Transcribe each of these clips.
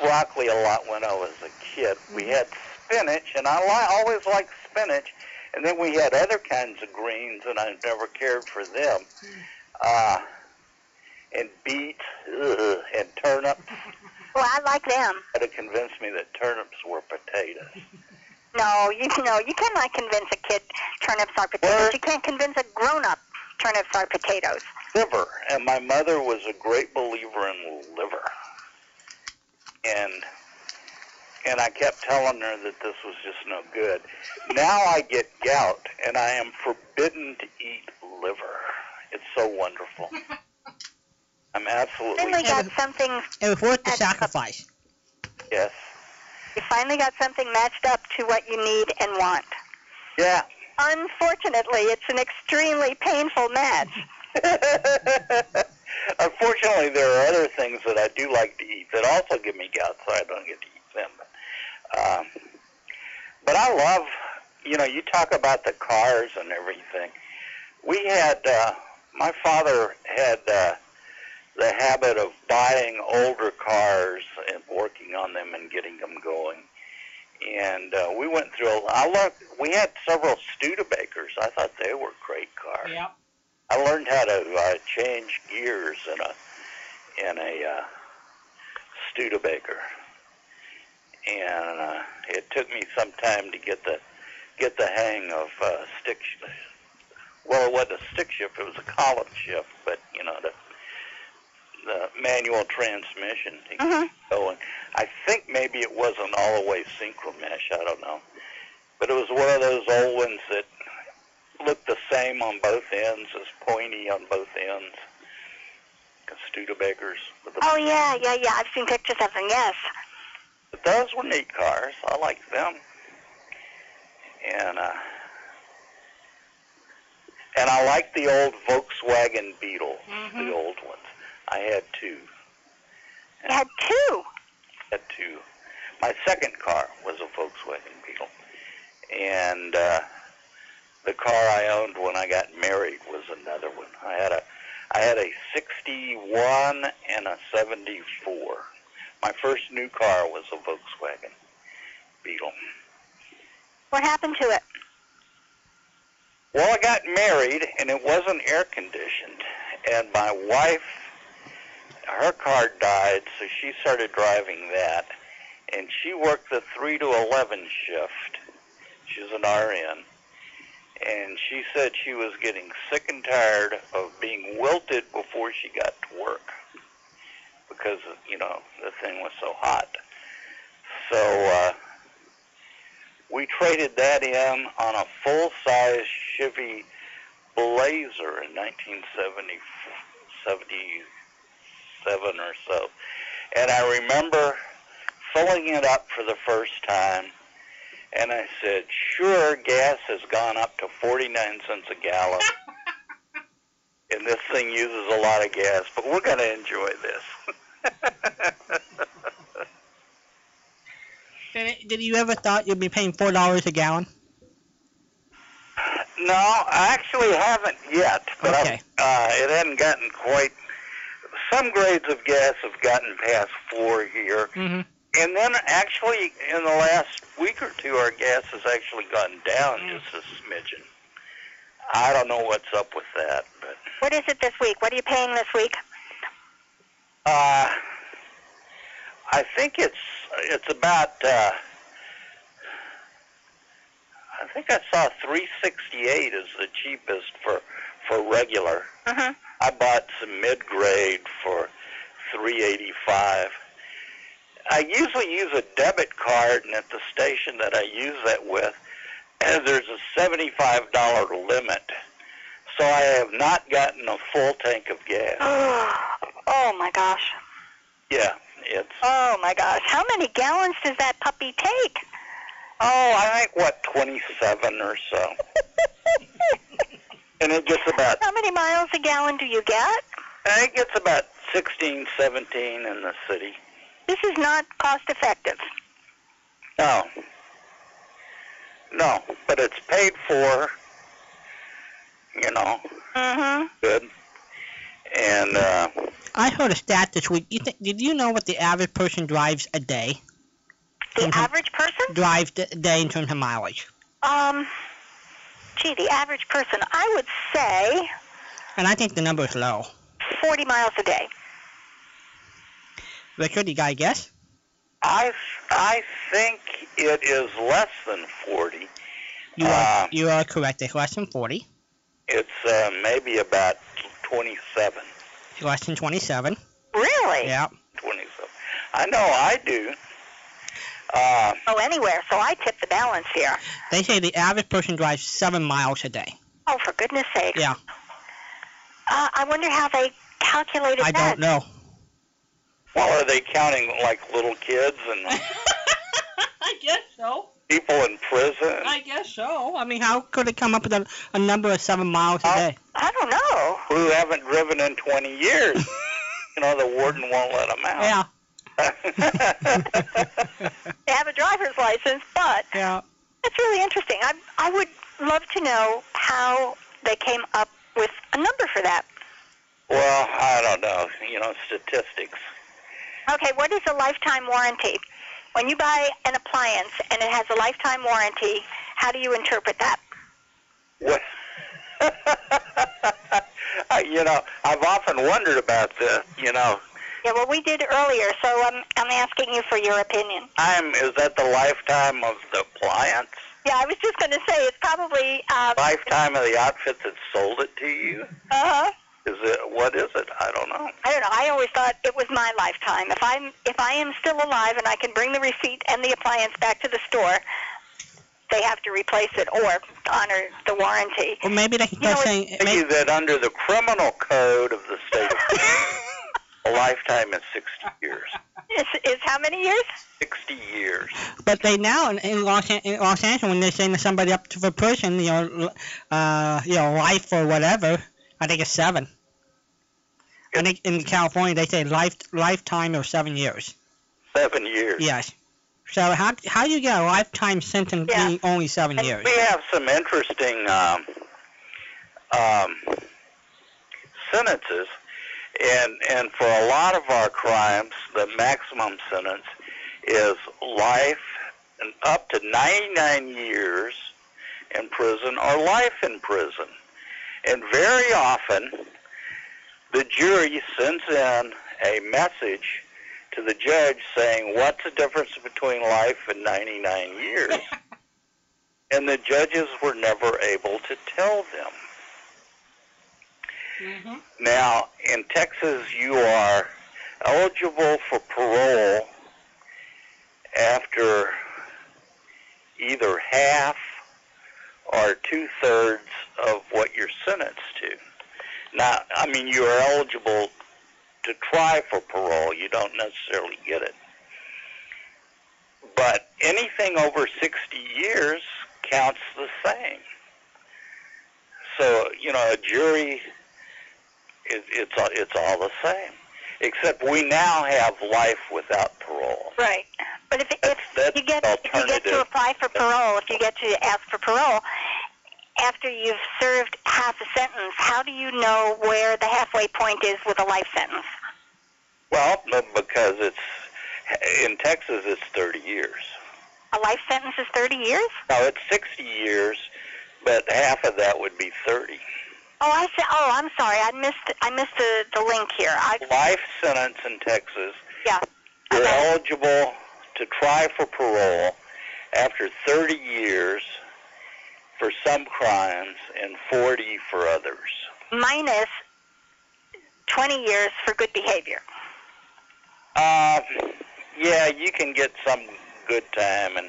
broccoli a lot when I was a kid. We had spinach, and I li- always liked spinach. And then we had other kinds of greens, and I never cared for them. Uh, and beets ugh, and turnips. Well, I like them. Had to convince me that turnips were potatoes. No, you no, you cannot convince a kid turnips are potatoes. Where? You can't convince a grown-up turnips are potatoes. Liver, and my mother was a great believer in liver. And and I kept telling her that this was just no good. Now I get gout, and I am forbidden to eat liver. It's so wonderful. I'm Then absolutely we got Kevin. something. It was worth the That's- sacrifice. yes. You finally got something matched up to what you need and want. Yeah. Unfortunately, it's an extremely painful match. Unfortunately, there are other things that I do like to eat that also give me gout, so I don't get to eat them. But, um, but I love, you know, you talk about the cars and everything. We had, uh, my father had uh, the habit of buying older cars and working on them and getting them going. And uh, we went through. A, I look. We had several Studebakers. I thought they were great cars. Yep. I learned how to uh, change gears in a in a uh, Studebaker, and uh, it took me some time to get the get the hang of uh, stick. Sh- well, it wasn't a stick shift; it was a column shift, but you know the the manual transmission to get hmm going. I think maybe it wasn't all the way synchro mesh. I don't know, but it was one of those old ones that looked the same on both ends, as pointy on both ends. Like Studebakers, but, the, Oh yeah, yeah, yeah. I've seen pictures of them. Yes. but those were neat cars. I liked them, and uh, and I liked the old Volkswagen Beetle, the Mm-hmm. Mm-hmm. Mhm. old ones. I had two. You had two. had to. My second car was a Volkswagen Beetle, and uh, the car I owned when I got married was another one. I had a, I had a '61 and a '74. My first new car was a Volkswagen Beetle. What happened to it? Well, I got married and it wasn't air conditioned, and my wife, her car died, so she started driving that, and she worked the three to eleven shift. She's an RN, and she said she was getting sick and tired of being wilted before she got to work because you know the thing was so hot. So. Uh, we traded that in on a full-size Chevy Blazer in 1977 or so. And I remember filling it up for the first time, and I said, sure, gas has gone up to 49 cents a gallon, and this thing uses a lot of gas, but we're going to enjoy this. Did, it, did you ever thought you'd be paying four dollars a gallon? No, I actually haven't yet. But Okay. I, uh, it hadn't gotten quite. Some grades of gas have gotten past four here, Mm-hmm. and then actually in the last week or two, our gas has actually gone down just a smidgen. I don't know what's up with that, but What is it this week? What are you paying this week? uh, I think it's it's about. Uh, I think I saw 368 is the cheapest for for regular. Mm-hmm. I bought some mid grade for three eighty five. I usually use a debit card and at the station that I use that with there's a seventy five dollar limit. So I have not gotten a full tank of gas. oh my gosh. Yeah. It's Oh my gosh. How many gallons does that puppy take? oh, I think what, twenty seven or so. And it gets about How many miles a gallon do you get? I think it's about sixteen, seventeen in the city. This is not cost effective. No. No, but it's paid for, you know, Mm-hmm. good. And uh, I heard a stat this week. You think? Did you know what the average person drives a day? The Mhm. average person? Drives a day in terms of mileage. Um, gee, the average person, I would say And I think the number is low. 40 miles a day. Richard, you got a guess? I I think it is less than forty. You are Uh, you are correct. It's less than 40. It's uh, maybe about 27, It's less than 27. Really? Yeah. 27. I know I do. Uh, Oh, anywhere. So I tip the balance here. They say the average person drives seven miles a day. Oh, for goodness sake. Yeah. Uh, I wonder how they calculated I that. don't know. well, are they counting like little kids and I guess so. people in prison? guess so. I mean, how could it come up with a, a number of seven miles a Uh, day? I don't know. who haven't driven in 20 years. You know, the warden won't let them out. yeah. They have a driver's license, but Yeah. that's really interesting. I, I would love to know how they came up with a number for that. well, I don't know. You know, statistics. Okay, what is a lifetime warranty? When you buy an appliance and it has a lifetime warranty, how do you interpret that? What? you know, I've often wondered about this. You know, Yeah, well, we did earlier, so I'm, I'm asking you for your opinion. time is that the lifetime of the appliance? Yeah, I was just going to say it's probably. Um, Lifetime of the outfit that sold it to you? Uh-huh. Is it? What is it? I don't know. I don't know. I always thought it was my lifetime. If I'm if I am still alive and I can bring the receipt and the appliance back to the store, they have to replace it or honor the warranty. Or maybe they can You know, start saying. Maybe Maybe, that under the criminal code of the state, of Texas, a lifetime is 60 years. Is is how many years? 60 years. but they now in, in Los An- in Los Angeles when they're saying to somebody up to for prison, you know, l- uh, you know, life or whatever, I think it's seven. I think in California they say life lifetime or seven years. Seven years. Yes. So how how do you get a lifetime sentence Yeah. being only seven And years? We have some interesting um, um, sentences, and and for a lot of our crimes, the maximum sentence is life and up to 99 years in prison or life in prison. And very often, the jury sends in a message to the judge saying, "What's the difference between life and 99 years?" and the judges were never able to tell them. Now, in Texas, you are eligible for parole after either half or two thirds of what you're sentenced to. Now, I mean, you are eligible to try for parole. You don't necessarily get it. But anything over 60 years counts the same. So, you know, a jury, it, it's, all- it's all the same. Except we now have life without parole. Right. But if if That's- that's you get if you get alternative. to apply for parole, if you get to ask for parole after you've served half a sentence, how do you know where the halfway point is with a life sentence? Well, no, because it's, in Texas, it's 30 years. A life sentence is 30 years? No, it's 60 years, but half of that would be 30. Oh, I see. Oh, I'm sorry. I missed. I missed the, the link here. I Life sentence in Texas. yeah. You're Okay. eligible to try for parole after 30 years for some crimes and 40 for others. Minus 20 years for good behavior. Uh, yeah, you can get some good time and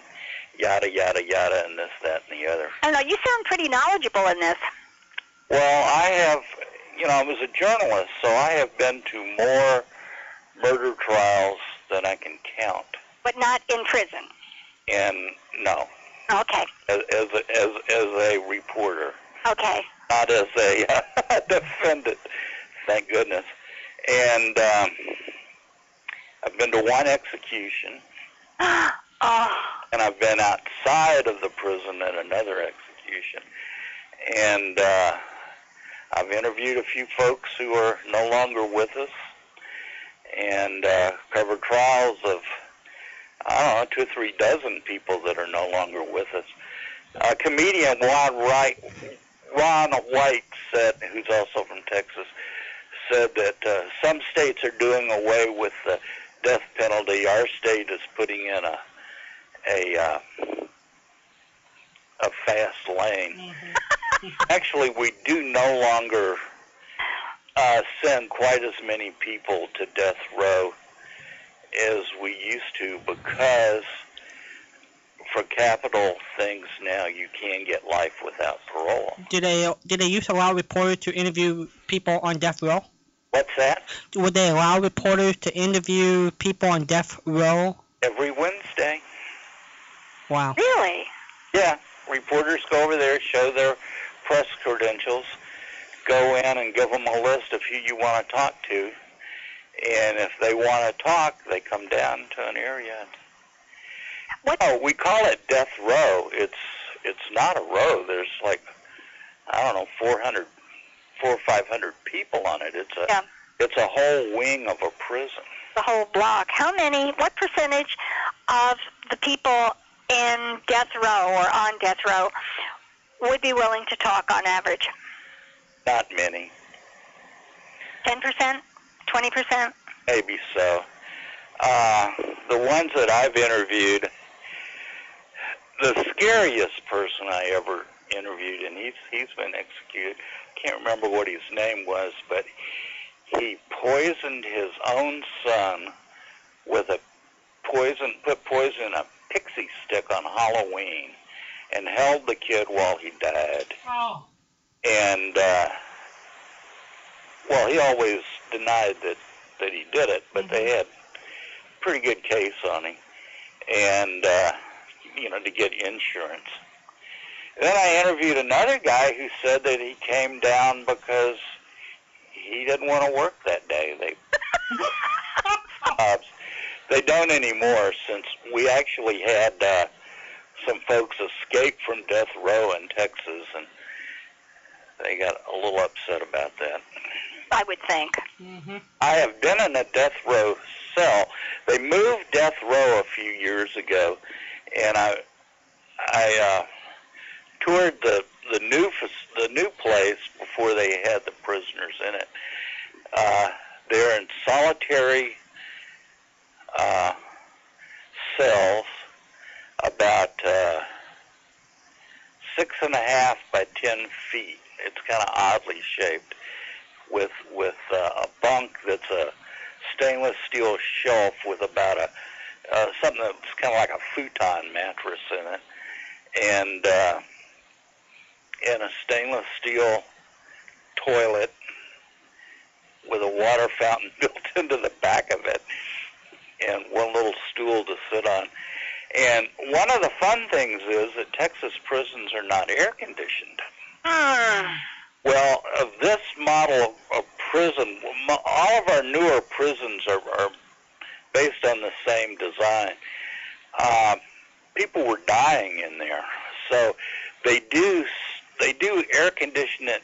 yada, yada, yada, and this, that, and the other. I don't know. You sound pretty knowledgeable in this. Well, I have, you know, I was a journalist, so I have been to more murder trials than I can count. but not in prison. And no, Okay, as as a, as, as a reporter, okay. not as a defendant. Thank goodness. And um, I've been to one execution, Oh, and I've been outside of the prison at another execution. And uh, I've interviewed a few folks who are no longer with us and uh, covered trials of, I don't know, two or three dozen people that are no longer with us. Uh, comedian Ron, Wright, Ron White said, who's also from Texas, said that uh, some states are doing away with the death penalty. Our state is putting in a a uh, a fast lane. Actually, we do no longer uh, send quite as many people to death row as we used to because for capital things now you can get life without parole. Do they do they used to allow reporters to interview people on death row? What's that? Would they allow reporters to interview people on death row? Every Wednesday. Wow. Really? Yeah, reporters go over there, show their press credentials, go in and give them a list of who you want to talk to, and if they want to talk, they come down to an area. What? Oh, we call it death row. It's it's not a row. There's like I don't know, 400, four or five hundred people on it. It's a Yeah. it's a whole wing of a prison. the whole block. How many, what percentage of the people in death row or on death row would be willing to talk on average? Not many, 10%? 20%? maybe so. Uh, the ones that I've interviewed, the scariest person I ever interviewed, and he's he's been executed. Can't remember what his name was, but he poisoned his own son with a poison, put poison in a pixie stick on Halloween, and held the kid while he died. Oh. and uh, well, he always denied that that he did it, but they had pretty good case on him, and uh, you know to get insurance. Then I interviewed another guy who said that he came down because he didn't want to work that day. They jobs. They don't anymore since we actually had uh, some folks escape from death row in Texas, and they got a little upset about that. I would think. Mm-hmm. I have been in a death row cell. They moved death row a few years ago, and I I uh, toured the the new fac- the new place before they had the prisoners in it. Uh, they're in solitary uh, cells, about uh, six and a half by ten feet. It's kind of oddly shaped with with uh, a bunk that's a stainless steel shelf with about a uh, something that's kind of like a futon mattress in it, and uh, and a stainless steel toilet with a water fountain built into the back of it, and one little stool to sit on. And one of the fun things is that Texas prisons are not air conditioned. Hmm. Well, of this model of prison, mo- all of our newer prisons are, are based on the same design. Uh, people were dying in there, so they do s- they do air condition it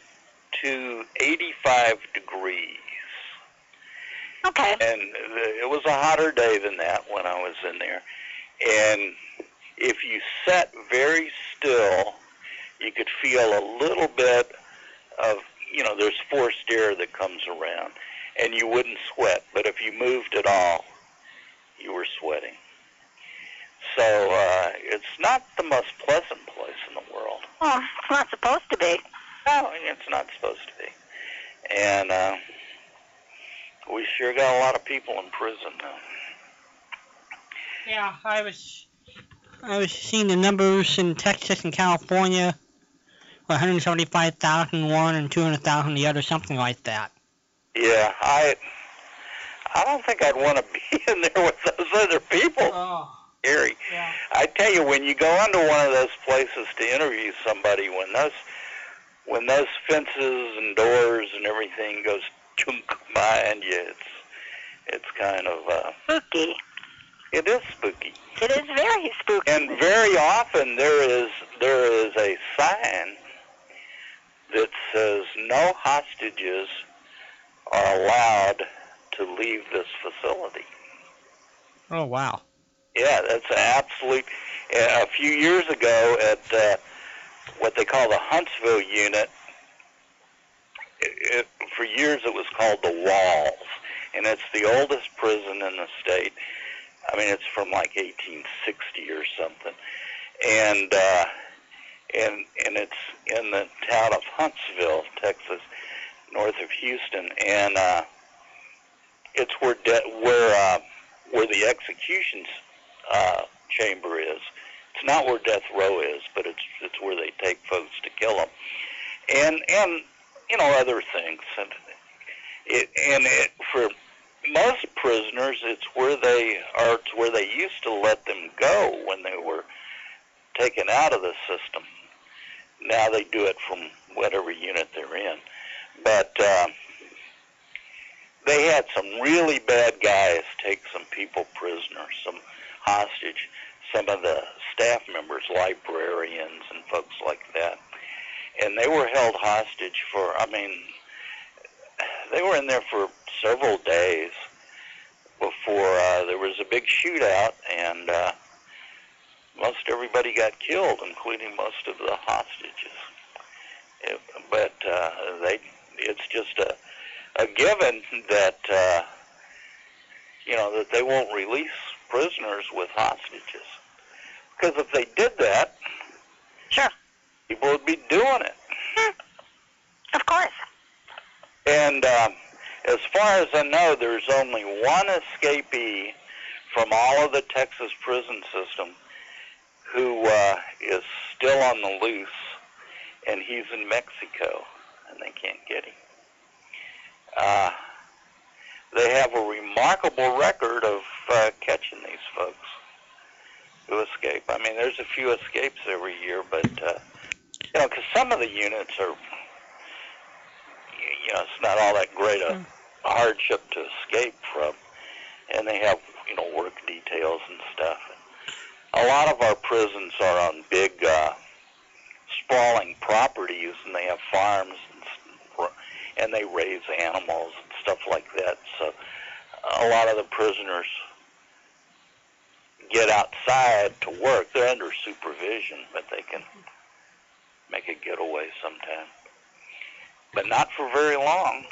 to 85 degrees, Okay. and the, it was a hotter day than that when I was in there. And if you sat very still, you could feel a little bit of you know there's forced air that comes around and you wouldn't sweat but if you moved at all you were sweating so uh, it's not the most pleasant place in the world Well, it's not supposed to be. no it's not supposed to be and uh, we sure got a lot of people in prison now Yeah, I was I was seeing the numbers in Texas and California, 175,000 one and 200,000 the other, something like that. yeah i i don't think i'd want to be in there with those other people Oh, Gary. yeah. I tell you, when you go into one of those places to interview somebody, when those when those fences and doors and everything goes chunk behind you, it's it's kind of uh, Spooky. it is spooky. It is very spooky. And very often there is there is a sign that says no hostages are allowed to leave this facility. Oh wow. Yeah, that's an absolute. uh, A few years ago, at uh, what they call the Huntsville unit, it, it, for years it was called the Walls, and it's the oldest prison in the state. I mean, it's from like 1860 or something, and uh, and and it's in the town of Huntsville, Texas, north of Houston, and uh, it's where de- where uh, where the executions uh, chamber is. It's not where death row is, but it's it's where they take folks to kill them, and and you know other things, and it and it for most prisoners, it's where they are. It's where they used to let them go when they were taken out of the system. Now they do it from whatever unit they're in, but uh, they had some really bad guys take some people prisoner, some hostage, some of the staff members, librarians, and folks like that, and they were held hostage for. I mean, they were in there for several days before uh, there was a big shootout, and uh, most everybody got killed, including most of the hostages. It, but uh, they, it's just a, a given that uh, you know that they won't release prisoners with hostages, because if they did that, Sure. people would be doing it. Hmm. Of course. And um, as far as I know, there's only one escapee from all of the Texas prison system who uh, is still on the loose, and he's in Mexico, and they can't get him. Uh, they have a remarkable record of uh, catching these folks who escape. I mean, there's a few escapes every year, but uh, you know, because some of the units are you know, it's not all that great a hardship to escape from. And they have, you know, work details and stuff. A lot of our prisons are on big, uh, sprawling properties, and they have farms and, s- and they raise animals and stuff like that. So a lot of the prisoners get outside to work. They're under supervision, but they can make a getaway sometime but not for very long.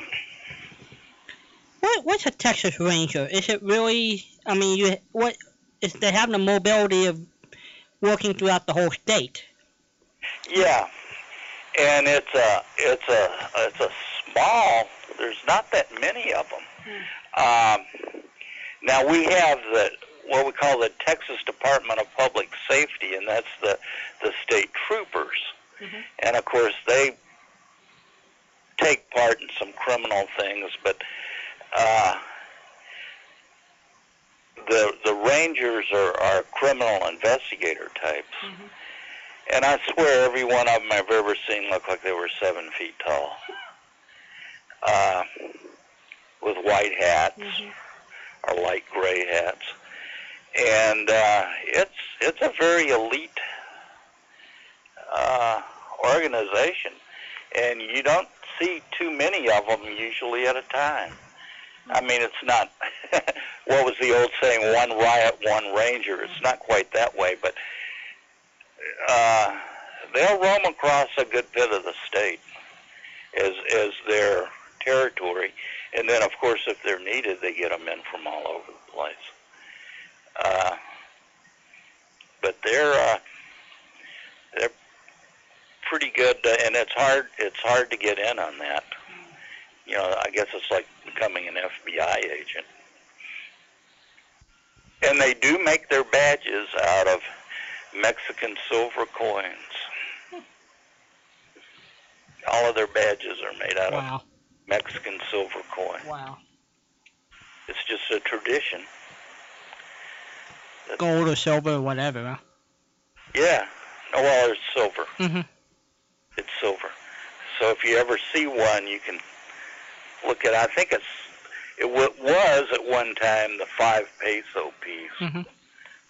What what's a Texas Ranger? Is it really? I mean, you what is they have the mobility of working throughout the whole state? Yeah, and it's a it's a it's a small. There's not that many of them. Um, now we have the what we call the Texas Department of Public Safety, and that's the the state troopers. Mhm. And of course, they take part in some criminal things, but uh, the the rangers are, are criminal investigator types. Mhm. And I swear, every one of them I've ever seen looked like they were seven feet tall, uh, with white hats Mhm. or light gray hats. And uh, it's it's a very elite uh, organization, and you don't see too many of them usually at a time. I mean, it's not what was the old saying: one riot, one ranger. It's not quite that way, but uh, they'll roam across a good bit of the state as as their territory, and then of course, if they're needed, they get them in from all over the place. Uh, but they're uh, they're pretty good, uh, and it's hard it's hard to get in on that. You know, I guess it's like becoming an FBI agent. And they do make their badges out of Mexican silver coins. All of their badges are made out of Wow, Mexican silver coins. wow. It's just a tradition. Gold or silver or whatever. Huh? Yeah. Oh, well, it's silver. Mhm. It's silver. So if you ever see one, you can look at. I think it's it w- was at one time the five peso piece. Mhm.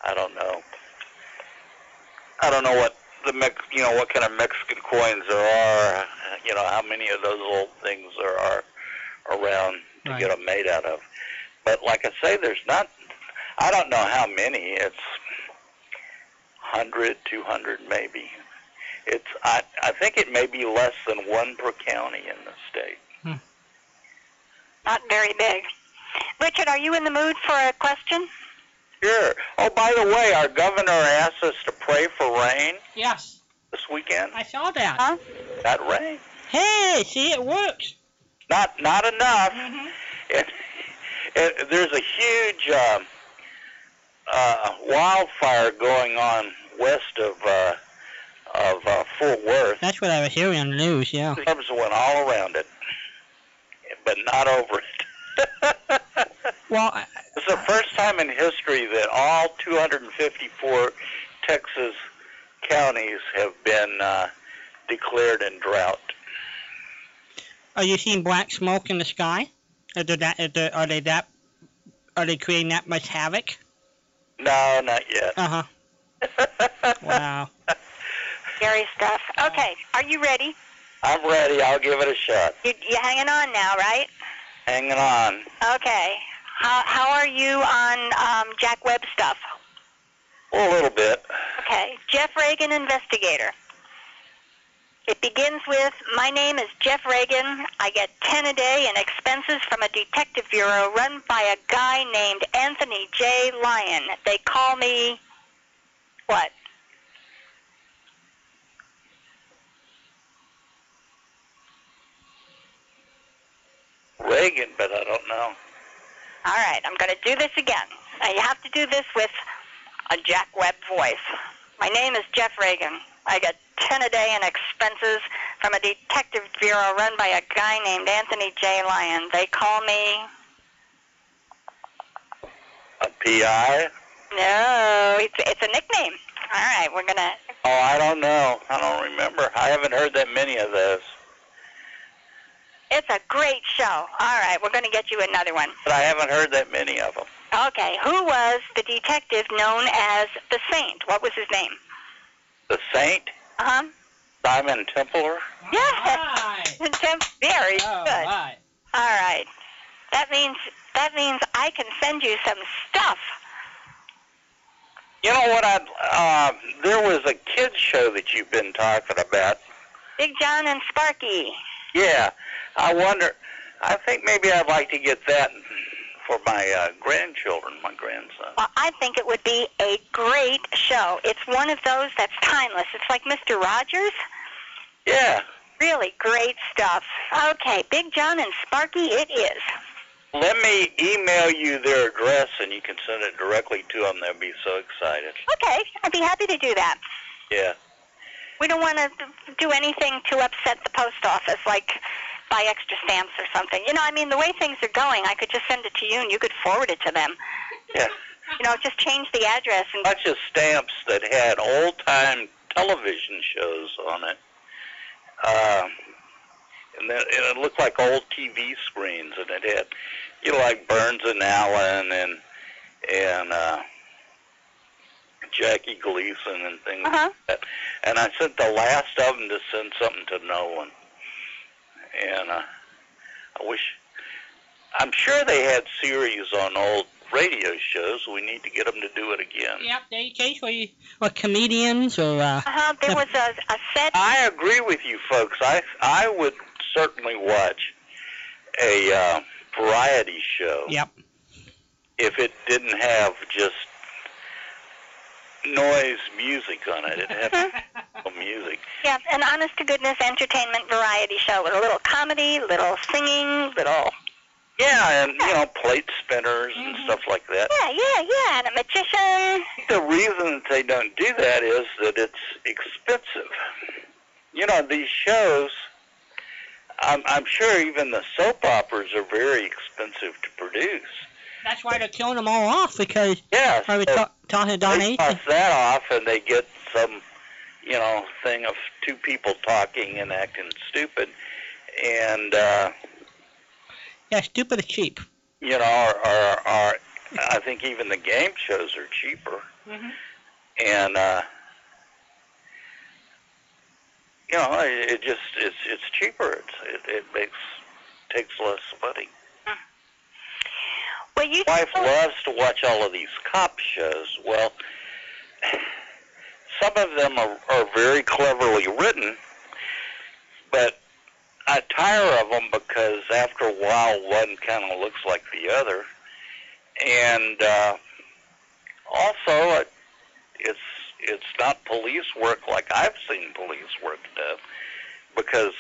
I don't know. I don't know what the mix, you know, what kind of Mexican coins there are, you know, how many of those old things there are around to Right. get them made out of. But like I say, there's not. I don't know how many. It's 100, 200 maybe. It's. I I think it may be less than one per county in the state. Not very big. Richard, are you in the mood for a question? Sure. Oh, by the way, our governor asked us to pray for rain Yes, this weekend. I saw that. Huh? Got rain. Hey, see, it works. Not not enough. Mhm. it, it, there's a huge um, uh, wildfire going on west of uh, of uh, Fort Worth. That's what I was hearing on the news, yeah. Clubs went all around it, but not over it. Well, I- it's the first time in history that all 254 Texas counties have been uh, declared in drought. are you seeing black smoke in the sky? Are they that, are they, are they that, are they creating that much havoc? No, not yet. Uh-huh. Wow. Scary stuff. Okay, are you ready? I'm ready. I'll give it a shot. You, you hanging on now, right? Hanging on. Okay. How, how are you on um, Jack Webb stuff? A little bit. Okay. Jeff Reagan Investigator. It begins with My name is Jeff Reagan. I get 10 a day in expenses from a detective bureau run by a guy named Anthony J. Lyon. They call me. What? Reagan, but I don't know. All right, I'm going to do this again. Now you have to do this with a Jack Webb voice. My name is Jeff Reagan. I get 10 a day in expenses from a detective bureau run by a guy named Anthony J. Lyon. They call me. A PI? No, it's, it's a nickname. All right, we're going to. Oh, I don't know. I don't remember. I haven't heard that many of those. It's a great show. All right, we're going to get you another one. But I haven't heard that many of them. Okay, who was the detective known as the Saint? What was his name? The Saint? Uh huh. Simon Templar? Alright. Tim, very good. Alright. All right. That means that means I can send you some stuff. You know what? I uh, There was a kids show that you've been talking about. Big John and Sparky. Yeah. I wonder. I think maybe I'd like to get that for my uh, grandchildren, my grandson. Well, I think it would be a great show. It's one of those that's timeless. It's like Mr. Rogers. Yeah. Really great stuff. Okay, Big John and Sparky it is. Let me email you their address and you can send it directly to them. They'll be so excited. Okay, I'd be happy to do that. Yeah. We don't want to do anything to upset the post office, like buy extra stamps or something. You know, I mean, the way things are going, I could just send it to you and you could forward it to them. Yeah. You know, just change the address and bunch of stamps that had old time television shows on it. Um, and, then, and it looked like old TV screens, and it had, you know, like Burns and Allen and and uh, Jackie Gleason and things. Uh huh. And I sent the last of them to send something to Nolan. And uh, I wish, I'm sure they had series on old radio shows. We need to get them to do it again. Yep, they occasionally, or comedians, or, uh, Uh huh. There was a, a set. I agree with you, folks. I I would certainly watch a uh, variety show yep. if it didn't have just noise music on it. It had no music. Yeah, an honest to goodness entertainment variety show with a little comedy, little singing, little. Yeah, and you know, plate spinners and Mhm. stuff like that. Yeah, yeah, yeah, and a magician. The reason that they don't do that is that it's expensive. You know, these shows. I'm, I'm sure even the soap operas are very expensive to produce. That's why they're killing them all off, because Yeah, I was so- ta- talking to Don they H. toss that off and they get some, you know, thing of two people talking and acting stupid, and uh, Yeah, stupid is cheap. you know, are, are are I think even the Mm-hmm. game shows are cheaper, Mhm. and uh, you know, it, it just it's it's cheaper. It's, it it makes takes less money. Well, you wife told- loves to watch all of these cop shows. Well, some of them are, are very cleverly written, but I tire of them because after a while one kind of looks like the other, and uh, also it, it's it's not police work like I've seen police work done because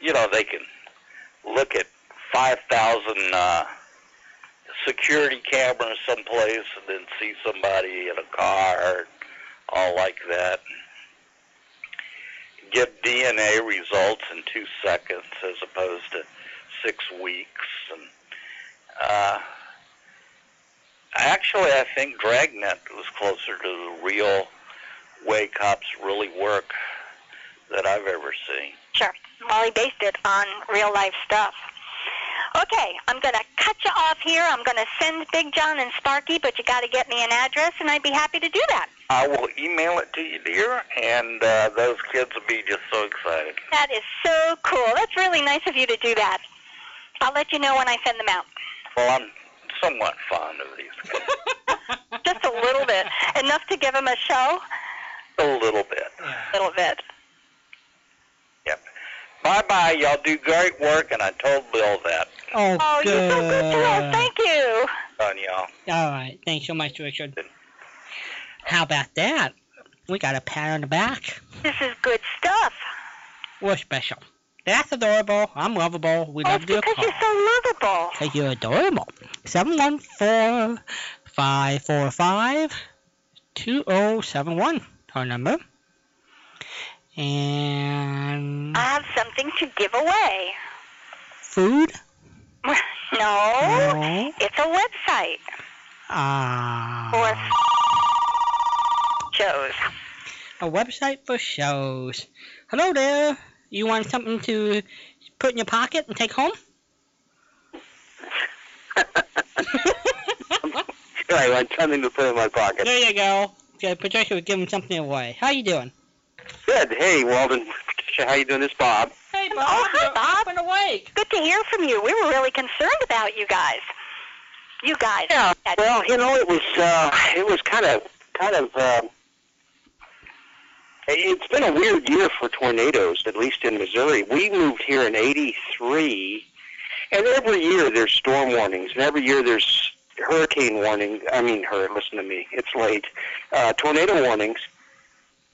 you know they can look at five thousand. Uh, security camera someplace and then see somebody in a car and all like that. Give DNA results in two seconds as opposed to six weeks. And uh, actually, I think Dragnet was closer to the real way cops really work that I've ever seen. Sure. Well, he based it on real life stuff. Okay, I'm going to cut you off here. I'm going to send Big John and Sparky, but you got to get me an address, and I'd be happy to do that. I will email it to you, dear, and uh, those kids will be just so excited. That is so cool. That's really nice of you to do that. I'll let you know when I send them out. Well, I'm somewhat fond of these kids. Just a little bit. Enough to give them a show? A little bit. A little bit. Bye bye. Y'all do great work, and I told Bill that Oh, Oh, you're so good to us. Thank you. on y'all. All right. Thanks so much, Richard. How about that? We got a pat on the back. This is good stuff. We're special. That's adorable. I'm lovable. We Oh, love it's your because call. you're so lovable. 'Cause you're adorable. 714-545-2071. Our number. And I have something to give away. food. no, No. it's a website for Ah. shows. a website for shows. Hello there. You want something to put in your pocket and take home? I want something to put in my pocket. There you go. Okay, Patricia was giving something away. How you doing? Good. Hey, Walden. Patricia, how you doing? This Bob. Hey, Bob. Oh, hi, You're Bob. up and awake. Good to hear from you. We were really concerned about you guys. You guys. Yeah. That- Well, you know, it was uh, it was kind of kind of. Um, it's been a weird year for tornadoes, at least in Missouri. We moved here in '83, and every year there's storm warnings, and every year there's hurricane warning. I mean, her. Listen to me. It's late. Uh, tornado warnings.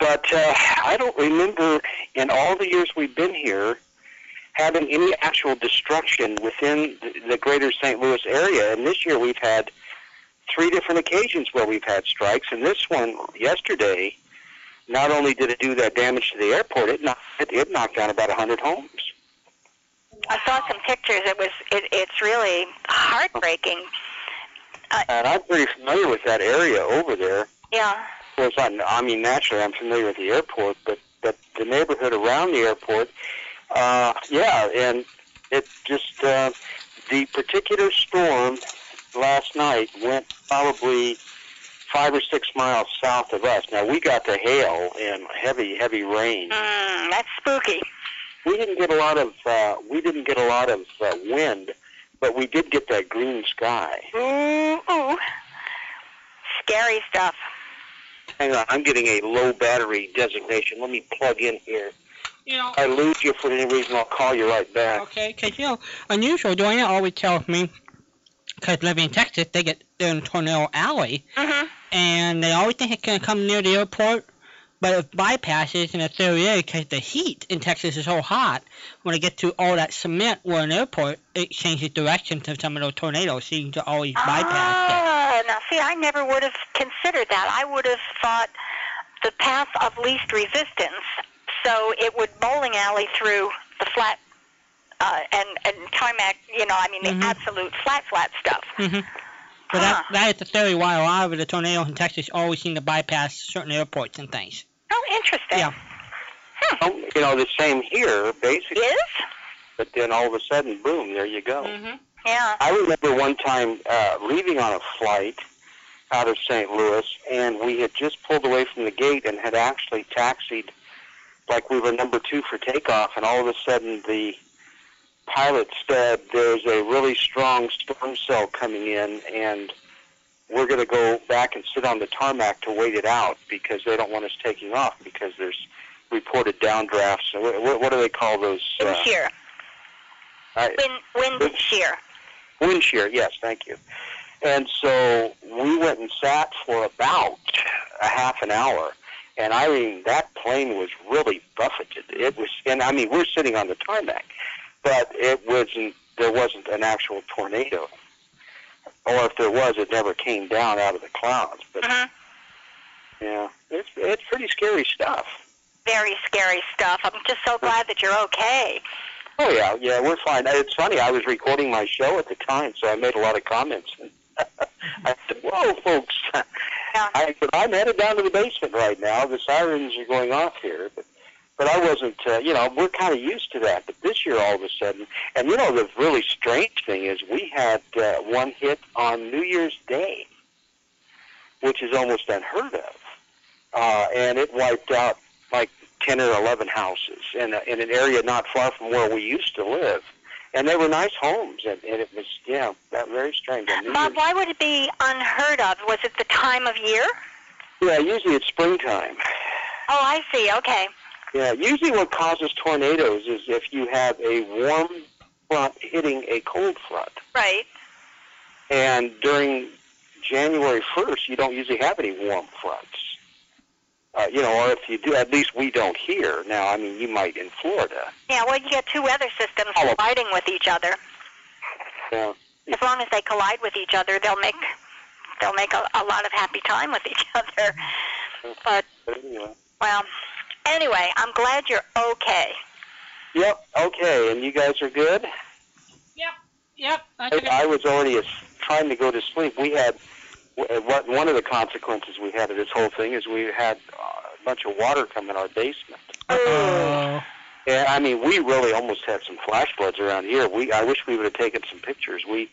But uh, I don't remember in all the years we've been here having any actual destruction within the- the greater St. Louis area. And this year we've had three different occasions where we've had strikes. And this one yesterday, not only did it do that damage to the airport, it knocked, it, it knocked down about 100 homes. I saw some pictures. It was. It, it's really heartbreaking. And I'm pretty familiar with that area over there. Yeah. Of course, I, I mean, naturally, I'm familiar with the airport, but but the neighborhood around the airport, uh, yeah, and it just uh, the particular storm last night went probably five or six miles south of us. Now we got the hail and heavy, heavy rain. Mm, that's spooky. We didn't get a lot of uh, we didn't get a lot of uh, wind, but we did get that green sky. Ooh, ooh. Scary stuff. Hang on, I'm getting a low battery designation. Let me plug in here. You know, I lose you for any reason, I'll call you right back. okay, 'cause you know, unusual. Joanna always tells me, 'cause living in Texas, they get they're in Tornado Alley, Mm-hmm. and they always think it's gonna come near the airport, but it bypasses and it's there it is 'cause the heat in Texas is so hot. When it gets through all that cement where an airport, it changes direction to some of those tornadoes, so you can always bypass it. Ah, now see, I never would have considered that. I would have thought the path of least resistance, so it would bowling alley through the flat uh, and and tarmac. You know, I mean Mhm. the absolute flat flat stuff. hmm But that, that is the theory why a lot of the tornadoes in Texas always seem to bypass certain airports and things. Oh, interesting. Yeah. Hmm. Oh, you know, the same here, basically. Is? But then all of a sudden, boom, there you go. Mm-hmm. Yeah. I remember one time uh, leaving on a flight out of St. Louis, and we had just pulled away from the gate and had actually taxied like we were number two for takeoff, and all of a sudden the pilot said there's a really strong storm cell coming in, and we're going to go back and sit on the tarmac to wait it out because they don't want us taking off because there's reported downdrafts. So what, what do they call those? uh, Wind shear. I, Wind, wind shear. wind shear. Yes, thank you. And so we went and sat for about a half an hour, and I mean that plane was really buffeted. It was, and I mean we're sitting on the tarmac, but it wasn't. There wasn't an actual tornado, or if there was, it never came down out of the clouds. But hmm yeah, it's it's pretty scary stuff. Very scary stuff. I'm just so glad that you're okay. Oh yeah, yeah, we're fine. It's funny. I was recording my show at the time, so I made a lot of comments. I said, "Whoa, folks!" Yeah. I said, "I'm headed down to the basement right now. The sirens are going off here." But, but I wasn't. Uh, you know, we're kind of used to that. But this year, all of a sudden, and you know, the really strange thing is, we had uh, one hit on New Year's Day, which is almost unheard of, uh, and it wiped out like 10 or 11 houses in, a, in an area not far from where we used to live. And they were nice homes, and, and it was, yeah, that very strange. And Bob, why would it be unheard of? Was it the time of year? yeah, usually it's springtime. Oh, I see. Okay. Yeah, usually what causes tornadoes is if you have a warm front hitting a cold front. Right. And during January 1st, you don't usually have any warm fronts. Uh, you know, or if you do, at least we don't here. Now, I mean, you might in Florida. Yeah, well, you get two weather systems Oh. colliding with each other. Yeah. As long as they collide with each other, they'll make they'll make a, a lot of happy time with each other. But But anyway. well, anyway, I'm glad you're okay. Yep. Okay. And you guys are good. Yep. I I, got I was already as, trying to go to sleep. We had w- uh, what one of the consequences we had of this whole thing is we had uh, a bunch of water come in our basement. Oh. And I mean, we really almost had some flash floods around here. We I wish we would have taken some pictures. We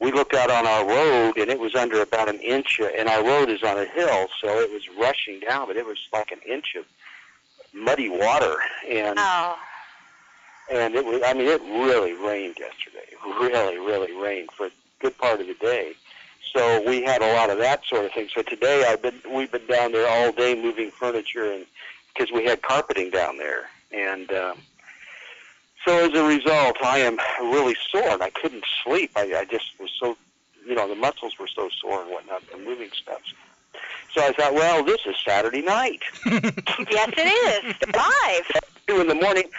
we looked out on our road and it was under about an inch, uh, and our road is on a hill, so it was rushing down, but it was like an inch of muddy water and. Oh, and it was I mean it really rained yesterday. Really, really rained for a good part of the day. So we had a lot of that sort of thing. So today I've been we've been down there all day moving furniture and because we had carpeting down there and um, so as a result I am really sore and I couldn't sleep. I, I just was so you know the muscles were so sore and whatnot from moving stuff. So I thought, well, this is Saturday night, yes, it is live. two in the morning.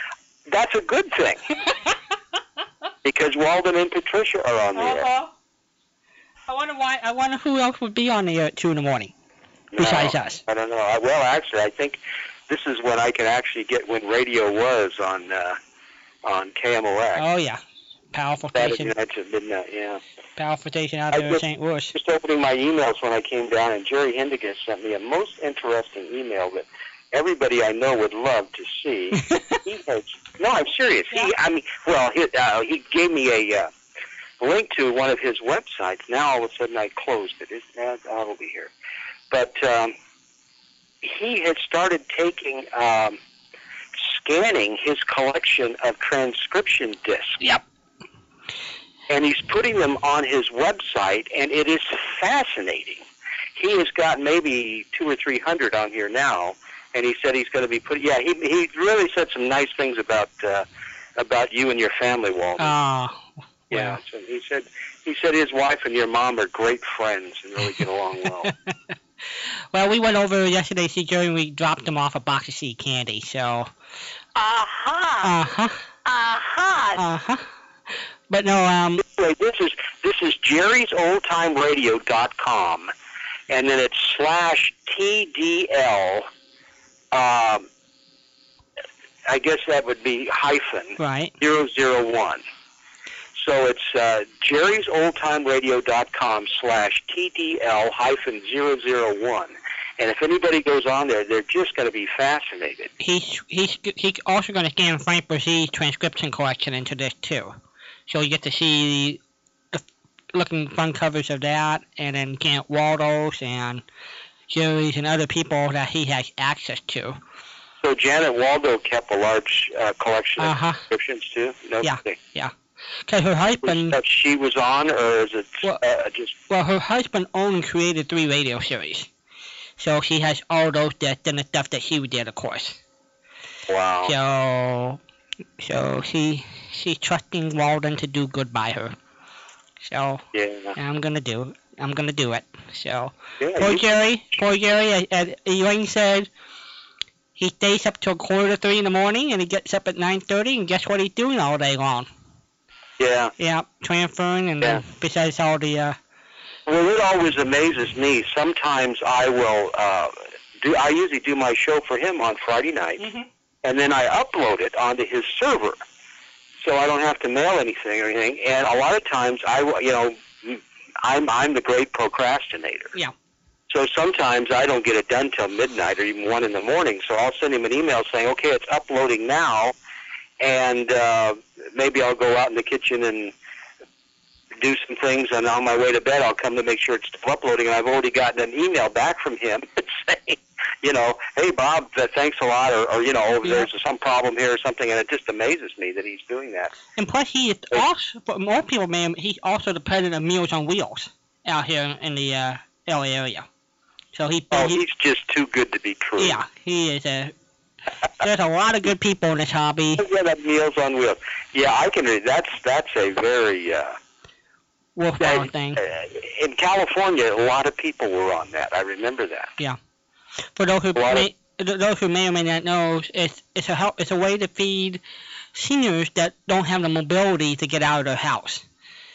That's a good thing. Because Walden and Patricia are on the air. Uh-huh. I wonder why. I wonder who else would be on the air at two in the morning besides No, us. I don't know. I, well, actually, I think this is when I can actually get when radio was on uh, on KMOX. Oh yeah, powerful Saturday station, nights at midnight. Yeah. powerful station out I there in just- St. Louis. Just opening my emails when I came down, and Jerry Hindigas sent me a most interesting email that everybody I know would love to see. he has no. I'm serious. Yeah. He, I mean, well, he, uh, he gave me a uh, link to one of his websites. Now all of a sudden I closed it. It now that'll be here. But um, he had started taking um, scanning his collection of transcription discs. Yep. And he's putting them on his website, and it is fascinating. He has got maybe two or three hundred on here now, and he said he's going to be putting. Yeah, he he really said some nice things about uh, about you and your family, Walter. Ah, Yeah, so he said he said his wife and your mom are great friends and really get along well. well, we went over yesterday to see Jerry. and We dropped him off a box of seed candy. So, Aha, uh huh, aha. uh huh. But no, um, anyway, this is this is Jerry's Old Time Radio dot com, and then it's slash TDL. Um, I guess that would be hyphen right. zero zero one. So it's uh, Jerry's Old Time Radio dot com slash TDL hyphen zero zero one. And if anybody goes on there, they're just going to be fascinated. He's he's he's also going to scan Frank Brzez's transcription collection into this too. So you get to see the looking fun covers of that, and then Gant Waldo's and Jerry's and other people that he has access to. So Janet Waldo kept a large uh, collection Uh huh. of subscriptions too. No, Yeah. they- Because her husband, that she was on, or is it Well- uh, just well, her husband owned created three radio series. So she has all those that and the stuff that she did, of course. wow? So, so she she's trusting Walden to do good by her. So Yeah, I'm gonna do I'm gonna do it. So yeah. poor you- Jerry, poor Jerry, as, as Elaine said, he stays up till quarter to three in the morning and he gets up at 9:30 and guess what he's doing all day long? yeah. Yeah, transferring and Yeah. besides all the uh, Well, it always amazes me. Sometimes I will uh, do. I usually do my show for him on Friday night, and then I upload it onto his server, so I don't have to mail anything or anything. And a lot of times, I will- you know, I'm I'm the great procrastinator. Yeah. So sometimes I don't get it done till midnight or even one in the morning. So I'll send him an email saying, "Okay, it's uploading now," and uh, maybe I'll go out in the kitchen and do some things, and on my way to bed, I'll come to make sure it's still uploading. And I've already gotten an email back from him saying, you know, hey Bob, th- thanks a lot, or, or you know, Yeah. there's some problem here or something, and it just amazes me that he's doing that. and plus he is Right. also for more people, man. He's also the president of Meals on Wheels out here in the uh, LA area. So he, Oh, he he's just too good to be true. Yeah, he is a. There's a lot of good people in this hobby. Yeah, that Meals on Wheels. Yeah, I can. read That's that's a very uh, Wolfbound thing. uh, in California. A lot of people were on that. I remember that. For those who a lot may, th- those who may or may not know, it's it's a help, it's a way to feed seniors that don't have the mobility to get out of their house.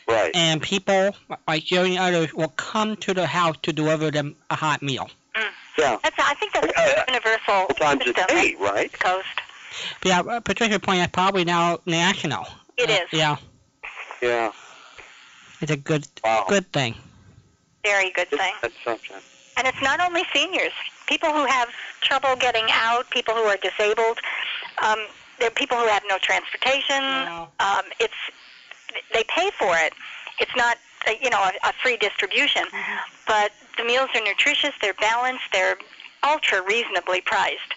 Right. And people like Jerry and others will come to their house to deliver them a hot meal. yeah. That's, I think that's Uh, a universal Sometimes system. it's eight, right? Coast. But yeah, uh, Patricia pointed out probably now national. It Uh, is Yeah, Yeah. it's a good Wow. good thing. very good thing. That's something. And it's not only seniors, people who have trouble getting out, people who are disabled, um, there are people who have no transportation. Wow. Um, it's they pay for it. It's not uh, you know a, a free distribution, Mm-hmm. but the meals are nutritious, they're balanced, they're ultra reasonably priced.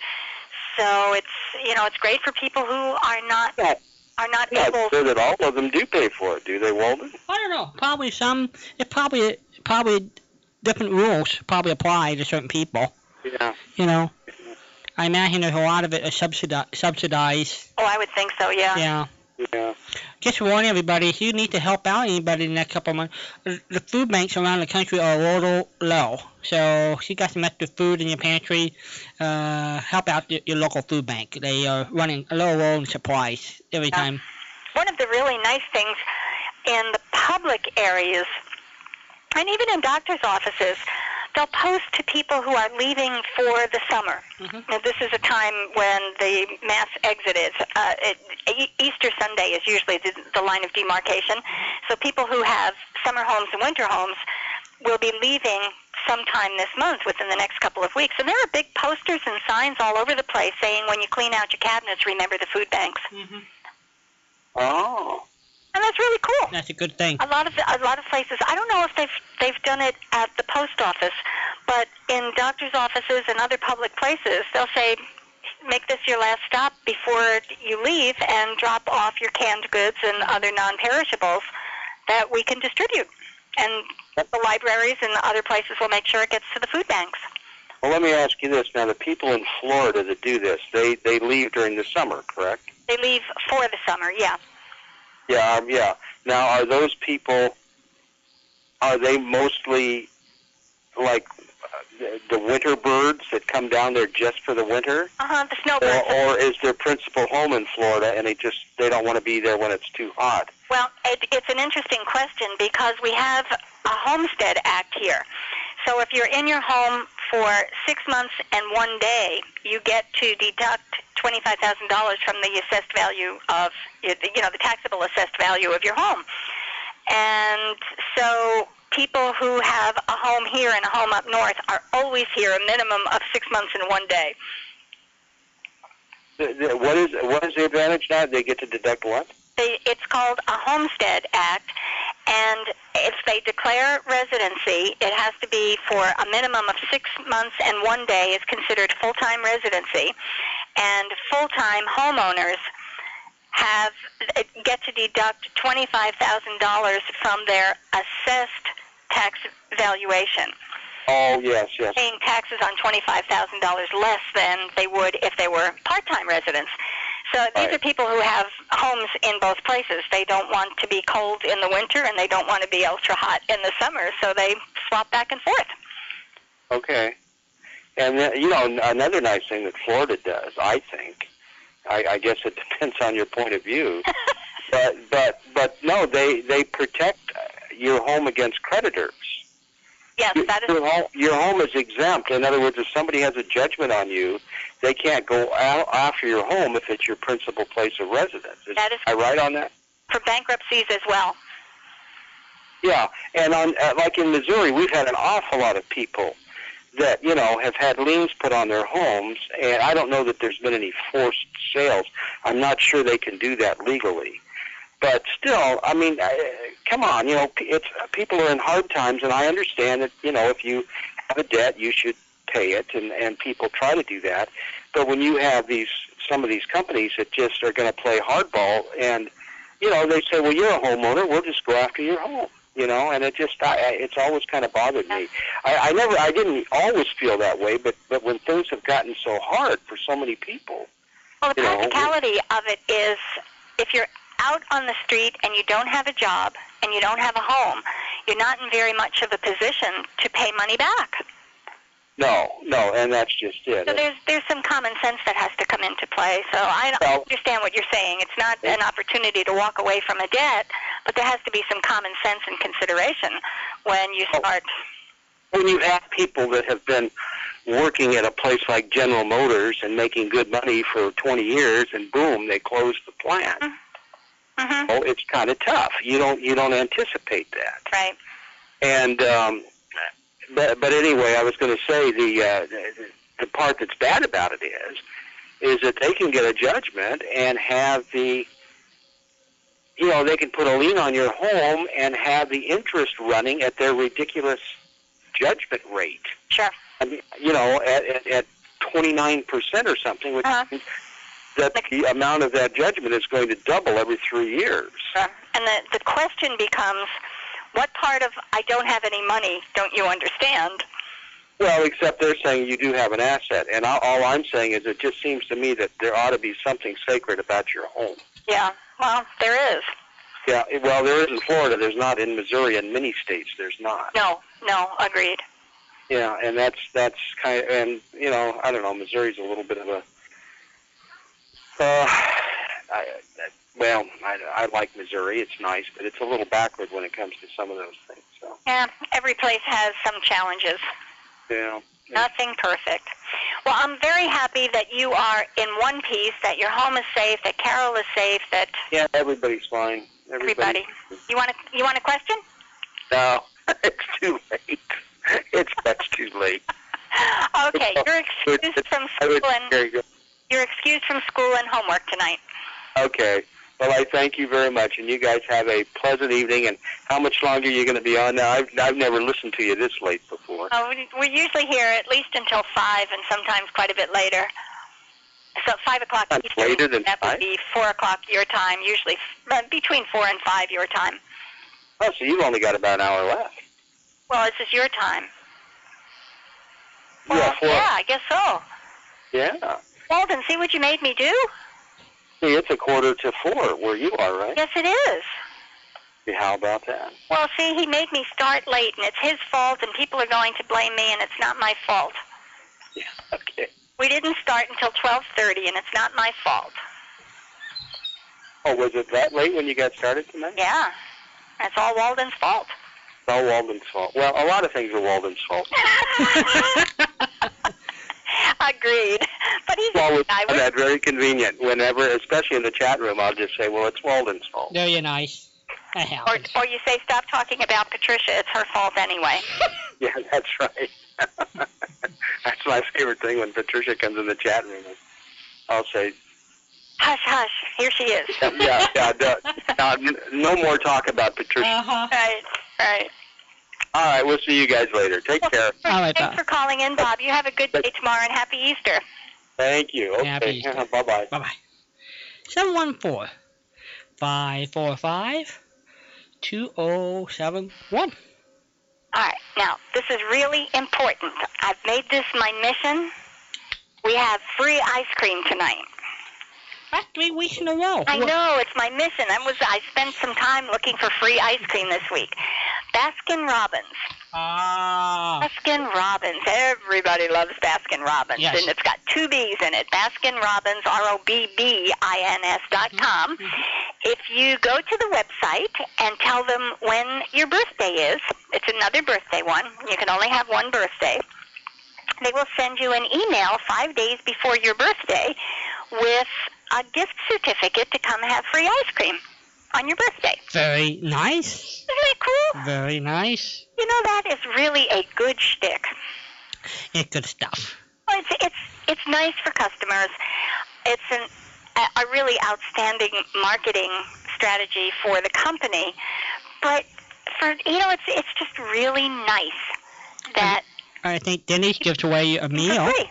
So it's you know it's great for people who are not Yeah. are not Not able. sure that all of them do pay for it, do they, Walden? I don't know. Probably some. It probably probably different rules probably apply to certain people. Yeah. You know, I imagine there's a lot of it is subsidi- subsidized. Oh, I would think so. Yeah. Yeah. Yeah. Just warn everybody, if you need to help out anybody in the next couple of months, uh, the the food banks around the country are a little low. So if you got some extra food in your pantry, uh, help out your, your local food bank. They are running a little low in supplies every Yeah. time. one of the really nice things in the public areas and even in doctors' offices, they'll post to people who are leaving for the summer. Mhm. Now, this is a time when the mass exit is. Uh, it, E- Easter Sunday is usually the, the line of demarcation. So people who have summer homes and winter homes will be leaving sometime this month within the next couple of weeks. And there are big posters and signs all over the place saying, when you clean out your cabinets, remember the food banks. Oh. And that's really cool. That's a good thing. A lot of a lot of places. I don't know if they've they've done it at the post office, but in doctors' offices and other public places, they'll say, "Make this your last stop before you leave, and drop off your canned goods and other non-perishables that we can distribute." And the libraries and other places will make sure it gets to the food banks. Well, let me ask you this. Now, the people in Florida that do this, they, they leave during the summer, correct? They leave for the summer. Yeah. Yeah, um, yeah. Now, are those people, are they mostly like uh, the, the winter birds that come down there just for the winter? Uh huh. The Or, snowbirds. or is their principal home in Florida and they just, they don't want to be there when it's too hot? Well, it, it's an interesting question because we have a Homestead Act here. So if you're in your home for six months and one day, you get to deduct $25,000 from the assessed value of, you know, the taxable assessed value of your home. And so people who have a home here and a home up north are always here a minimum of six months and one day. The, the, what is what is the advantage now? They get to deduct what? they, it's called a Homestead Act, and if they declare residency, it has to be for a minimum of six months and one day is considered full-time residency, and full-time homeowners have get to deduct $25,000 from their assessed tax valuation, Oh yes, yes. paying taxes on $25,000 less than they would if they were part-time residents. So these Right. are people who have homes in both places. They don't want to be cold in the winter and they don't want to be ultra hot in the summer, so they swap back and forth. Okay. And uh, you know, n- another nice thing that Florida does, I think. I, I guess it depends on your point of view. but but but no, they they protect uh, your home against creditors. yes, Your, that is your home, your home is exempt. In other words, if somebody has a judgment on you, they can't go out after your home if it's your principal place of residence. Is, That is- I right on that? for bankruptcies as well. Yeah, and on uh, like in Missouri, we've had an awful lot of people that you know have had liens put on their homes, and I don't know that there's been any forced sales. I'm not sure they can do that legally, but still, I mean, uh, come on, you know, p- it's uh, people are in hard times, and I understand that you know if you have a debt, you should pay it, and and people try to do that, but when you have these some of these companies that just are going to play hardball and you know, they say, well, you're a homeowner. We'll just go after your home. You know, and it just I, I- it's always kind of bothered me. I, I never, I didn't always feel that way, but but when things have gotten so hard for so many people, Well, the You know, practicality of it is if you're out on the street and you don't have a job and you don't have a home, you're not in very much of a position to pay money back. no, no, and that's just it. So there's there's some common sense that has to come into play. So I I Well- understand what you're saying. It's not an opportunity to walk away from a debt, but there has to be some common sense and consideration when you Oh. start. when you have people that have been working at a place like General Motors and making good money for 20 years, and boom, they close the plant. hmm Oh, it's kind of tough. You don't you don't anticipate that. Right. And um, but but anyway, I was going to say the, uh, the the part that's bad about it is is that they can get a judgment and have the you know they can put a lien on your home and have the interest running at their ridiculous judgment rate. Sure. I mean, you know, at at, at 29% or something, which Uh-huh. means that the amount of that judgment is going to double every three years. Sure. uh, And the, the question becomes, what part of I don't have any money don't you understand? Well, except they're saying you do have an asset, and all, all I'm saying is it just seems to me that there ought to be something sacred about your home. Yeah. Well, there is. Yeah, it- well, there is in Florida. There's not in Missouri. In many states, there's not. No. No. Agreed. Yeah, and that's that's kind of, and you know, I don't know. Missouri's a little bit of a. Uh, I, that, well, I, I like Missouri. It's nice, but it's a little backward when it comes to some of those things. So, Yeah. Every place has some challenges. yeah. Nothing perfect. Well, I'm very happy that you are in one piece, that your home is safe, that Carol is safe, that Yeah, everybody's fine. everybody. You want to? You want a question? No, it's too late. It's much too late. Okay, No, you're it's- excused it's- from I school would, and there you go. you're excused from school and homework tonight. Okay. Well, I thank you very much, and you guys have a pleasant evening. And how much longer are you going to be on now? I've, I've never listened to you this late before. Uh, we, we're usually here at least until five, and sometimes quite a bit later. So five o'clock That's Eastern. later than that five? would be four o'clock your time. Usually f- uh, between four and five your time. Oh, so you've only got about an hour left. Well, this is your time. Well, yeah, four. yeah, I guess so. Yeah. Walden, see what you made me do? See, it's a quarter to four where you are, right? Yes, it is. See, How about that? Well, see, he made me start late, and it's his fault, and people are going to blame me, and it's not my fault. Yeah. Okay. We didn't start until 12:30, and it's not my fault. Oh, was it that late when you got started tonight? Yeah, that's all Walden's fault. It's all Walden's fault. Well, a lot of things are Walden's fault. Agreed. But he's Well, we I find that very convenient. Whenever, especially in the chat room, I'll just say, "Well, it's Walden's fault." There you nice. That or, happens. or you say stop talking about Patricia. It's her fault anyway. Yeah, that's right. that's my favorite thing when Patricia comes in the chat room. I'll say, Hush, hush. Here she is. "Yeah, yeah, yeah no, no, no more talk about Patricia." Uh-huh. Right, right. All right, we'll see you guys later. Take care. All right, Bob. Thanks for calling in, Bob. You have a good day tomorrow and happy Easter. Thank you. Okay. Happy Easter. bye bye. Bye bye. 714 545 2071. All right, now this is really important. I've made this my mission. We have free ice cream tonight. That's three weeks in a row. I know it's my mission. I was I spent some time looking for free ice cream this week. Baskin Robbins. Ah. Baskin Robbins. Everybody loves Baskin Robbins, Yes. and it's got two B's in it. Baskin Robbins, R O B B I N S Mm-hmm. dot com. If you go to the website and tell them when your birthday is, it's another birthday one. You can only have one birthday. They will send you an email five days before your birthday with a gift certificate to come have free ice cream on your birthday. Very nice. Isn't that cool? Very nice. You know that is really a good shtick. It's good stuff. Well, it's it's it's nice for customers. It's an a, a really outstanding marketing strategy for the company, but for you know, it's it's just really nice that I think Denny's gives away a meal. for free.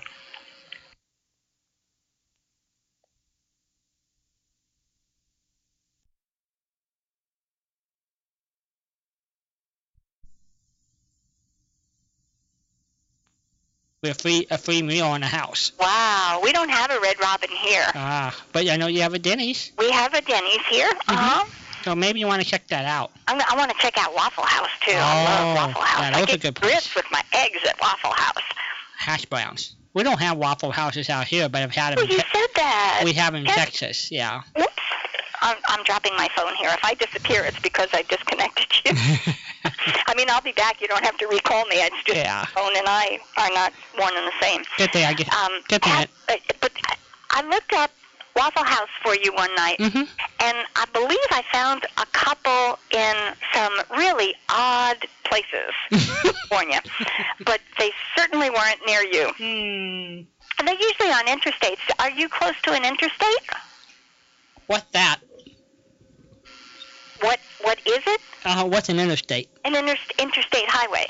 with a free a free meal in the house. Wow, we don't have a Red Robin here. Ah, but I know you have a Denny's, We have a Denny's here. Mm-hmm. Uh-huh. so maybe you want to check that out. I'm, I want to check out Waffle House too. I Oh, love Waffle House. yeah, that I was a get good place. grits with my eggs at Waffle House. Hash browns. We don't have waffle houses out here, but I've had Oh, them. you said that. we have them in Yes. Texas. Yeah. Oops. I'm, I'm dropping my phone here. If I disappear, it's because I disconnected you. I mean, I'll be back. You don't have to recall me. I just yeah. phone and I are not one and the same. Good thing I get. Um, Good thing. ha- uh, but I looked up Waffle House for you one night, Mm-hmm. and I believe I found a couple in some really odd places, California. but they certainly weren't near you. hmm. And they're usually on interstates. Are you close to an interstate? What's that? What What is it? Uh, what's an interstate? An inter- interstate highway.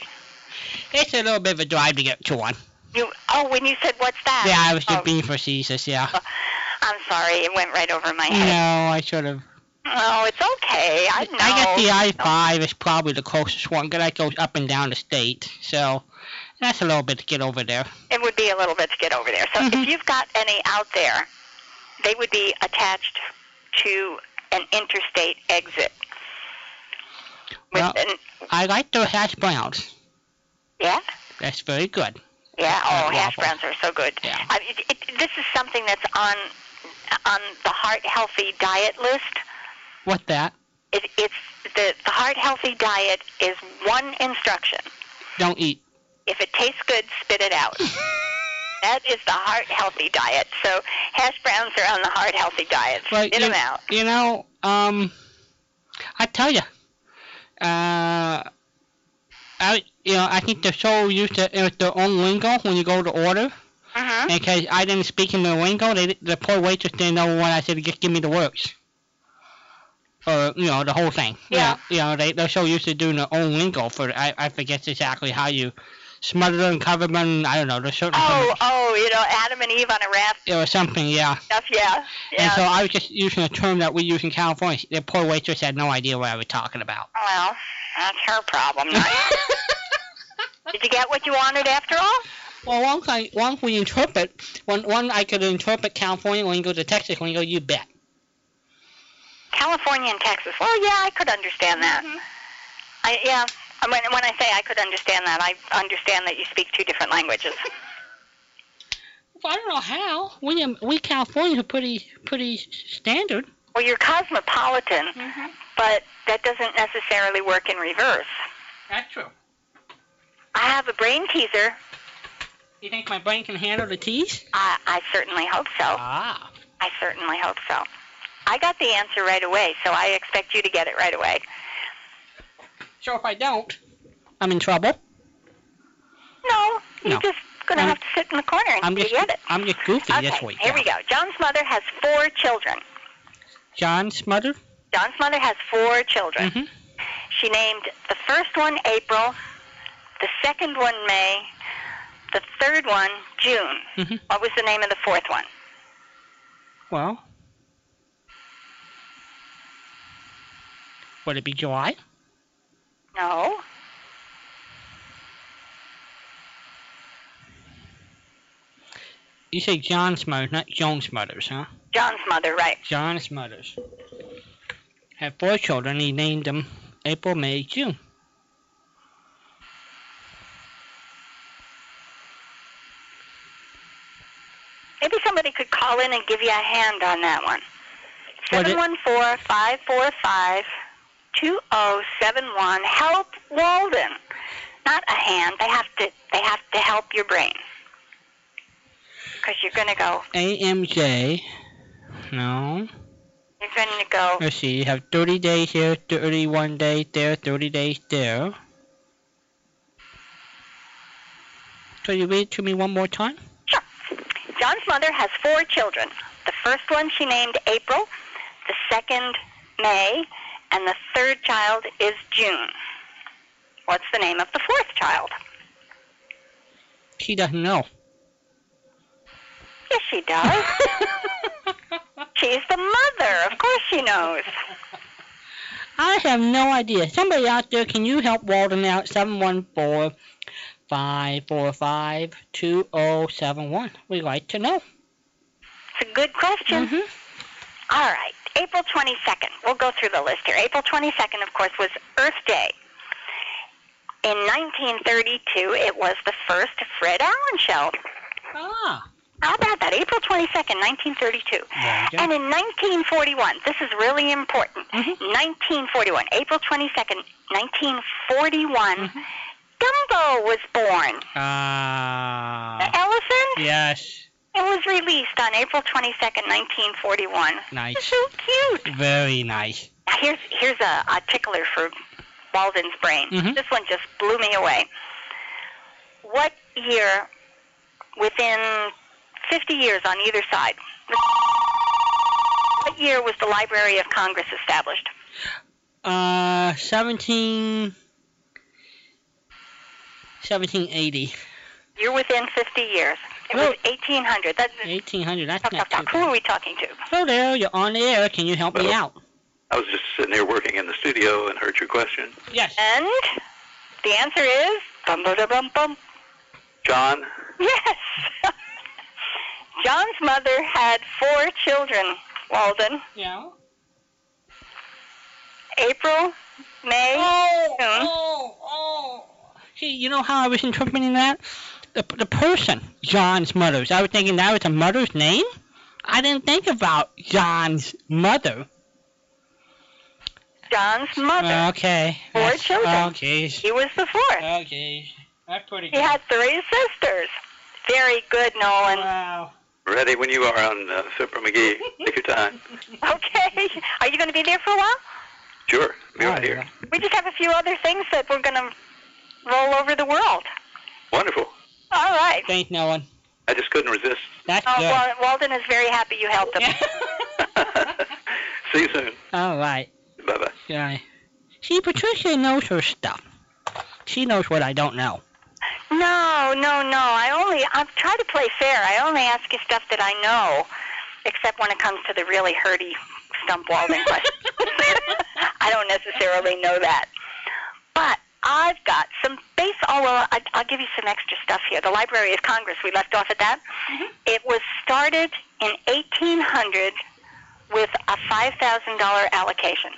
It's a little bit of a drive to get to one. You oh, when you said what's that? Yeah, I was oh, just being facetious. Yeah. I'm sorry, it went right over my No, head. I sort of. Oh, it's okay. I know. I guess the I-5 is probably the closest one, 'cause that goes up and down the state. So that's a little bit to get over there. It would be a little bit to get over there. So Mhm. if you've got any out there, they would be attached to an interstate exit. With Well- an, I like the hash browns. yeah, That's very good. yeah. Uh, Oh, hash waffles. browns are so good. Yeah. I, it, it, this is something that's on on the heart healthy diet list. What's that? It, it's the, the heart healthy diet is one instruction. Don't eat. If it tastes good, spit it out. That is the heart healthy diet. So hash browns are on the heart healthy diet. Well, spit you- them out. You know, um, I tell you, uh, I you know I think they're so used to it was their own lingo when you go to order, hmm and 'cause I didn't speak in the lingo, they the poor waitress didn't know what I said. Just give me the works. Or you know the whole thing. Yeah. You know, you know they they're so used to doing their own lingo for I I forget exactly how you smother them, cover them. I don't know. There's certain Oh, oh, you know, Adam and Eve on a raft it was something. Yeah. stuff. Yeah, And yeah. so I was just using a term that we use in California. The poor waitress had no idea what I was talking about. well, that's her problem. not yours. Did you get what you wanted after all? well, once I once we interpret, one one I could interpret California lingo to Texas lingo. You bet. California and Texas. Well, yeah, I could understand that. Mm-hmm. I yeah. And When, when I say I could understand that, I understand that you speak two different languages. Well, I don't know how. We um, we Californians are pretty pretty standard. Well, you're cosmopolitan, Mm-hmm. but that doesn't necessarily work in reverse. That's true. I have a brain teaser. You think my brain can handle the tease? I, I certainly hope so. Ah. I certainly hope so. I got the answer right away, so I expect you to get it right away. So if I don't, I'm in trouble. No, you're No. just going to I'm- have to sit in the corner and I'm just get it. I'm just goofy Okay, this week. here we yeah. go. John's mother has four children. John's mother. John's mother has four children. Mhm. She named the first one April, the second one May, The third one, June. hmm What was the name of the fourth one? Well, would it be July? No. You say John Smothers, not Joan Smothers, huh? John's mother, right. John Smothers. Had four children. He named them April, May, June. Maybe somebody could call in and give you a hand on that one. Well, the- Seven one four five four five two zero seven one. Help Walden. Not a hand. They have to. They have to help your brain. Because you're gonna go. AMJ. No. You're gonna go. Let's see. You have 30 days here, 31 days there, 30 days there. Could you read it to me one more time? Sure. John's mother has four children. The first one she named April, the second May, and the third child is June. What's the name of the fourth child? She doesn't know. Yes, she does. She's the mother. Of course she knows. I have no idea. Somebody out there, can you help Walden out? 714 545 2071. We'd like to know. It's a good question. Mhm. All right. April 22nd. We'll go through the list here. April 22nd, of course, was Earth Day. In 1932, it was the first Fred Allen show. Ah. How about that? April 22nd, 1932. There you go. And in 1941, this is really important. Mhm. 1941, April 22nd, 1941, Mhm. Dumbo was born. The Ah. elephant? Yes. It was released on April 22nd, 1941. It's Nice. so cute. Very nice. Now here's here's a, a tickler for Walden's brain. Mhm. This one just blew me away. What year, within 50 years on either side, what year was the Library of Congress established? Uh, 17. 1780. You're within 50 years. It was 1800. That's 1800. That's talk, not talk, too talk. Who are bad. we talking to? Hello there. You're on the air. Can you help me Hello. out? I was just sitting here working in the studio and heard your question. Yes. And the answer is bum bum bum bum. John, Yes. John's mother had four children, Walden. Yeah. April, May, Oh, June. oh, oh. See, you know how I was interpreting that? The, the person, John's Mothers. I was thinking that was a mother's name. I didn't think about John's mother. John's mother. Okay. Four that's- children. Oh, geez. he was the fourth. Oh, geez. That's pretty He good. had three sisters. Very good, Nolan. Wow. ready when you are on uh, Fipra McGee. Take your time. Okay. Are you going to be there for a while? Sure, be Oh, right here. yeah. We just have a few other things that we're going to roll over the world. Wonderful. All right. Thanks, Nolan. I just couldn't resist. That's Oh, good. Wal- Walden is very happy you helped him. See you soon. All right. Bye bye. Yeah. See, Patricia knows her stuff. She knows what I don't know. No, no, no. I only I try to play fair. I only ask you stuff that I know, except when it comes to the really hurdy stump Walden question. I don't necessarily know that, but I've got some base. Oh well, I, I'll give you some extra stuff here. The Library of Congress. We left off at that. It was started in 1800 with a $5,000 allocation.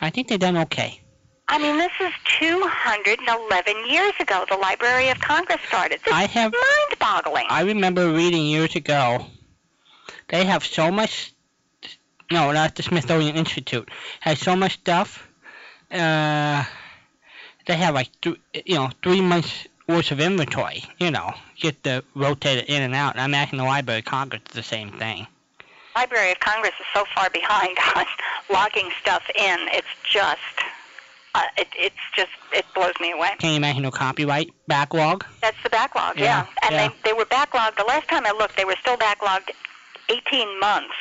I think they done okay. I mean, this is 211 years ago. The Library of Congress started. This I have mind boggling. I remember reading years ago. They have so much. No, not the Smithsonian Institute. Has so much stuff. Uh, they have like th- you know three months worth of inventory. You know, get to rotate it in and out. And I'm asking the Library of Congress the same thing. Library of Congress is so far behind on logging stuff in. It's just, uh, it, it's just, it blows me away. Can you imagine the copyright backlog? That's the backlog, Yeah, yeah. And yeah. They, they were backlogged. The last time I looked, they were still backlogged 18 months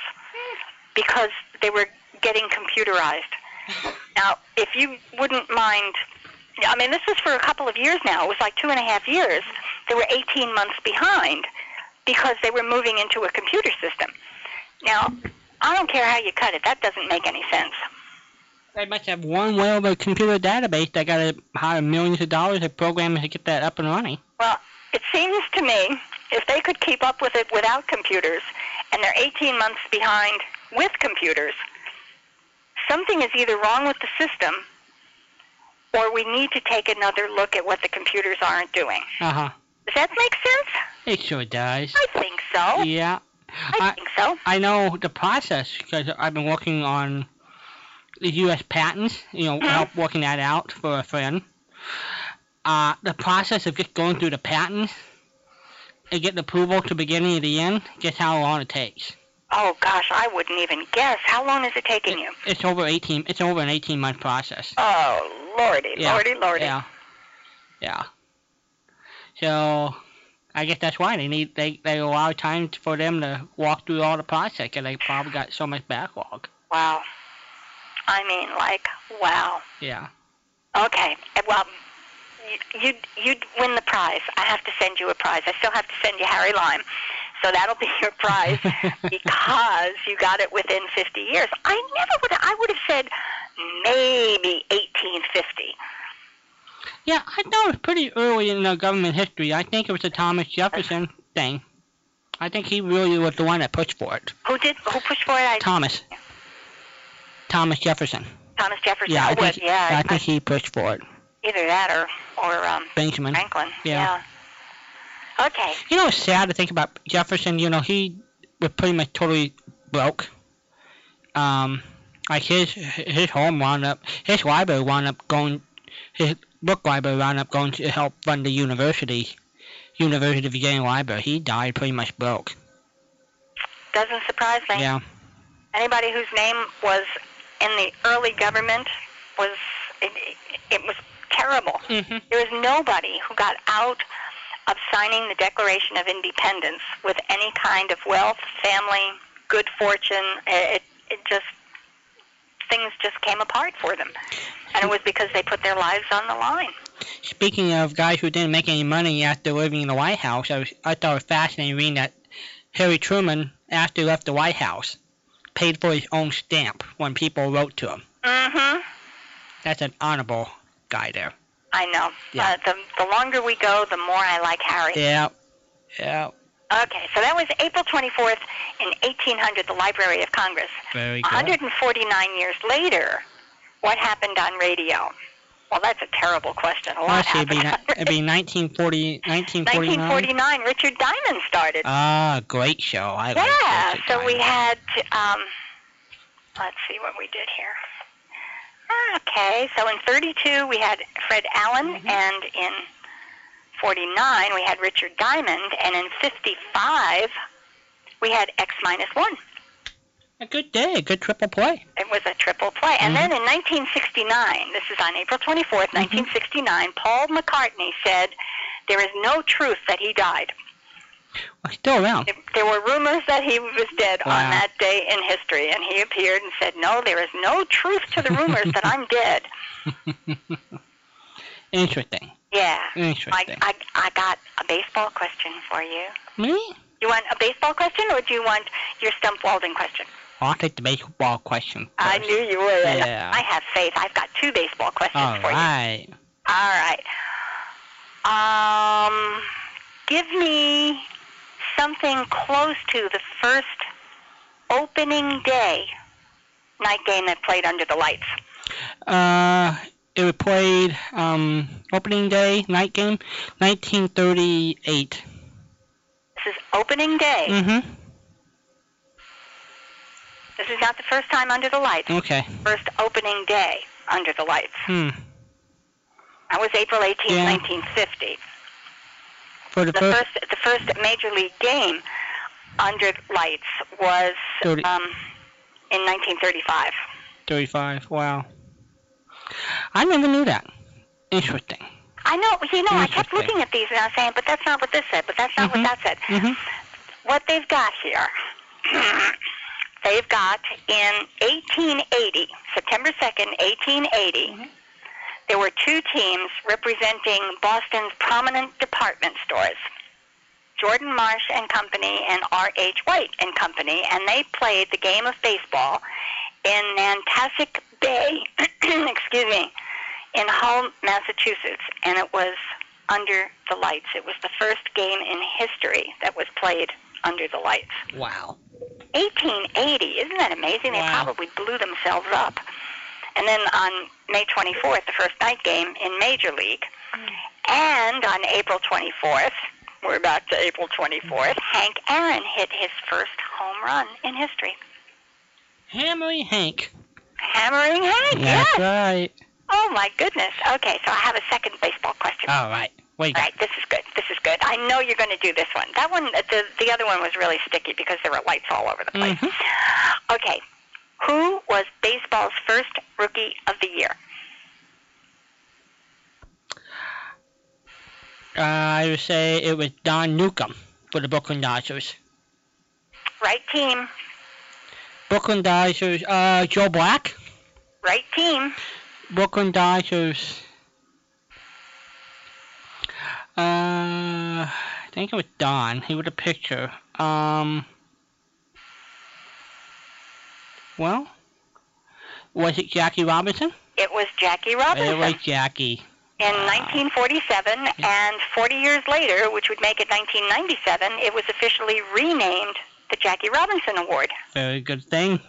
because they were getting computerized. Now, if you wouldn't mind, I mean, this was for a couple of years now. It was like two and a half years. they were 18 months behind because they were moving into a computer system. Now, I don't care how you cut it, that doesn't make any sense. They must have one way of a computer database that got to hire millions of dollars of programmers to get that up and running. Well, it seems to me if they could keep up with it without computers, and they're 18 months behind with computers, something is either wrong with the system, or we need to take another look at what the computers aren't doing. Uh huh. Does that make sense? It sure does. I think so. Yeah. I think so. I know the process because I've been working on the U.S. patents, you Mm-hmm. know, help working that out for a friend. Uh, the process of just going through the patents and getting approval to beginning of the end, guess how long it takes? Oh gosh, I wouldn't even guess. How long is it taking you? It's over 18. It's over an 18 month process. Oh lordy, Yeah, lordy, lordy. Yeah. Yeah. So, I guess that's why they need they they allow time for them to walk through all the process, and they probably got so much backlog. Wow. I mean, like, wow. Yeah. Okay. Uh, Well, you- you'd, you'd win the prize. I have to send you a prize. I still have to send you Harry Lime. So that'll be your prize because you got it within 50 years. I never would I would have said maybe 1850. Yeah, I know it's pretty early in the government history. I think it was the Thomas Jefferson thing. I think he really was the one that pushed for it. Who did who pushed for it? I, Thomas. Thomas Jefferson. Thomas Jefferson. Yeah, I Oh, well, think, yeah, I think he pushed for it. either that or or um, Benjamin. Franklin. Yeah. yeah. Okay. You know, it's sad to think about Jefferson. You know, he was pretty much totally broke. Um, like his his home wound up, his library wound up going, his book library wound up going to help fund the university, University of Virginia Library. He died pretty much broke. Doesn't surprise me. Yeah. anybody whose name was in the early government was it, it was terrible. Mhm. There was nobody who got out of signing the Declaration of Independence with any kind of wealth, family, good fortune. It, it just things just came apart for them, and it was because they put their lives on the line. Speaking of guys who didn't make any money after living in the White House, I, was, I thought it was fascinating reading that Harry Truman, after he left the White House, paid for his own stamp when people wrote to him. Mm-hmm. That's an honorable guy there. I know. Yeah. Uh, the the longer we go, the more I like Harry. Yeah. Yeah. Okay, so that was April 24th in 1800, the Library of Congress. Very good. 149 years later, what happened on radio? Well, that's a terrible question. A lot Actually, it'd be, happened. ni- it'd be 1940, 1949. 1949, Richard Diamond started. Ah, great show. I like yeah, Richard so we Diamond. had, um, let's see what we did here. Okay, so in 32 we had Fred Allen, Mm-hmm. and in 49 we had Richard Diamond, and in 55 we had X minus 1. A good day, a good triple play. It was a triple play. And Mm-hmm. then in 1969, this is on April 24th, 1969, Paul McCartney said, There is no truth that he died. Well, still around. There- There were rumors that he was dead on Oh, Wow. that day in history, and he appeared and said, No, there is no truth to the rumors that I'm dead. Interesting. Yeah. I, Interesting. I, I got a baseball question for you. Me? You want a baseball question, or do you want your Stump Walden question? I'll take the baseball question. I first. knew you would. Yeah. I have faith. I've got two baseball questions All for you. right. All right. Um, give me something close to the first opening day night game that played under the lights. Uh, it was played um, opening day, night game, 1938. This is opening day. Mm-hmm. This is not the first time under the lights. Okay. First opening day under the lights. Hmm. That was April 18, Yeah. 1950. For the, The first, first, the first major league game under lights was Thirty- um, in 1935. 35. Wow. I never knew that. Interesting. I know, you know, I kept Interesting. looking at these and I was saying, but that's not what this said, but that's not Mhm. what that said. Mhm. What they've got here, they've got in 1880, September 2nd, 1880, there were two teams representing Boston's prominent department stores. Jordan Marsh and Company and R.H. White and Company, and they played the game of baseball in Nantasket Bay, excuse me, in Hull, Massachusetts, and it was under the lights. It was the first game in history that was played under the lights. Wow. 1880. Isn't that amazing? Wow. They probably blew themselves up. And then on May 24th, the first night game in Major League. And on April 24th, we're back to April 24th, Hank Aaron hit his first home run in history. Hammery Hank. Hammering Hank, That's yes. right. Oh, my goodness. Okay, so I have a second baseball question. All right. Wait. All right, this is good. This is good. I know you're going to do this one. That one, uh, the, the other one was really sticky because there were lights all over the place. Mhm. Okay, who was baseball's first rookie of the year? Uh, I would say it was Don Newcomb for the Brooklyn Dodgers. Right team, Brooklyn Dodgers. Uh, Joe Black. right team. Brooklyn Dodgers. Uh, I think it was Don. He was a pitcher. Um, well, was it Jackie Robinson? It was Jackie Robinson It was Jackie. in 1947, and 40 years later, which would make it 1997, it was officially renamed the Jackie Robinson Award. Very good thing.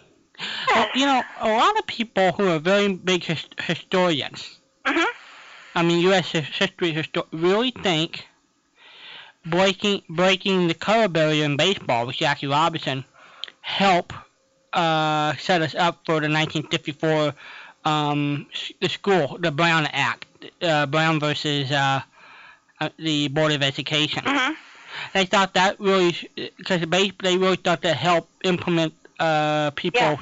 Well, you know, a lot of people who are very big his- historians, Mhm. I mean, U.S. his- history histo- really think breaking breaking the color barrier in baseball with Jackie Robinson helped uh, set us up for the 1954 um, s- the school, the Brown Act, uh, Brown versus uh, uh, the Board of Education hmm they thought that really because base they really thought that helped implement uh people Yeah.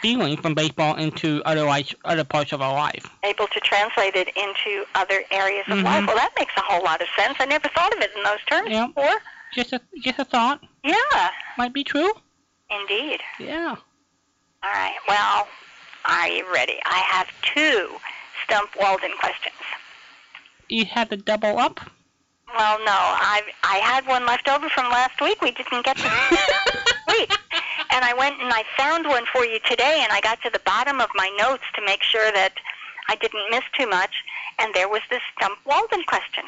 feeling from baseball into other life, other parts of our life. able to translate it into other areas of Mhm. life. Well, that makes a whole lot of sense. I never thought of it in those terms Yeah. before. Just a just a thought Yeah, might be true. indeed. Yeah. All right. Well, are you ready? I have two Stump Walden questions. You had to double up. Well, no, I I had one left over from last week. We didn't get to week, and I went and I found one for you today, and I got to the bottom of my notes to make sure that I didn't miss too much, and there was this Stump Walden question.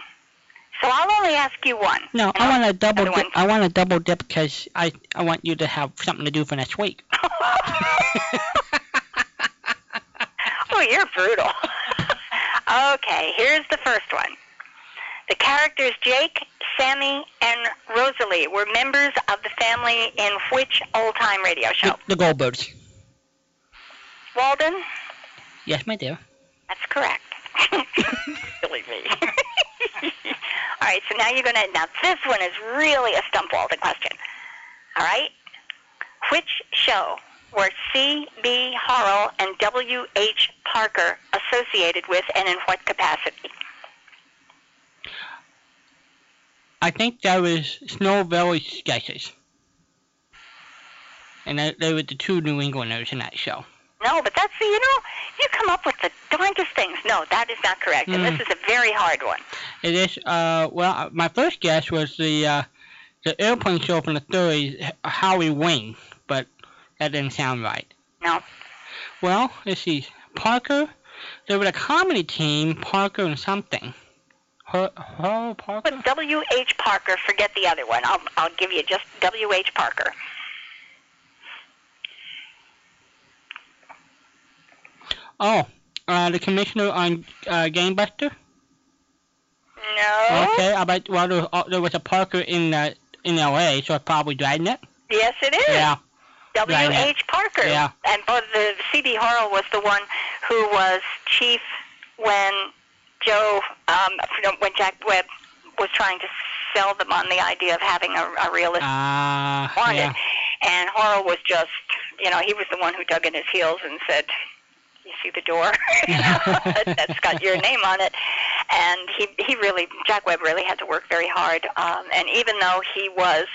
So I'll only ask you one. No, and I'll- I want to double. Other one. Dip, I want to double dip because I I want you to have something to do for next week. oh, you're brutal. okay, here's the first one. The characters Jake, Sammy, and Rosalie were members of the family in which old time radio show? The, the Goldbergs. Walden? Yes, my dear. That's correct. Silly me. All right, so now you're going to. Now, this one is really a stump Walden question. All right? Which show were C.B. Harrell and W.H. Parker associated with and in what capacity? I think that was Snow Valley Sketches. And they, they were the two New Englanders in that show. No, but that's, you know, you come up with the darndest things. No, that is not correct. And this is a very hard one. It is. Uh, well, uh, my first guess was the uh, the airplane show from the 30s, H- Howie Wing, but that didn't sound right. No. Well, let's see. Parker, there was a comedy team, Parker and something. Her, her Parker? But W.H. Parker, forget the other one. I'll, I'll give you just W.H. Parker. Oh, uh, the commissioner on uh, Gamebuster. No. Okay, I bet. Well, there was, uh, there was a Parker in uh, in L.A., so it's probably Dragnet. Yes, it is. Yeah. W. Right, yeah. H. Parker. Yeah. And both the C.B. Harrell was the one who was chief when Joe, um, when Jack Webb was trying to sell them on the idea of having a, a realist Ah. wanted. yeah. And Harrell was just, you know, he was the one who dug in his heels and said, "You see the door? You know, That's got your name on it." And he he really Jack Webb really had to work very hard. Um, and even though he was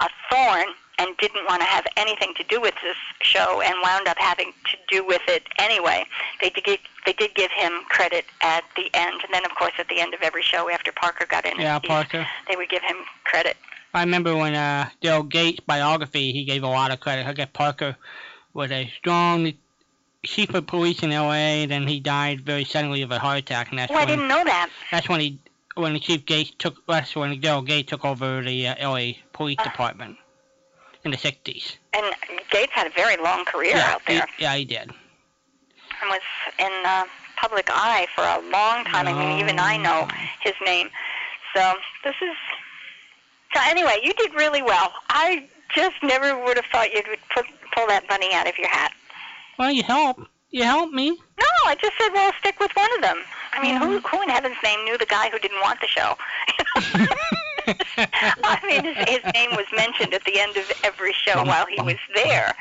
a thorn and didn't want to have anything to do with this show and wound up having to do with it anyway. They did give, they did give him credit at the end, and then of course at the end of every show after Parker got in, Yeah, he- Parker. they would give him credit. I remember when uh, Bill Gates' biography, he gave a lot of credit. I guess Parker was a strong chief of police in L.A. Then he died very suddenly of a heart attack, and that's Oh, I when didn't know that. that's when he when the Chief Gates took that's when Bill Gates took over the uh, L.A. Police Department in the 60s. And Gates had a very long career yeah, out there He, yeah, he did. and was in uh, public eye for a long time. I mean, even I know Oh. his name. So this is. So anyway, you did really well. I just never would have thought you would put, pull that bunny out of your hat. Well, you help. You helped me. No, I just said, well, stick with one of them. I mean, who, who in heaven's name knew the guy who didn't want the show? I mean, his, his name was mentioned at the end of every show while he was there,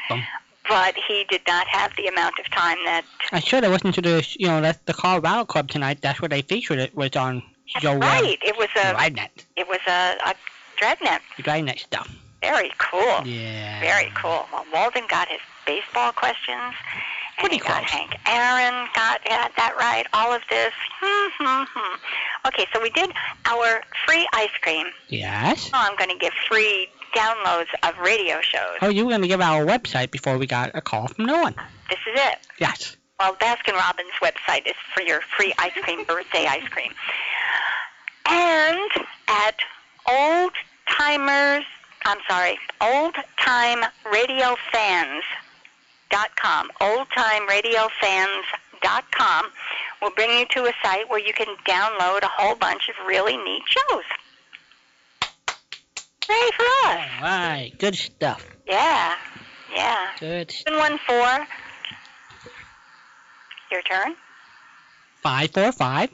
but he did not have the amount of time that. I should have listened to the you know that's the Colorado Club tonight. That's where they featured it was on That's Joe right. It was Uh, a Oh, Dragnet. it was a, a dragnet. The Dragnet stuff. Very cool. Yeah. Oh. Very cool. Well, Walden got his baseball questions. And Pretty he got close. Hank Aaron, got yeah, that right, all of this. Hmm, hmm, hmm. okay, so we did our free ice cream. Yes. Now I'm going to give free downloads of radio shows. Oh, you were going to give out a website before we got a call from no one. This is it. Yes. Well, Baskin Robbins website is for your free ice cream, birthday ice cream. And at old timers, I'm sorry, old time radio fans dot com, old time radio fans dot com will bring you to a site where you can download a whole bunch of really neat shows. Yay for All us. right. Good stuff. Yeah. Yeah. Good. s- Seven one four. Your turn. Five four five.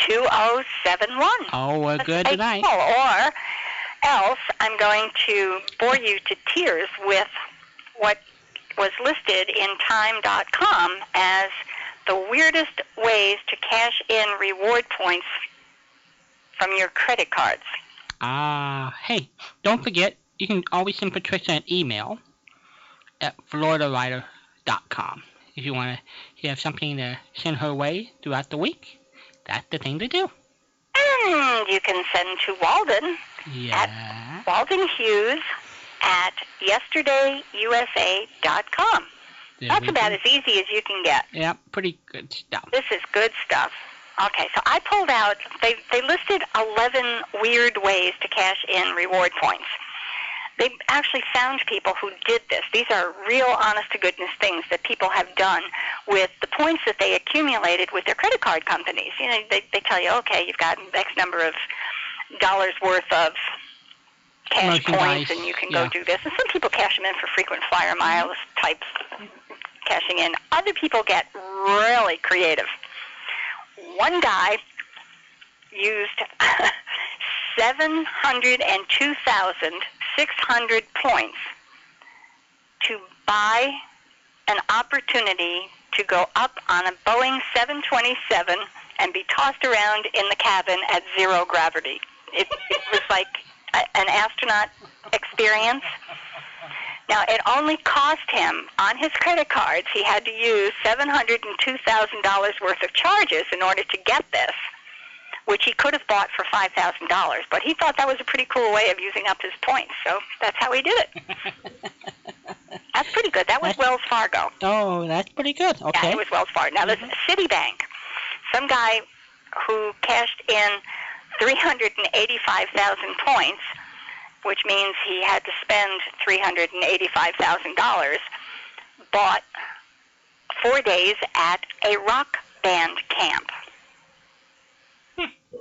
2071. Oh, we're That's good a tonight. call. Or else I'm going to bore you to tears with what was listed in Time.com as the weirdest ways to cash in reward points from your credit cards. Ah, hey, don't forget you can always send Patricia an email at floridawriter.com if you want to. If you have something to send her way throughout the week, that's the thing to do. And you can send to Walden, Yeah. Walden Hughes at yesterdayusa.com. there That's we about go. as easy as you can get. Yeah, pretty good stuff. This is good stuff. Okay, so I pulled out, they, they listed 11 weird ways to cash in reward points. They actually found people who did this. These are real, honest to goodness things that people have done with the points that they accumulated with their credit card companies. You know, they, they tell you, okay, you've got X number of dollars worth of cash Merchandise, points and you can yeah. go do this. And some people cash them in for frequent flyer miles types cashing in. Other people get really creative. One guy used 702,600 points to buy an opportunity to go up on a Boeing 727 and be tossed around in the cabin at zero gravity. It, it was like a, an astronaut experience. Now, it only cost him on his credit cards, he had to use $702,000 worth of charges in order to get this, which he could have bought for $5,000. But he thought that was a pretty cool way of using up his points, so that's how he did it. That's pretty good. That was That's- Wells Fargo. oh, that's pretty good. Yeah, Okay. Mm-hmm. it was Wells Fargo. Now, this Citibank, some guy who cashed in 385,000 points, which means he had to spend $385,000, bought four days at a rock band camp.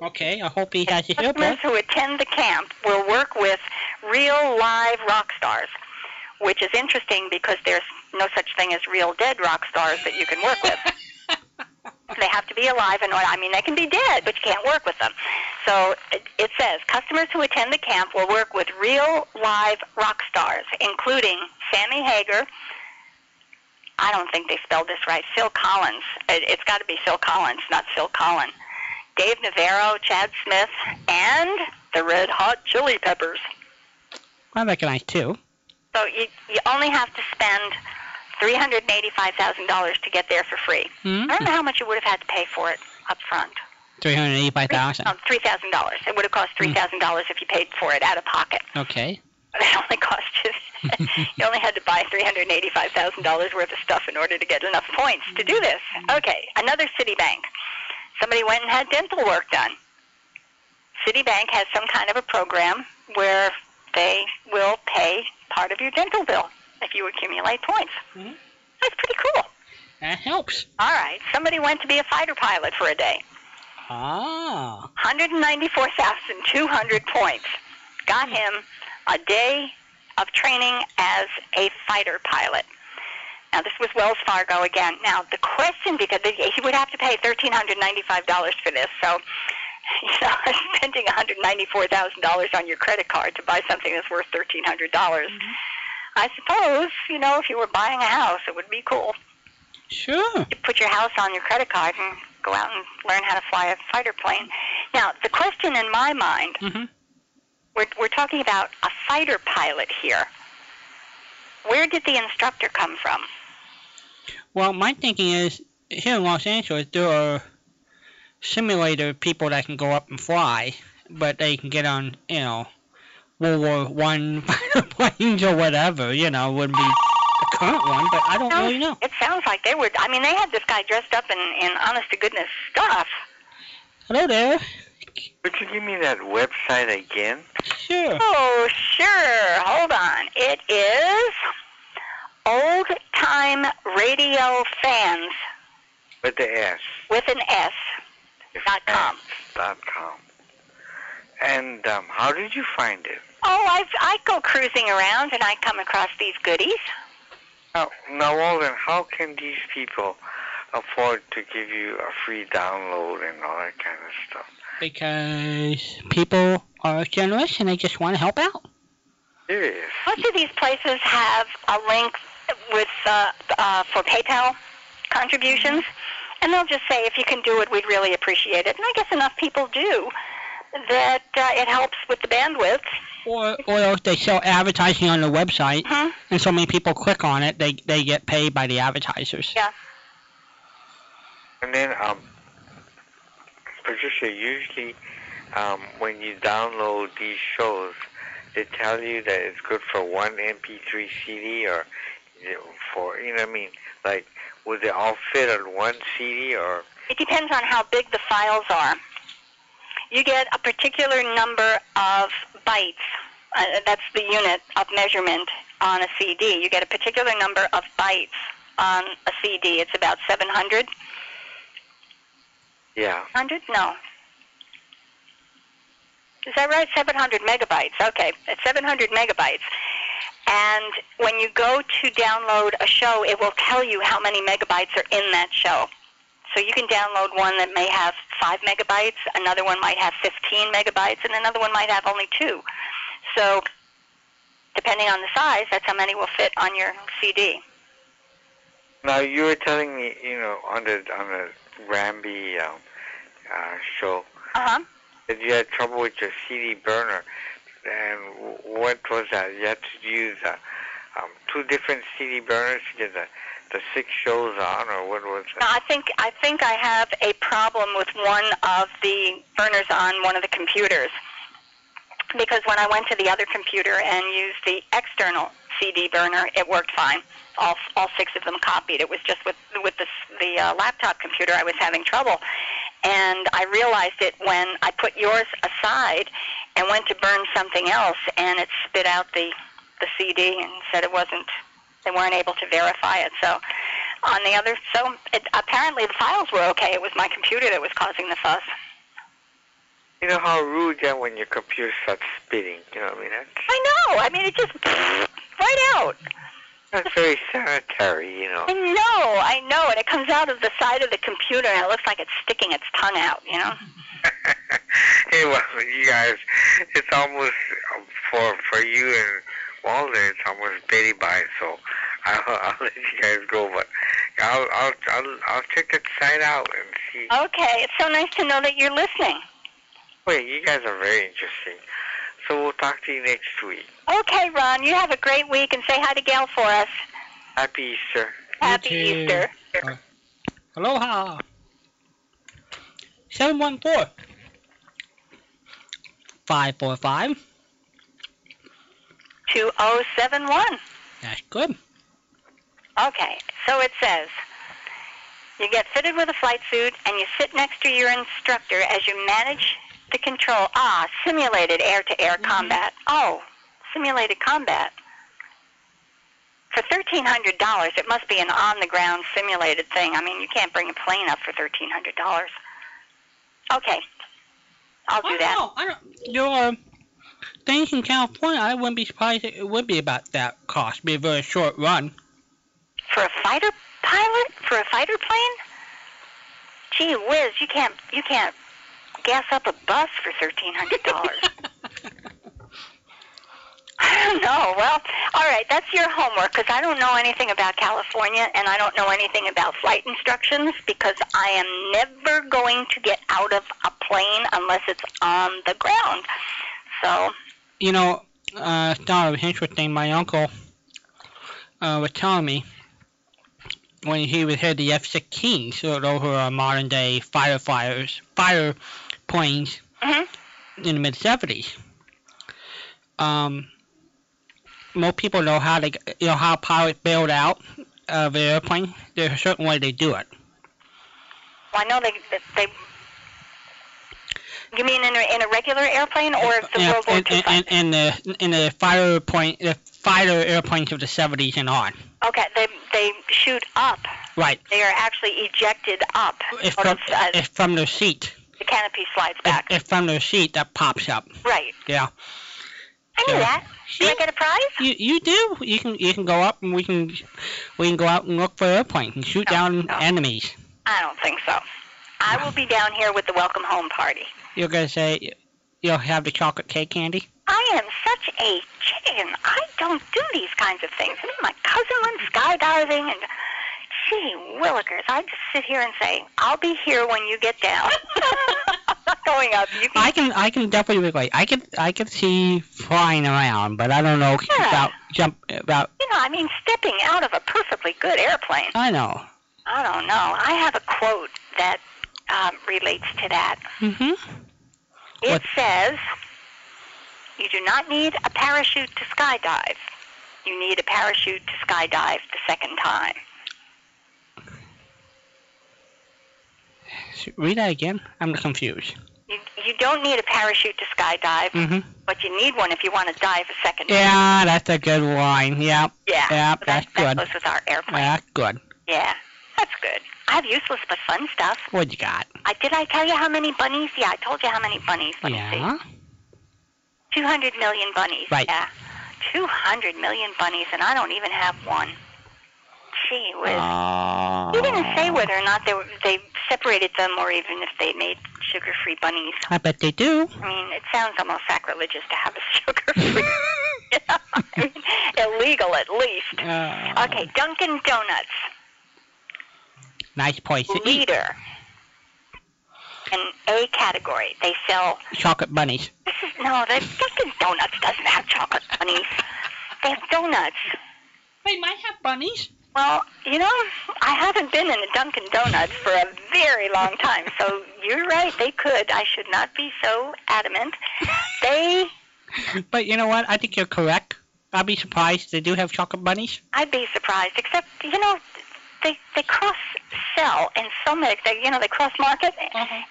okay. I hope he has his Customers earbuds. who attend the camp will work with real live rock stars, which is interesting because there's no such thing as real dead rock stars that you can work with. They have to be alive and I mean they can be dead, but you can't work with them. So it, it says customers who attend the camp will work with real live rock stars, including Sammy Hager. I don't think they spelled this right. Phil Collins. It, it's got to be Phil Collins, not Phil Collin. Dave Navarro, Chad Smith, and the Red Hot Chili Peppers. I recognize two. So you, you only have to spend $385,000 to get there for free. Hmm? I don't know how much you would have had to pay for it up front. Three hundred eighty-five thousand. Um, $3,000. It would have cost $3,000 if you paid for it out of pocket. Okay. But it only cost you, you only had to buy $385,000 worth of stuff in order to get enough points to do this. Mm-hmm. Okay, another Citibank. Somebody went and had dental work done. Citibank has some kind of a program where they will pay part of your dental bill if you accumulate points. Mhm. That's pretty cool. That helps. All right, somebody went to be a fighter pilot for a day. Ah. 194,200 points. Got him a day of training as a fighter pilot. Now, this was Wells Fargo again. Now, the question, because he would have to pay $1,395 for this, so you know, spending $194,000 on your credit card to buy something that's worth $1,300. dollars I suppose, you know, if you were buying a house, it would be cool Sure. you put your house on your credit card and go out and learn how to fly a fighter plane. Now, the question in my mind, Mhm. we're, we're talking about a fighter pilot here. Where did the instructor come from? Well, my thinking is here in Los Angeles there are simulator people that can go up and fly, but they can get on you know World War One planes or whatever. You know, wouldn't be the current one, but I don't really know. It sounds like they were. I mean, they had this guy dressed up in, in honest to goodness stuff. Hello there. But you give me that website again? Sure. Oh, sure. Hold on. It is old time radio fans With the S. with an S dot com. Dot com. And um, how did you find it? Oh, I I go cruising around and I come across these goodies. Now, now, Walden, how can these people afford to give you a free download and all that kind of stuff? Because people are generous and they just want to help out. Serious. Most of these places have a link with uh, uh, for PayPal contributions, and they'll just say if you can do it, we'd really appreciate it. And I guess enough people do that uh, it helps with the bandwidth. Or, or else they sell advertising on their website, Mhm. and so many people click on it, they, they get paid by the advertisers. Yeah. And then, um, Patricia, usually um, when you download these shows, they tell you that it's good for one MP3 CD or you know, for, you know what I mean? Like, would they all fit on one CD or? It depends on how big the files are. You get a particular number of bytes. Uh, that's the unit of measurement on a CD. You get a particular number of bytes on a CD. It's about 700. Yeah. 100? No. Is that right? 700 megabytes. Okay, it's 700 megabytes. And when you go to download a show, it will tell you how many megabytes are in that show. So you can download one that may have 5 megabytes, another one might have 15 megabytes, and another one might have only 2. So depending on the size, that's how many will fit on your CD. Now, you were telling me, you know, on the, on the Ramby um, uh, show Uh-huh. that you had trouble with your CD burner. And w- what was that? You had to use uh, um, two different CD burners to get the, the six shows on, or what was No, that? I think I think I have a problem with one of the burners on one of the computers because when I went to the other computer and used the external CD burner, it worked fine. All all six of them copied. It was just with with the the uh, laptop computer I was having trouble, and I realized it when I put yours aside and went to burn something else, and it spit out the the CD and said it wasn't. They weren't able to verify it, so on the other. So it, apparently the files were okay. It was my computer that was causing the fuss. You know how rude that when your computer starts spitting. You know what I mean? That's, I know. I mean, it just right out. that's very sanitary, you know. I know. I know. And it comes out of the side of the computer, and it looks like it's sticking its tongue out. You know. hey, well, you guys, it's almost um, for for you and Walden. It's almost Betty by. So I'll, I'll let you guys go, but I'll I'll I'll, I'll check that site out and see. Mm-hmm. Okay. It's so nice to know that you're listening. Wait, you guys are very interesting. So we'll talk to you next week. Okay, Ron, you have a great week and say hi to Gail for us. Happy Easter. Happy too. Easter. Aloha. Seven one four. Five four five. 2071. That's good. Okay, so it says you get fitted with a flight suit and you sit next to your instructor as you manage to control. Ah, simulated air to Mm-hmm. air combat. Oh, simulated combat. For $1,300, it must be an on the ground simulated thing. I mean, you can't bring a plane up for $1,300. Okay, I'll do that. I don't know. I don't. Your uh, things in California, I wouldn't be surprised if it would be about that cost. Be a very short run. For a fighter pilot? For a fighter plane? Gee whiz, you can't you can't gas up a bus for thirteen hundred dollars. I don't know. Well, all right, that's your homework because I don't know anything about California and I don't know anything about flight instructions because I am never going to get out of a plane unless it's on the ground. So, you know, uh, thought it was interesting. My uncle uh, was telling me when he was here, the F-16s, so those who are uh, modern-day firefighters, fire planes mhm. in the mid-70s. Um, most people know how to, you know, how pilots build out of the airplane. There's a certain way they do it. Well, I know they they. You mean in a, in a regular airplane or the and, World War and, II? and, and, the and the fighter plane, the fighter airplanes of the 70s and on. Okay, they they shoot up. Right. They are actually ejected up. It's Out from, of, uh, it's from their seat. the canopy slides back. It's from their seat that pops up. right. Yeah. I knew yeah. that. Did I get a prize? You you do. You can you can go up and we can we can go out and look for airplanes and shoot No, down no. enemies. I don't think so. I will be down here with the welcome home party. You're gonna say you'll have the chocolate cake candy. I am such a chicken. I don't do these kinds of things. And my cousin went skydiving and gee willikers, I just sit here and say, I'll be here when you get down. I'm not going up. You can I can I can definitely relate. I can I can see flying around, but I don't know Yeah. about jump about. you know, I mean stepping out of a perfectly good airplane. I know. I don't know. I have a quote that um, relates to that. Mhm. It What? says, You do not need a parachute to skydive. You need a parachute to skydive the second time. Read that again. I'm confused. You, you don't need a parachute to skydive, Mhm. but you need one if you want to dive a second time. Yeah, that's a good line. Yep. Yeah. Yep. That's So that, that good. goes with our airplane. Yeah. That's good. That's good. I have useless but fun stuff. What you got? I did I tell you how many bunnies? Yeah, I told you how many bunnies. Let me see. Yeah. 200 million bunnies. Right. Yeah. 200 million bunnies, and I don't even have one. Gee whiz. Oh. He didn't say whether or not they were, they separated them or even if they made sugar-free bunnies. I bet they do. I mean, it sounds almost sacrilegious to have a sugar-free. you know, I mean, illegal at least. Uh, Okay, Dunkin' Donuts Nice place to eat. leader in A category. They sell Chocolate bunnies. This is no, the Dunkin' Donuts doesn't have chocolate bunnies. They have donuts. They might have bunnies. Well, you know, I haven't been in a Dunkin' Donuts for a very long time, so you're right. They could. I should not be so adamant. They, But you know what? I think you're correct. I'd be surprised. They do have chocolate bunnies. I'd be surprised. Except, you know, they they cross sell in so many. They, you know, they cross market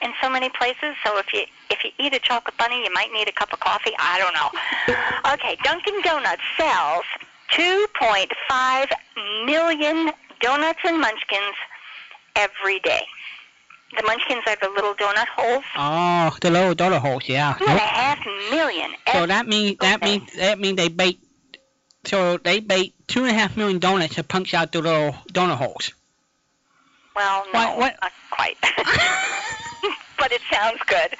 in so many places. So if you if you eat a chocolate bunny, you might need a cup of coffee. I don't know. Okay, Dunkin' Donuts sells 2.5 million donuts and munchkins every day. The munchkins are the little donut holes. Oh, the little donut holes. Yeah. Two and a half million. So every- that means that Okay. means that means they bake. So they bake two and a half million donuts to punch out the little donut holes. well, no, What- what- not quite. but it sounds good.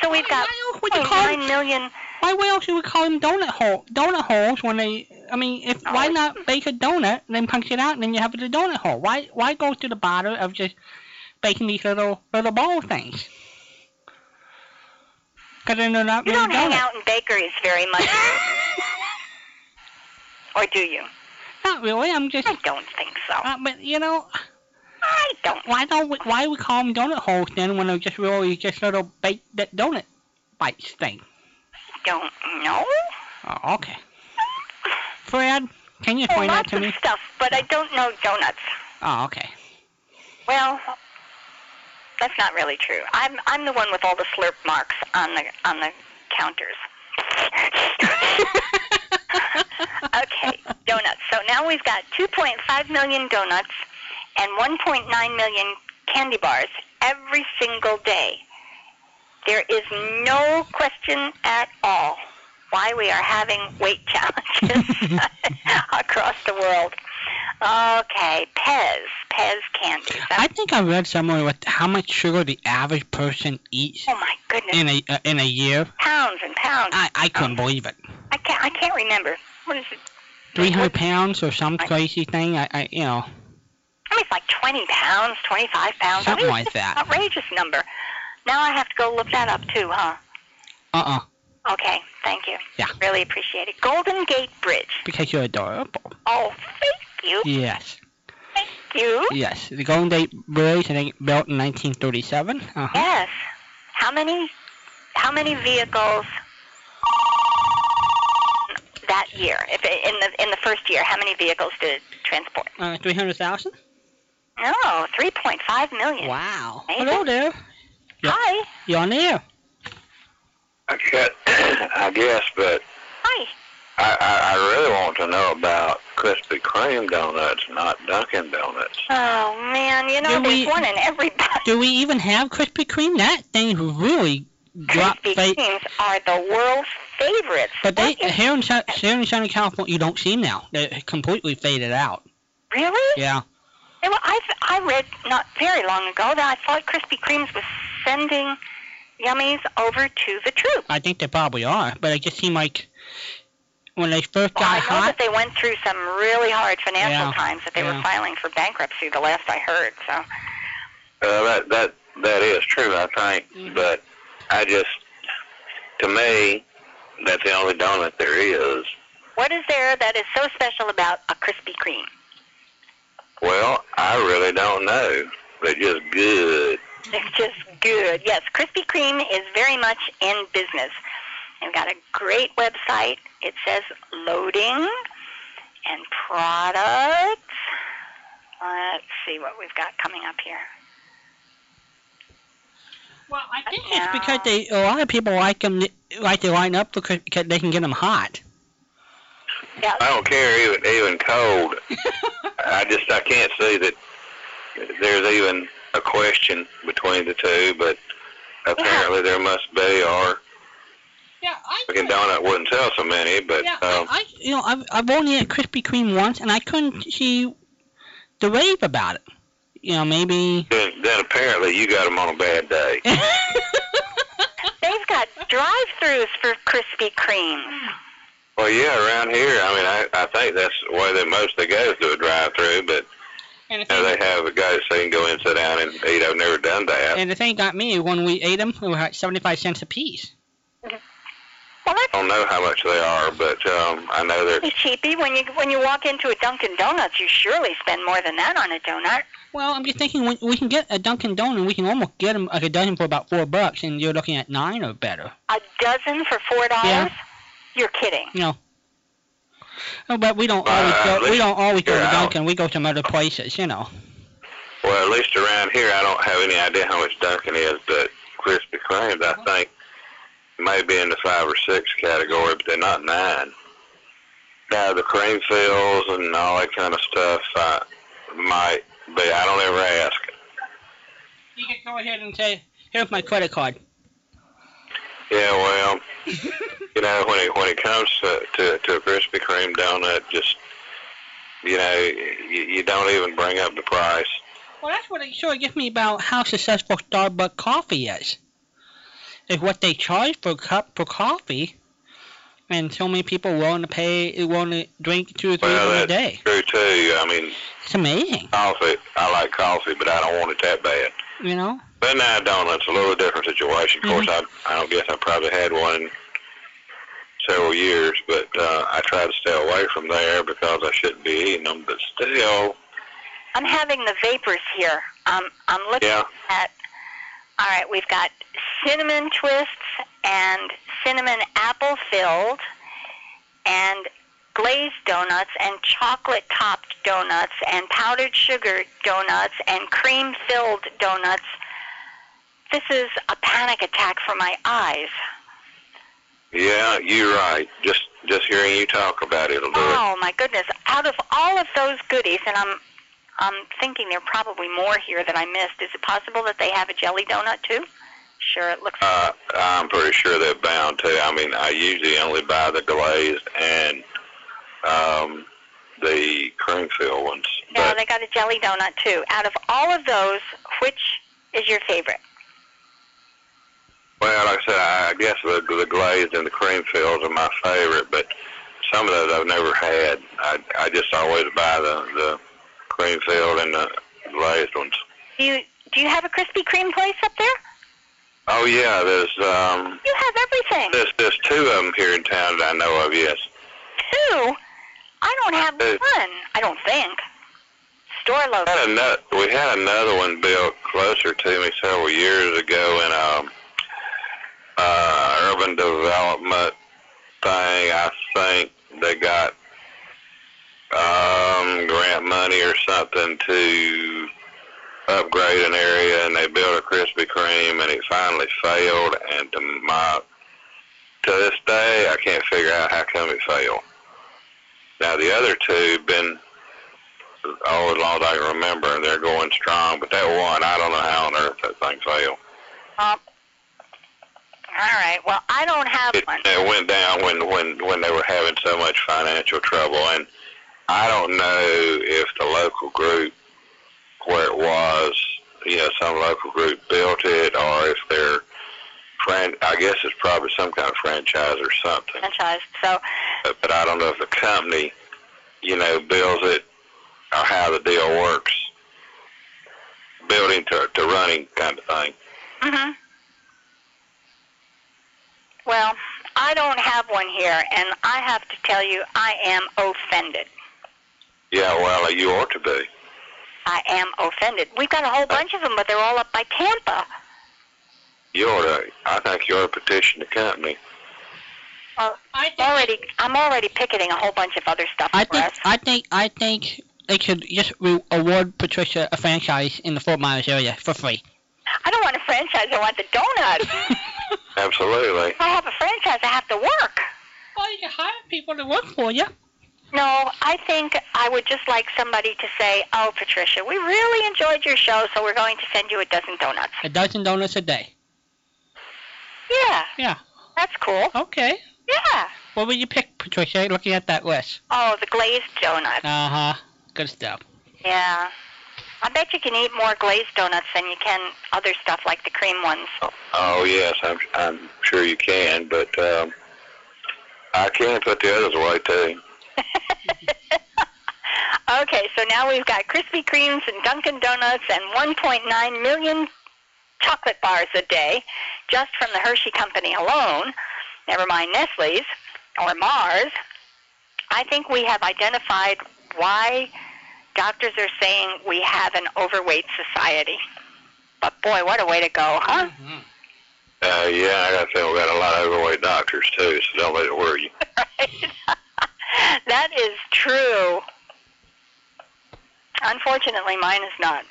So we've got oh, Why else would you call nine them? million. Why else would we call them donut hole donut holes when they? I mean, if why Oh. not bake a donut and then punch it out and then you have the donut hole? Why why go through the bother of just baking these little little ball things? because then they're not You really don't hang donuts. out in bakeries very much, or do you? Not really. I'm just. I don't think so. Uh, but you know, I don't. why don't we, why we call them donut holes then when they're just really just little baked that donut bites thing? Don't know. Oh, okay. Fred, can you Oh, explain that lots to me? of stuff, but I don't know donuts. Oh, okay. Well, that's not really true. I'm I'm the one with all the slurp marks on the on the counters. okay, donuts. So now we've got 2.5 million donuts and 1.9 million candy bars every single day. There is no question at all why we are having weight challenges across the world. Okay, Pez, Pez candies. I think I read somewhere with how much sugar the average person eats Oh my goodness! in a uh, in a year. pounds and pounds. I, I, I couldn't Oh. believe it. can't. I can't remember. What is it? 300 pounds or some crazy thing. I, I you know I mean, it's like 20 pounds, 25 pounds. I something mean, like it's that. an outrageous number. Now I have to go look that up too, huh? Uh-uh. Okay, thank you. Yeah. Really appreciate it. Golden Gate Bridge. Because you're adorable. Oh, thank you. Yes. Thank you. Yes. The Golden Gate Bridge, I think, built in 1937. Uh-huh. Yes. How many? How many vehicles? That year, if in the in the first year, how many vehicles did it transport? Oh, Uh, 300,000? No, 3.5 million. Wow. Amazing. Hello there. Yeah. Hi. You're on the air. I guess, I guess but Hi. I, I, I really want to know about Krispy Kreme donuts, not Dunkin' Donuts. Oh man, you know Do we- there's one in every box. Do we even have Krispy Kreme? That thing really dropped Krispy fate. Kremes are the world's favorites. But they, What is- here in, Sun- here in Southern California, you don't see them now. They're completely faded out. really? Yeah. They were- I I read not very long ago that I thought Krispy Kremes was sending yummies over to the troops. I think they probably are. But it just seemed like when they first got Well, I know hot, that they went through some really hard financial Uh-huh. Yeah, times that they yeah. were filing for bankruptcy. The last I heard, so Uh, that that that is true, I think. Mhm. But I just, to me, that's the only donut there is. what is there that is so special about a Krispy Kreme? Well, I really don't know. They're just good. They're just good. Yes, Krispy Kreme is very much in business. They've got a great website. It says loading and products. Let's see what we've got coming up here. Well, I think Yeah. it's because they a lot of people like them like they line up because because they can get them hot. Yeah, I don't care even even cold. I just I can't see that there's even a question between the two. But apparently there must be, or yeah, I Dunkin' Donut wouldn't sell so many. But yeah, um, I, I you know I've I've only had Krispy Kreme once and I couldn't see the rave about it. You know maybe. then, then apparently you got them on a bad day. they've got drive-throughs for Krispy Kremes. Well, yeah, around here, I mean, I, I think that's the way that most they go is through a drive-through, but And the you know, thing, they have a guy so you can go in, sit down, and eat. I've never done that and the thing got me when we ate them, we were at seventy five cents a piece. Well, I don't know how much they are, but um, I know they're. that's pretty cheapy. When you when you walk into a Dunkin' Donuts, you surely spend more than that on a donut. Well, I'm just thinking we, we can get a Dunkin' Donut, we can almost get them like a dozen for about four bucks, and you're looking at nine or better. A dozen for four dollars? Yeah. You're kidding. Oh, But we don't Well, always at go, we least don't always go you're to out. Dunkin'. We go to other places, you know. Well, at least around here, I don't have any idea how much Dunkin' is, but Krispy Kreme's, I think, may be in the five or six category, but they're not nine. Now the cream fills and all that kind of stuff uh, might be. I don't ever ask. You can go ahead and say, here's my credit card. Yeah, well, you know, when it when it comes to to, to a Krispy Kreme donut, just you know, you, you don't even bring up the price. Well, that's what it sort of gives me about how successful Starbucks coffee is. Is what they charge for cup for coffee, and so many people willing to pay, willing to drink two or three Well, of them a that's day. true too. I mean, It's amazing. coffee. I like coffee, but I don't want it that bad. You know? But now I don't. It's a little different situation. Of course, I I don't guess I probably had one in several years, but uh, I try to stay away from there because I shouldn't be eating them. But still, I'm having the vapors here. Um, I'm looking yeah, at. All right, we've got cinnamon twists and cinnamon apple filled, and glazed donuts and chocolate topped donuts and powdered sugar donuts and cream filled donuts. This is a panic attack for my eyes. yeah, you're right. Just just hearing you talk about it'll do it. Oh my goodness! Out of all of those goodies, and I'm I'm thinking there are probably more here that I missed. Is it possible that they have a jelly donut too? Sure, it looks. Uh, I'm pretty sure they're bound to. I mean, I usually only buy the glazed and um, the Creamfield ones. No, But they got a jelly donut too. Out of all of those, which is your favorite? well, like I said, I I guess the, the glazed and the Creamfields are my favorite. But some of those I've never had. I I just always buy the the Creamfield and the glazed ones. Do you do you have a Krispy Kreme place up there? Oh yeah, there's um You have everything. there's there's two of them here in town that I know of. Yes. Two. I don't have Uh, one. I don't think. Store We local. had another, we had another one built closer to me several years ago in a uh, urban development thing. I think they got um, grant money or something to upgrade an area, and they built a Krispy Kreme, and it finally failed. And to my to this day, I can't figure out how come it failed. Now the other two been oh, as long as I can remember, and they're going strong. But that one, I don't know how on earth that thing failed. Um, all right. Well, I don't have It, one. it went down when when when they were having so much financial trouble, and I don't know if the local group where it was, you know, some local group built it, or if they're fran I guess it's probably some kind of franchise or something. franchise. So But, but I don't know if the company, you know, builds it or how the deal works. Building to, to running kind of thing. hmm Well, I don't have one here, and I have to tell you, I am offended. Yeah, well, you ought to be. I am offended. We've got a Uh, whole bunch of them, but they're all up by Tampa. You ought to. I think you ought to petition the company. I Oh, I'm already, I'm already picketing a whole bunch of other stuff I for think us. I think I think they should just re- award Patricia a franchise in the Fort Myers area for free. I don't want a franchise. I want the donuts. if Absolutely. I have a franchise, I have to work. Well, you can hire people to work for you. No, I think I would just like somebody to say, "Oh, Patricia, we really enjoyed your show, so we're going to send you a dozen donuts." A dozen donuts a day. Yeah, Yeah. that's cool. Okay. Yeah. What would you pick, Patricia? Looking at that list. Oh, the glazed donuts. Uh huh. Good stuff. Yeah. I bet you can eat more glazed donuts than you can other stuff like the cream ones. Oh yes, I'm. I'm sure you can, but um, I can put the others away too. okay, so now we've got Krispy Kremes and Dunkin' Donuts and 1.9 million chocolate bars a day just from the Hershey Company alone. Never mind Nestle's or Mars. I think we have identified why doctors are saying we have an overweight society. But boy, what a way to go, huh? Uh, yeah, I got to say we got a lot of overweight doctors too, so don't let it worry you. Right. that is true. Unfortunately, mine is not.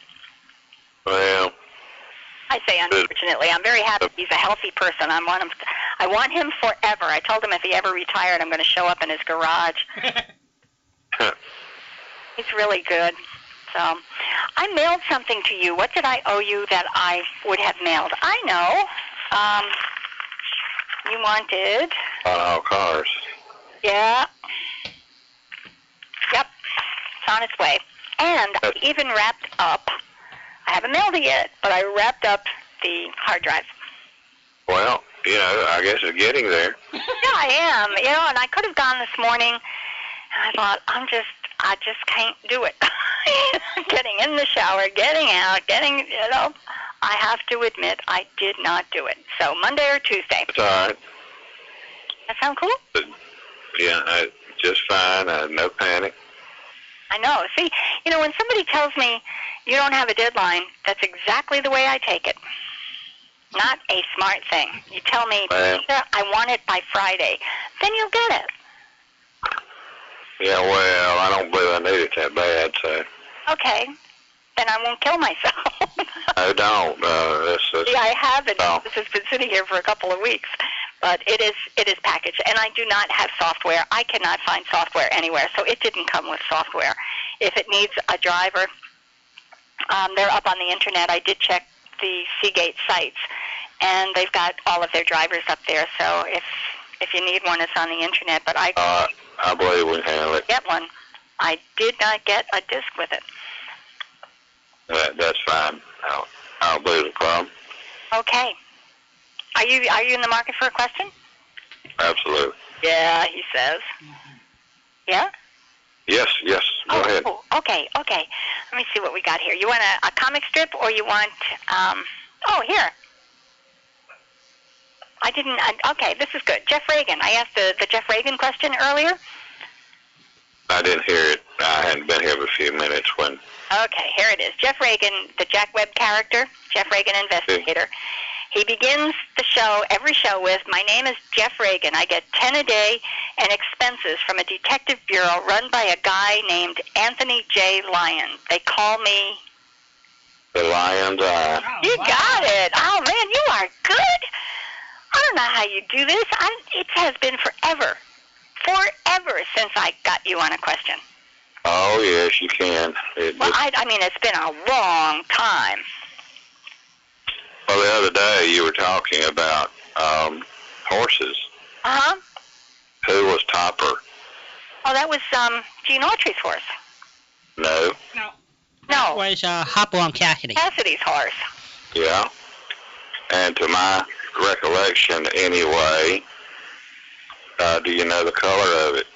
Well, I say unfortunately. I'm very happy he's a healthy person. I want him. I want him forever. I told him if he ever retired, I'm going to show up in his garage. He's really good. So, I mailed something to you. What did I owe you that I would have mailed? I know. Um, you wanted. on all cars. Yeah. Yep. It's on its way. And I even wrapped up, I haven't mailed it yet, but I wrapped up the hard drive. Well, you know, I guess it's getting there. Yeah, I am. You know, and I could have gone this morning, and I thought, I'm just, I just can't do it. getting in the shower, getting out, getting, you know, I have to admit I did not do it. So Monday or Tuesday. It's all right. That sound cool? Yeah, I, just fine. I, no panic. I know. See, you know, when somebody tells me you don't have a deadline, that's exactly the way I take it. Not a smart thing. You tell me, Well, "Peter, I want it by Friday, then you'll get it. yeah, well, I don't believe I need it that bad, so Okay, then I won't kill myself. I don't. Uh, that's, that's, See, I haven't. Oh. This has been sitting here for a couple of weeks, but it is it is packaged, and I do not have software. I cannot find software anywhere, so it didn't come with software. If it needs a driver, um, they're up on the internet. I did check the Seagate sites, and they've got all of their drivers up there. So if if you need one, it's on the internet. But I uh, I believe we can handle it. get one. I did not get a disc with it. That, that's fine. I don't, I don't believe the problem. Okay. Are you are you in the market for a question? Absolutely. Yeah, he says. Yeah? Yes, yes. Go oh, ahead. oh, okay, okay. Let me see what we got here. You want a, a comic strip or you want, um, oh, here. I didn't, I, okay, this is good. Jeff Reagan. I asked the, the Jeff Reagan question earlier. I didn't hear it. I hadn't been here but a few minutes when. Okay, here it is. Jeff Reagan, the Jack Webb character, Jeff Reagan investigator. He begins the show, every show, with My name is Jeff Reagan. I get 10 a day and expenses from a detective bureau run by a guy named Anthony J. Lyon. They call me. The lion's eye. You got it. Oh, man, you are good. I don't know how you do this. I, it has been forever, forever since I got you on a question. Oh, yes, you can. It, Well, well, I, I mean, it's been a long time. the other day you were talking about um, horses. Uh huh. Who was Topper? Oh, that was um, Gene Autry's horse. No. No, Was uh, Hopalong Cassidy. Cassidy's horse. Yeah. And to my recollection, anyway, uh, do you know the color of it?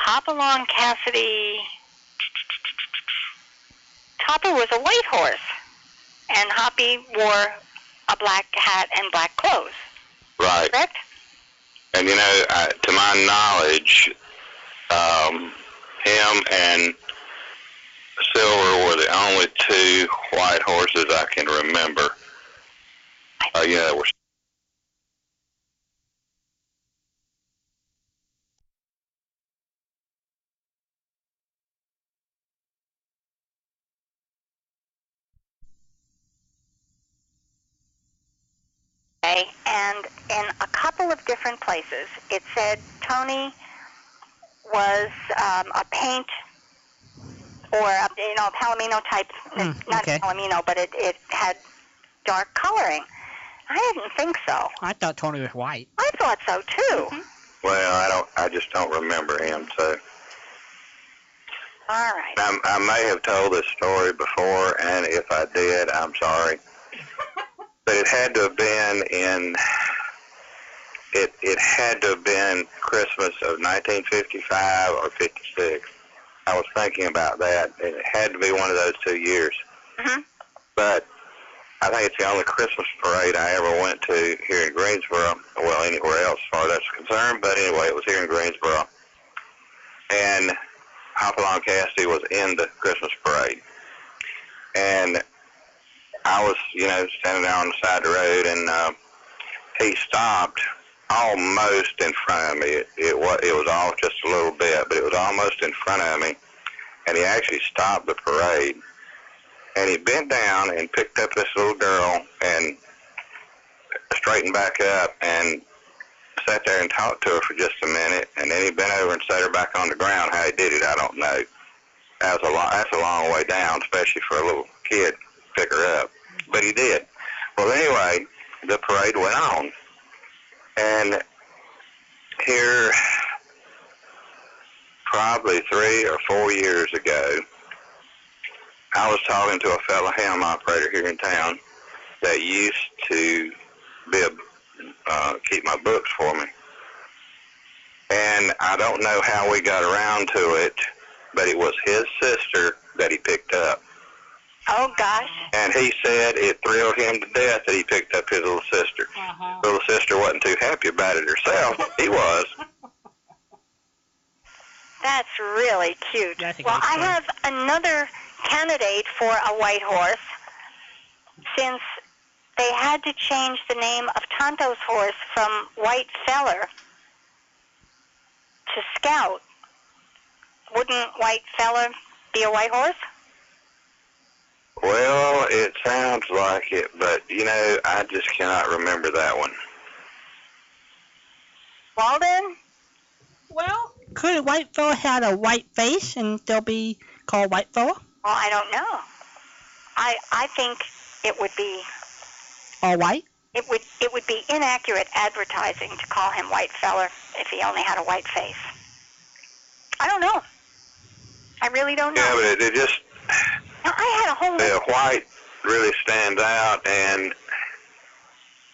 Hopalong Cassidy. Topper was a white horse, and Hoppy wore a black hat and black clothes. Right. Correct? And you know, I, to my knowledge, um, him and Silver were the only two white horses I can remember. Uh, you know, that were Okay. And in a couple of different places, it said Tony was um, a paint or a, you know a palomino type, Mm, not okay. palomino, but it, it had dark coloring. I didn't think so. I thought Tony was white. I thought so too. Mm-hmm. well. I don't. I just don't remember him. So All right. I, I may have told this story before, and if I did, I'm sorry. But it had to have been in. It it had to have been Christmas of 1955 or 56. I was thinking about that. and It had to be one of those two years. Mhm. But I think it's the only Christmas parade I ever went to here in Greensboro. Well, anywhere else, as far as that's concerned. But anyway, it was here in Greensboro. And Hopalong Cassidy was in the Christmas parade. And I was, you know, standing there on the side of the road, and uh, he stopped almost in front of me. It, it was it was off just a little bit, but it was almost in front of me. And he actually stopped the parade. And he bent down and picked up this little girl and straightened back up and sat there and talked to her for just a minute, and then he bent over and set her back on the ground. How he did it, I don't know. That was a long, that's a long way down, especially for a little kid to pick her up. But he did. Well, anyway, the parade went on, and here, probably three or four years ago, I was talking to a fellow ham operator here in town that used to be a uh, keep my books for me. And I don't know how we got around to it, but it was his sister that he picked up. Oh gosh. And he said it thrilled him to death that he picked up his little sister. Uh-huh. Little sister wasn't too happy about it herself. He was. That's really cute. Yeah, I think well, that's I fun. have another candidate for a white horse since they had to change the name of Tonto's horse from White Feller to Scout. Wouldn't White Feller be a white horse? Well, it sounds like it, but you know, I just cannot remember that one. Walden? Well, could a white fella had a white face and still be called white fella Well, I don't know. I I think it would be or white? it would it would be inaccurate advertising to call him white feller if he only had a white face. I don't know. I really don't know. Yeah, but it, it just Now, I had a whole the list. white really stands out, and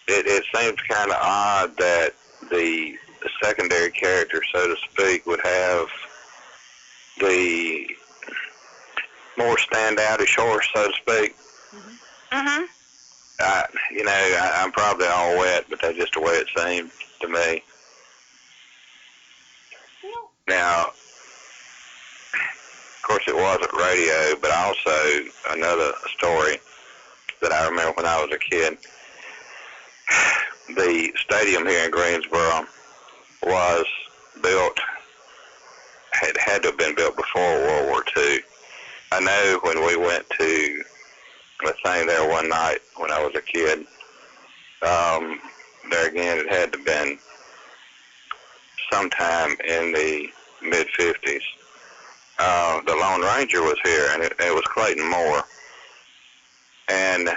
it, it seems kind of odd that the secondary character, so to speak, would have the more standoutish horse, so to speak. Mm-hmm. I, you know, I, I'm probably all wet, but that's just the way it seemed to me. Now, of course, it wasn't radio, but also another story that I remember when I was a kid. The stadium here in Greensboro was built, had had to have been built before World War II. I know when we went to the thing there one night when I was a kid. Um, there again, it had to been sometime in the mid '50s. Uh, the Lone Ranger was here, and it, it was Clayton Moore. And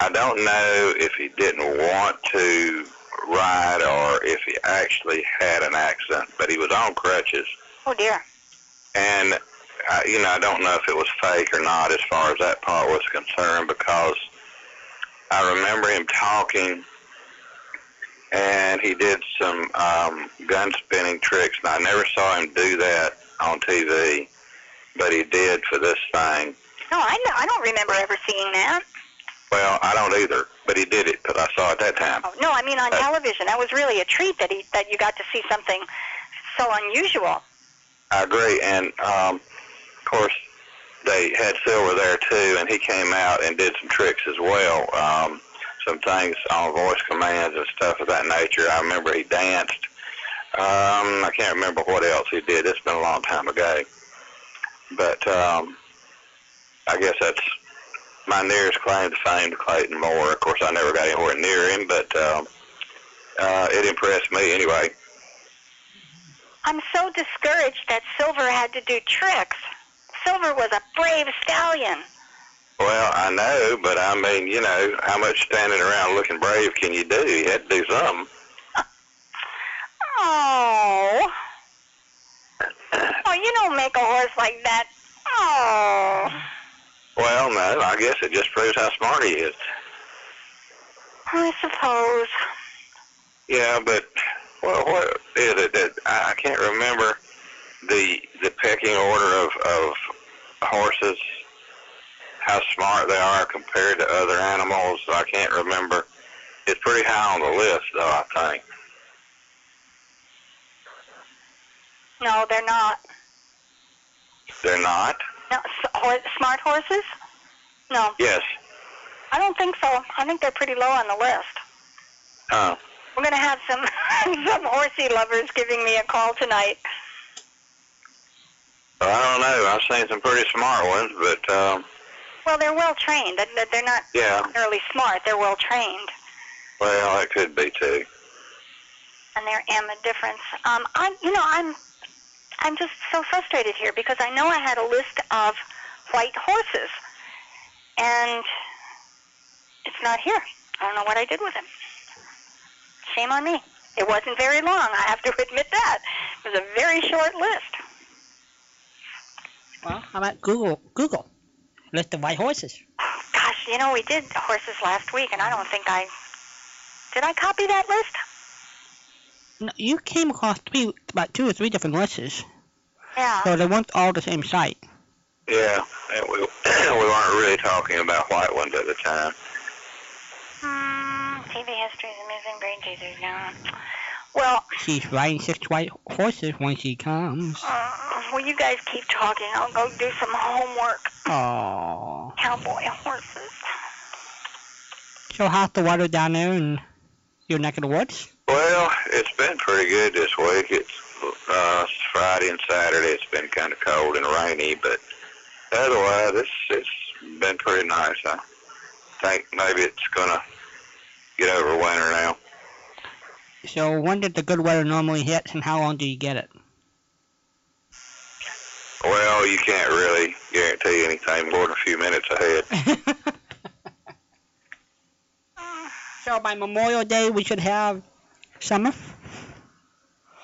I don't know if he didn't want to ride or if he actually had an accident, but he was on crutches. Oh dear. And I, you know, I don't know if it was fake or not as far as that part was concerned because I remember him talking and he did some um, gun spinning tricks. And I never saw him do that on TV, but he did for this thing. No, I know. I don't remember ever seeing that. Well, I don't either, but he did it because I saw it that time. Oh, no, I mean on Uh, television. That was really a treat that he that you got to see something so unusual. I agree, and um, of course they had Silver there too, and he came out and did some tricks as well, um, some things on voice commands and stuff of that nature. I remember he danced. Um, I can't remember what else he did. It's been a long time ago, but um, I guess that's my nearest claim to fame to Clayton Moore. Of course, I never got anywhere near him, but um, uh, it impressed me anyway. I'm so discouraged that Silver had to do tricks. Silver was a brave stallion. Well, I know, but I mean, you know, how much standing around looking brave can you do? You had to do something. Oh. Oh, you don't make a horse like that. Oh. Well, no, I guess it just proves how smart he is. I suppose. Yeah, but well, what is it that I, I can't remember the the pecking order of of horses, how smart they are compared to other animals. I can't remember. It's pretty high on the list, though. I think. No, they're not. They're not. No, s- hor- smart horses? No, Yes. I don't think so. I think they're pretty low on the list. Huh. We're gonna have some some horsey lovers giving me a call tonight. Well, I don't know. I've seen some pretty smart ones, but um, Well, they're well trained. That- that They're not yeah. necessarily smart. They're well trained, Well, it could be too. and there am a difference. Um, I, you know, I'm I'm just so frustrated here because I know I had a list of white horses, and it's not here. I don't know what I did with him. Shame on me. It wasn't very long. I have to admit that. It was a very short list. Well, how about Google? Google list of white horses. Gosh, you know, we did horses last week, and I don't think I. Did I copy that list? No, you came across three, about two or three different horses, Yeah. so they weren't all the same site. Yeah, and we we weren't really talking about white ones at the time. Hmm, TV history is amazing. Brain teasers now. Well, She's riding six white horses when she comes. uh, will you guys keep talking? I'll go do some homework. Aww. Cowboy horses. So how's the weather down there in your neck of the woods? Well, it's been pretty good this week. It's uh, Friday and Saturday. It's been kind of cold and rainy, but otherwise, it's it's been pretty nice. I think maybe it's gonna get over winter now. So when did the good weather normally hit and how long do you get it? Well, you can't really guarantee anything more than a few minutes ahead. so by Memorial Day we should have summer?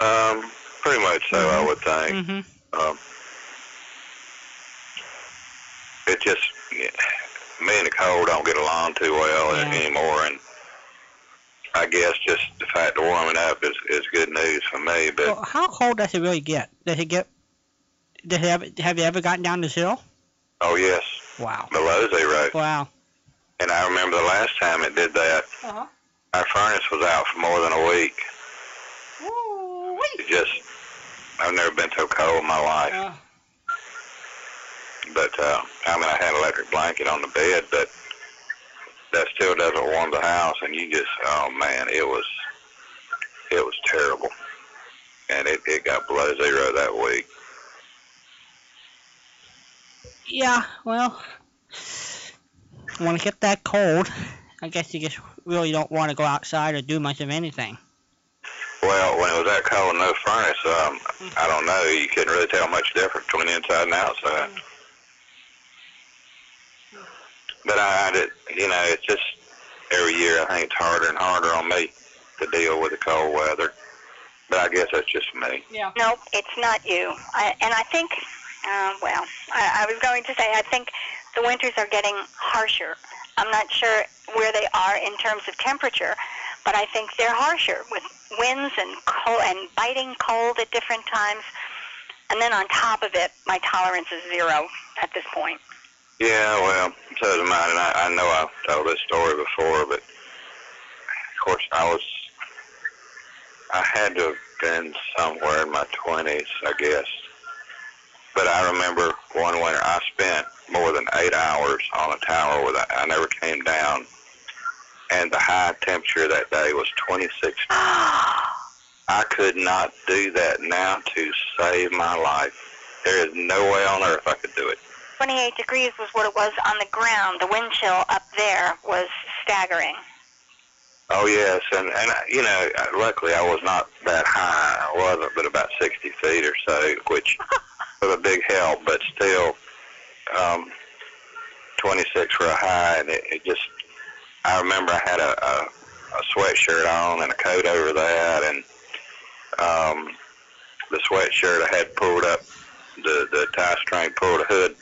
Um, pretty much so, I would think. Mm-hmm. Um, it just me and the cold don't get along too well Yeah. anymore, and I guess just the fact of warming up is is good news for me. But Well, how cold does it really get? Does it get? Does it ever, have you ever gotten down to zero? oh yes, Wow. below zero. Wow. And I remember the last time it did that, Uh-huh. our furnace was out for more than a week. It just I've never been so cold in my life. Uh, But uh, I mean, I had an electric blanket on the bed, but that still doesn't warm the house. And you just, oh man, it was, it was terrible. And it, it got below zero that week. yeah. Well, when it gets that cold, I guess you just really don't want to go outside or do much of anything. Well, when it was that cold, no furnace. Um, I don't know. You couldn't really tell much difference between inside and outside. But I, I did, you know, it's just every year I think it's harder and harder on me to deal with the cold weather. But I guess that's just me. Yeah. Nope, it's not you. I, and I think, uh, well, I, I was going to say I think the winters are getting harsher. I'm not sure where they are in terms of temperature, but I think they're harsher with winds and cold and biting cold at different times. And then on top of it, my tolerance is zero at this point. Yeah, well, so does mine. And I, I know I've told this story before, but of course I was, I had to have been somewhere in my 20s, I guess. But I remember one winter I spent more than eight hours on a tower without, I never came down. And the high temperature that day was 26. I could not do that now to save my life. There is no way on earth I could do it. 28 degrees was what it was on the ground. The wind chill up there was staggering. Oh yes, and and I- you know, luckily I was not that high. I wasn't, but about sixty feet or so, which was a big help. But still, um, twenty six were a high, and it, it just. I remember I had a, a a sweatshirt on and a coat over that, and um, the sweatshirt I had pulled up. The the tie string pulled a hood.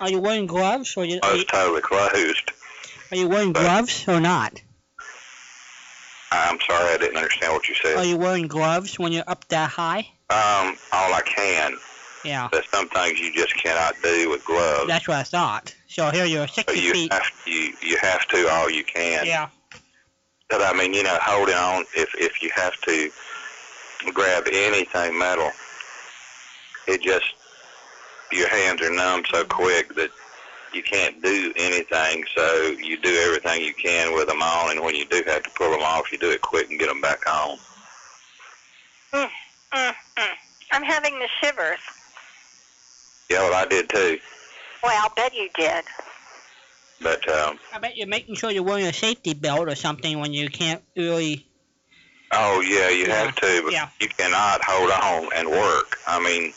Are you wearing gloves or you, I are, was you, totally closed. are you wearing Uh, gloves or not? I'm sorry, I didn't understand what you Are said. you wearing gloves when you're up that high? Um, all I can. Yeah. There's some things you just cannot do with gloves. That's what I thought. So here you're 60 So you feet. have you you have to all you can. Yeah. But I mean, you know, holding on if if you have to grab anything metal, it just your hands are numb so quick that you can't do anything. So you do everything you can with them on, and when you do have to pull them off, you do it quick and get them back on. Mm-mm. Mm, I'm having the shivers. Yeah, well, I did too. Boy, I'll bet you did. But um, I bet you're making sure you're wearing a safety belt or something when you can't really. Oh yeah, you Yeah. have to, but Yeah. you cannot hold on and work. I mean,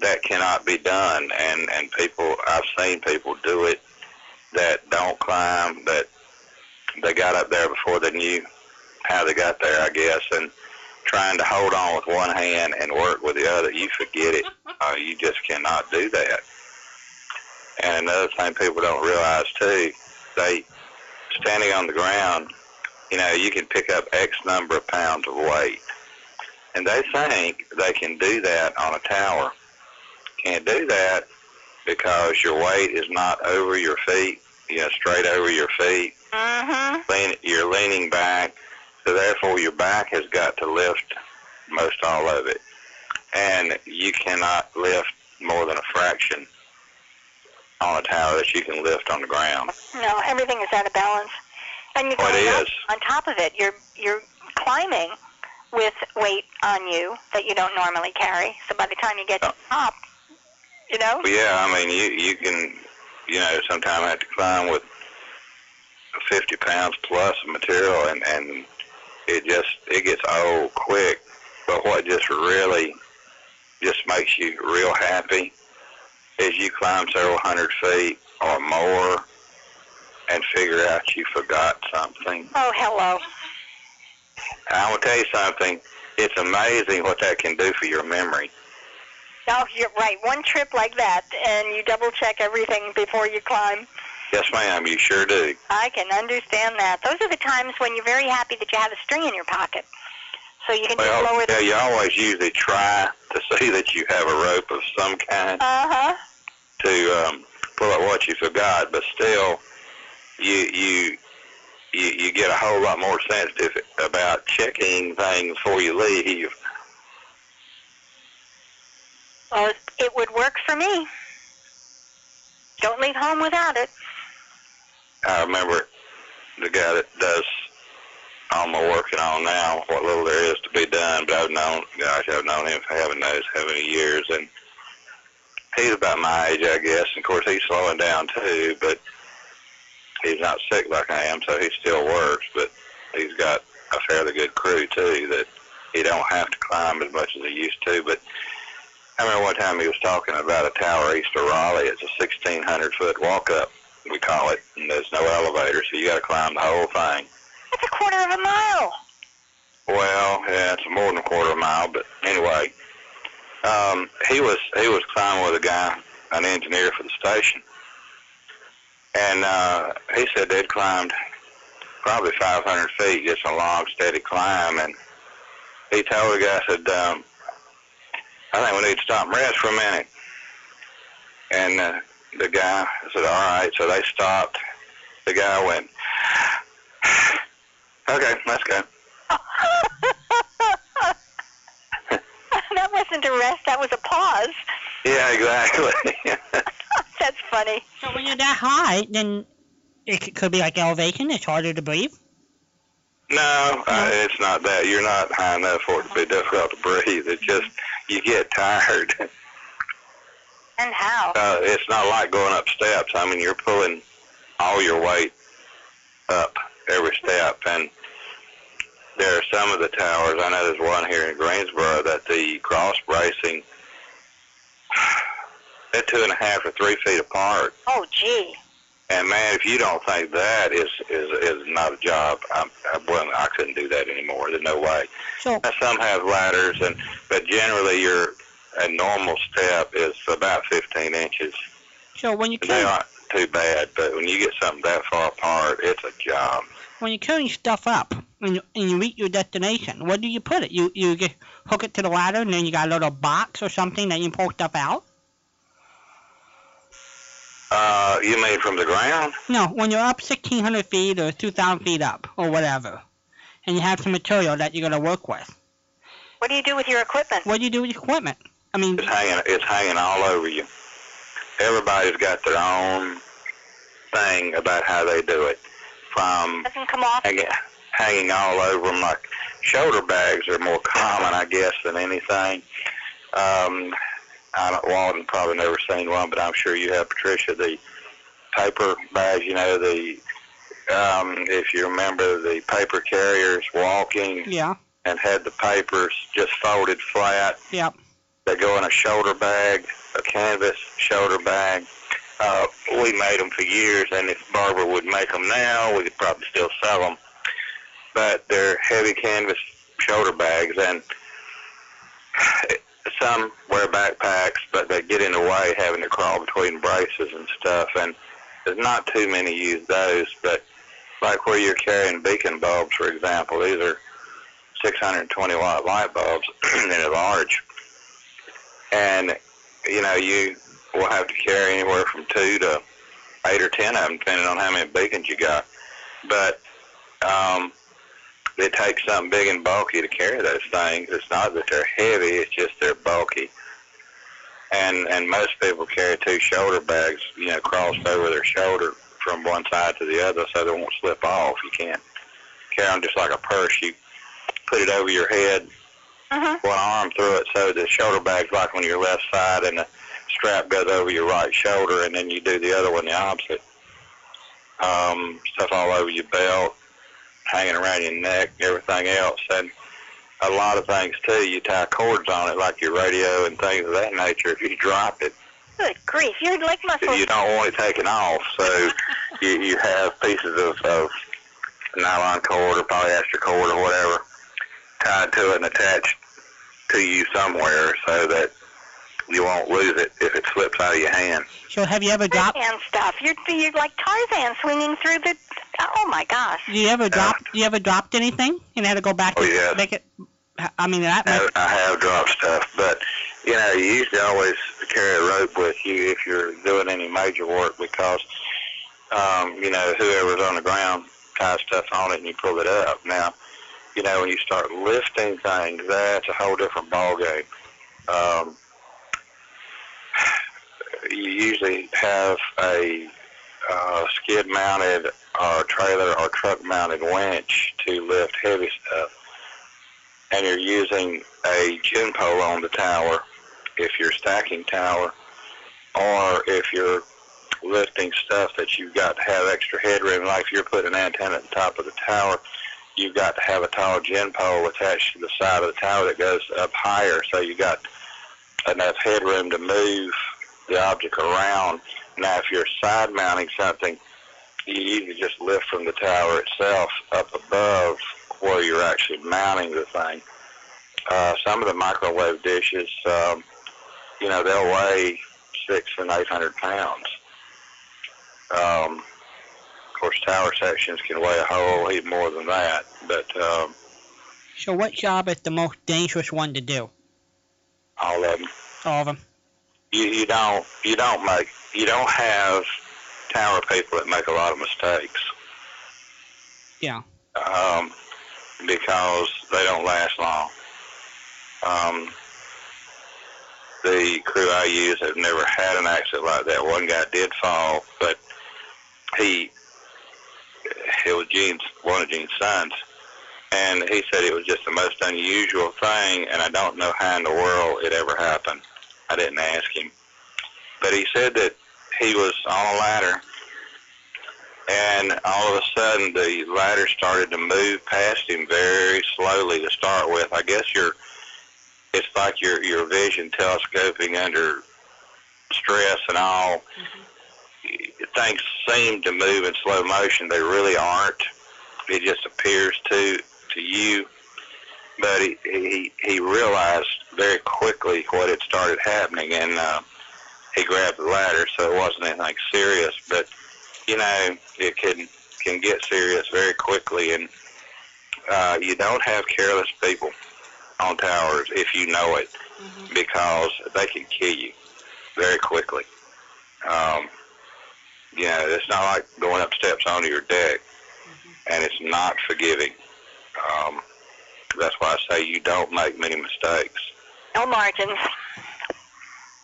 that cannot be done. And and people, I've seen people do it that don't climb, that they got up there before they knew how they got there, I guess, and trying to hold on with one hand and work with the other. You forget it. Uh, you just cannot do that. And another thing people don't realize too, they standing on the ground you know, you can pick up X number of pounds of weight. And they think they can do that on a tower. Can't do that because your weight is not over your feet, you know, straight over your feet. Mm-hmm. Lean, you're leaning back, so therefore your back has got to lift most all of it, and you cannot lift more than a fraction on a tower that you can lift on the ground. No, everything is out of balance. And you're Oh, it going up is. on top of it. You're you're climbing with weight on you that you don't normally carry. So by the time you get to the top, you know, Oh. Well, yeah, I mean, you you can, you know, sometimes have to climb with 50 pounds plus of material, and and it just it gets old quick. But what just really just makes you real happy is you climb several hundred feet or more and figure out you forgot something. oh hello. And I will tell you something. It's amazing what that can do for your memory. Oh, you're right. One trip like that, and you double check everything before you climb. Yes, ma'am, you sure do. I can understand that. Those are the times when you're very happy that you have a string in your pocket, so you can just Well, lower yeah, the. you always usually try to see that you have a rope of some kind Uh huh. to um, pull up what you forgot, but still, you you you, you get a whole lot more sensitive about checking things before you leave. Well, it would work for me. Don't leave home without it. I remember the guy that does all my working on now, what little there is to be done, but I've known, gosh, I've known him for heaven knows how many years, and he's about my age, I guess. And of course, he's slowing down too, but he's not sick like I am, so he still works, but he's got a fairly good crew too that he don't have to climb as much as he used to, but I remember one time he was talking about a tower east of Raleigh. It's a 1,600 foot walk up we call it, and there's no elevator, so you got to climb the whole thing. That's a quarter of a mile. Well, yeah, it's more than a quarter of a mile, but anyway, um, he was he was climbing with a guy, an engineer for the station, and uh, he said they'd climbed probably 500 feet, just a long, steady climb, and he told the guy, said, um, I think we need to stop and rest for a minute, and uh, the guy said, all right, so they stopped. The guy went, okay, let's go. that wasn't a rest. That was a pause. Yeah, exactly. That's funny. So when you're that high, then it c- could be like elevation. It's harder to breathe. no, uh, it's not that. You're not high enough for it to be difficult to breathe. It's just you get tired. And how? Uh, it's not like going up steps. I mean, you're pulling all your weight up every step, and there are some of the towers. I know there's one here in Greensboro that the cross bracing they're two and a half or three feet apart. Oh, gee. And man, if you don't think that is is is not a job, I, I well, I couldn't do that anymore. There's no way. So Now, some have ladders, and but generally your a normal step is about 15 inches. so when you They carry aren't too bad, but when you get something that far apart, it's a job. when you're carrying stuff up and you, and you reach your destination, where do you put it? You you get, hook it to the ladder and then you got a little box or something that you pull stuff out. Uh, you mean from the ground? No, when you're up 1,600 feet or 2,000 feet up or whatever, and you have some material that you're gonna work with, What do you do with your equipment? what do you do with your equipment? I mean, It's hanging. It's hanging all over you. Everybody's got their own thing about how they do it. From Doesn't come off. hanging, hanging all over them. Like shoulder bags are more common, I guess, than anything. Um, I don't, Walden probably never seen one, but I'm sure you have, Patricia. The paper bags, you know, the um, if you remember the paper carriers Mm. walking yeah, and had the papers just folded flat. Yep. They go in a shoulder bag, a canvas shoulder bag. Uh, we made them for years, and if Barber would make them now, we could probably still sell them. But they're heavy canvas shoulder bags, and some wear backpacks, but they get in the way having to crawl between braces and stuff. And there's not too many use those, but like where you're carrying beacon bulbs, for example, these are 620 watt light bulbs in a large. And you know, you we'll have to carry anywhere from two to eight or ten of them, depending on how many beacons you got. But um, it takes something big and bulky to carry those things. It's not that they're heavy; it's just they're bulky. And and most people carry two shoulder bags, you know, crossed over their shoulder from one side to the other, so they won't slip off. You can't carry them just like a purse. You put it over your head, Mhm. one arm through it, so the shoulder bag's like on your left side, and the strap goes over your right shoulder, and then you do the other one the opposite. Um, stuff all over your belt, hanging around your neck, and everything else, and a lot of things too. You tie cords on it, like your radio and things of that nature. If you drop it, Good grief, you're like muscle. you don't want it taken off, so you, you have pieces of, of nylon cord or polyester cord or whatever tied to it and attached to you somewhere so that you won't lose it if it slips out of your hand. So have you ever dropped? Tarzan stuff. You're you're like Tarzan swinging through the. Oh my gosh. You ever dropped? You ever dropped anything and had to go back Oh, and yes. make it? I mean that. I Make, have, I have dropped stuff, but you know, you usually always carry a rope with you if you're doing any major work because um, you know whoever's on the ground ties stuff on it and you pull it up. Now, you know when you start lifting things, that's a whole different ballgame. Um, you usually have a uh, skid-mounted or trailer or truck-mounted winch to lift heavy stuff and you're using a gin pole on the tower if you're stacking tower or if you're lifting stuff that you've got to have extra headroom like if you're putting an antenna at the top of the tower you've got to have a tall gin pole attached to the side of the tower that goes up higher so you got enough headroom to move the object around now if you're side mounting something you usually just lift from the tower itself up above where you're actually mounting the thing. Uh, some of the microwave dishes, um, you know, they'll weigh six and eight hundred pounds. Um, of course, tower sections can weigh a whole heap more than that, but um, so what job is the most dangerous one to do? all of them All of them. you, you don't you don't make you don't have tower people that make a lot of mistakes. Yeah. Um, because they don't last long. Um, the crew I use have never had an accident like that. One guy did fall, but he it was Gene's one of Gene's sons. And he said it was just the most unusual thing, and I don't know how in the world it ever happened. I didn't ask him. But he said that he was on a ladder, and all of a sudden the ladder started to move past him very slowly to start with. I guess your it's like your your vision telescoping under stress and all. Things seem to move in slow motion. They really aren't. It just appears to to you but he, he he realized very quickly what had started happening, and uh, he grabbed the ladder, so it wasn't anything serious. But you know, it can can get serious very quickly, and uh, you don't have careless people on towers if you know it, because they can kill you very quickly. Um, you know, it's not like going up steps onto your deck, and it's not forgiving. Um, that's why I say you don't make many mistakes. No margins.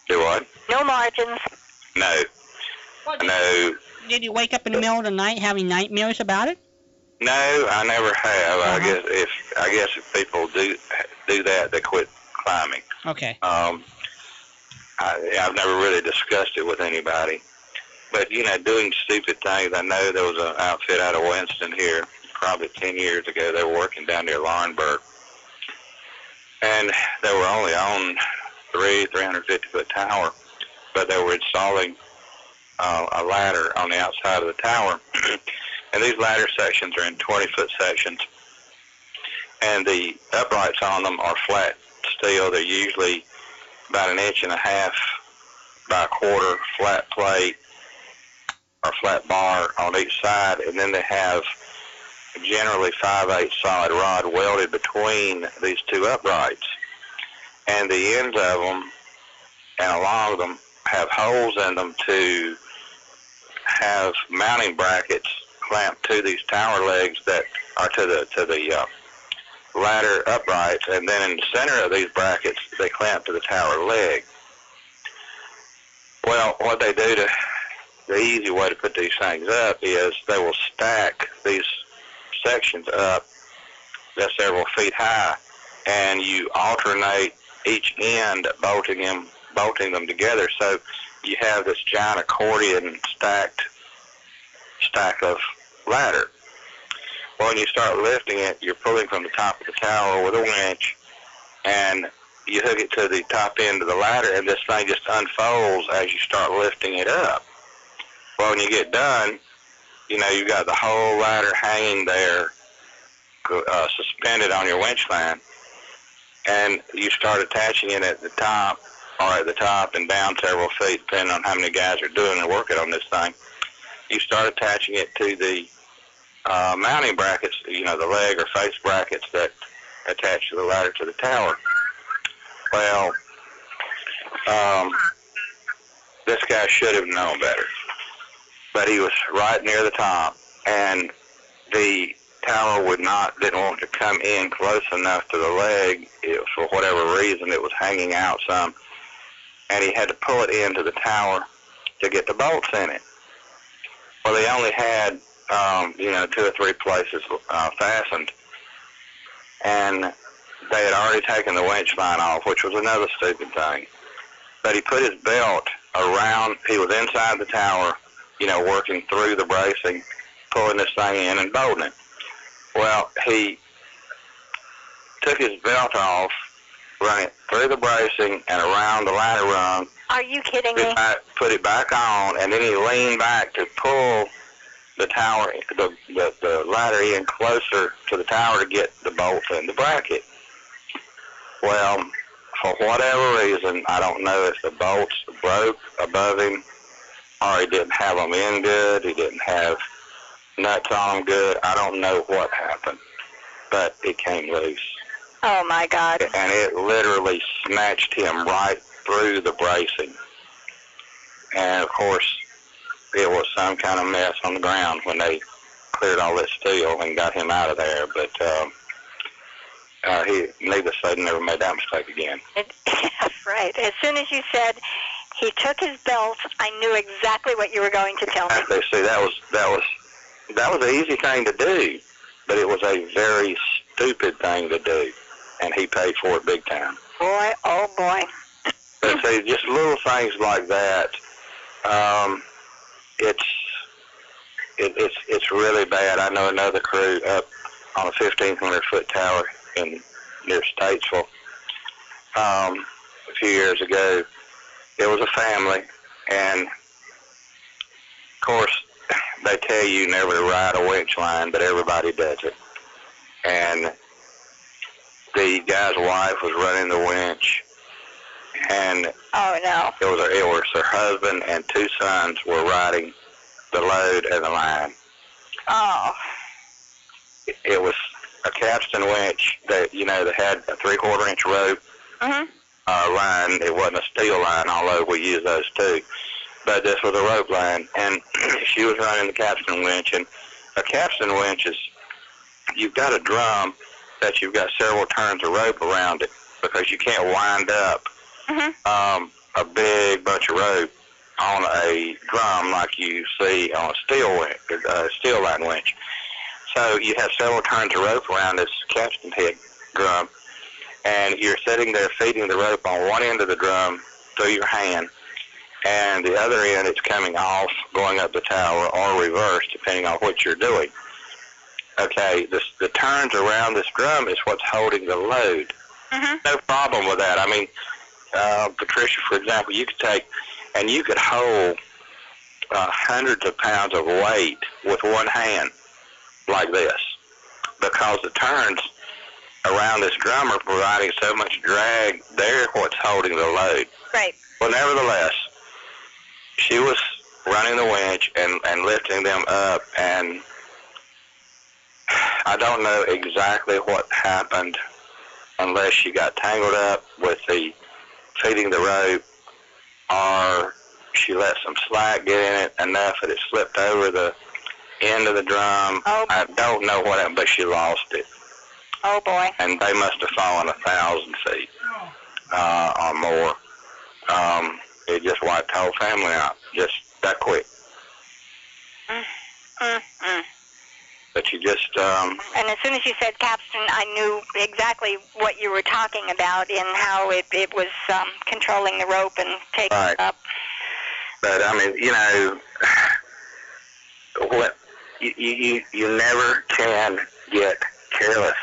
Do I? No margins. No, Well, did, no, did you wake up in the middle of the night having nightmares about it? no. I never have. Uh-huh. I guess if I guess if people do do that, they quit climbing. Okay. Um, I, I've never really discussed it with anybody. But, you know, doing stupid things. I know there was an outfit out of Winston here probably 10 years ago. They were working down near Laurenburg. And they were only on three 350 foot tower, but they were installing uh, a ladder on the outside of the tower. and these ladder sections are in 20 foot sections. And the uprights on them are flat steel. They're usually about an inch and a half by a quarter flat plate or flat bar on each side, and then they have generally 5 8 solid rod welded between these two uprights. And the ends of them and along them have holes in them to have mounting brackets clamped to these tower legs that are to the to the uh, ladder uprights, and then in the center of these brackets they clamp to the tower leg. Well, what they do to the easy way to put these things up is they will stack these sections up that's several feet high, and you alternate each end bolting them bolting them together. So you have this giant accordion stacked stack of ladder. Well, when you start lifting it, you're pulling from the top of the tower with a winch, and you hook it to the top end of the ladder, and this thing just unfolds as you start lifting it up. Well, when you get done, you know you've got the whole ladder hanging there, uh, suspended on your winch line, and you start attaching it at the top or at the top and down several feet, depending on how many guys are doing and working on this thing. You start attaching it to the uh, mounting brackets, you know, the leg or face brackets that attach to the ladder to the tower. Well, um, this guy should have known better, but he was right near the top, and the tower would not didn't want to come in close enough to the leg it, for whatever reason. It was hanging out some, and he had to pull it into the tower to get the bolts in it. Well, they only had um, you know, two or three places uh, fastened. And they had already taken the winch line off, which was another stupid thing. But he put his belt around, he was inside the tower, you know, working through the bracing, pulling this thing in and bolting it. Well, he took his belt off, ran it through the bracing and around the ladder rung, Are you kidding put me? it back, put it back on, and then he leaned back to pull the tower, the, the, the ladder in closer to the tower to get the bolts in the bracket. Well, for whatever reason, I don't know if the bolts broke above him or he didn't have them in good, he didn't have nuts on them good. I don't know what happened, but it came loose Oh my God. and it literally snatched him right through the bracing. And of course, it was some kind of mess on the ground when they cleared all that steel and got him out of there. But um, uh, he, needless to say, never made that mistake again. It, right. As soon as you said he took his belt, I knew exactly what you were going to tell me. They see that was that was that was an easy thing to do, but it was a very stupid thing to do, and he paid for it big time. Boy, oh boy. But see, just little things like that. Um, it's it, it's it's really bad. I know another crew up on a 1,500 foot tower in near Statesville um, a few years ago. It was a family, and of course they tell you never to ride a winch line, but everybody does it. And the guy's wife was running the winch, and Oh no. it was, her, it was her husband and two sons were riding the load and the line. Oh. It, it was a capstan winch that, you know, that had a three-quarter inch rope Mhm. uh, line. It wasn't a steel line, although we use those too. But this was a rope line, and she was running the capstan winch. And a capstan winch is you've got a drum that you've got several turns of rope around it because you can't wind up Mhm. um, a big bunch of rope on a drum like you see on a steel winch, uh, steel line winch. So you have several turns of rope around this capstan head drum, and you're sitting there feeding the rope on one end of the drum through your hand, and the other end it's coming off, going up the tower, or reverse, depending on what you're doing. Okay, this, the turns around this drum is what's holding the load Mhm. no problem with that. I mean, uh, Patricia, for example, you could take and you could hold uh, hundreds of pounds of weight with one hand like this because the turns around this drum are providing so much drag. They're what's holding the load. Right. Well, nevertheless, she was running the winch and, and lifting them up, and I don't know exactly what happened unless she got tangled up with the feeding the rope or she let some slack get in it enough that it slipped over the end of the drum. Oh. I don't know what happened, but she lost it. Oh boy. and they must have fallen a thousand feet uh, or more. Um, it just wiped the whole family out, just that quick. Mm, mm. But you just, um, And as soon as you said capstan, I knew exactly what you were talking about and how it, it was um, controlling the rope and taking Right. it up. but I mean, you know, what you, you you you never can get careless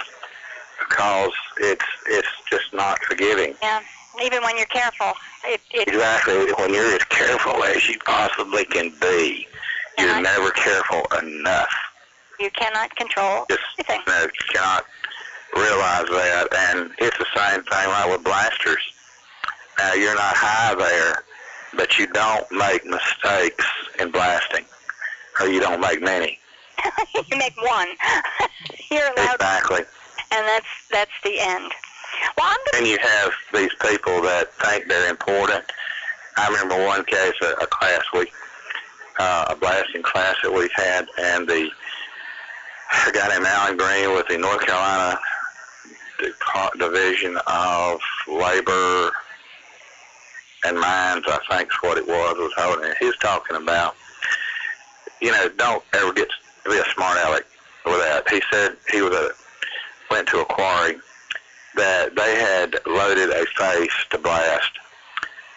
because it's it's just not forgiving. Yeah, even when you're careful, it, it Exactly. When you're as careful as you possibly can be, Yeah. you're never careful enough. you cannot control Just everything. know, cannot realize that. And it's the same thing like with blasters. Now you're not high there, but you don't make mistakes in blasting, or you don't make many. you make one, you're allowed, Exactly. and that's that's the end. Well, I'm gonna Then you have these people that think they're important. I remember one case, a, a class we, uh, a blasting class that we had, and the a guy named Alan Green with the North Carolina Depart- Division of Labor and Mines, I think is what it was, was holding it. He was talking about, you know, don't ever get be a smart aleck with that. He said he was a went to a quarry that they had loaded a face to blast.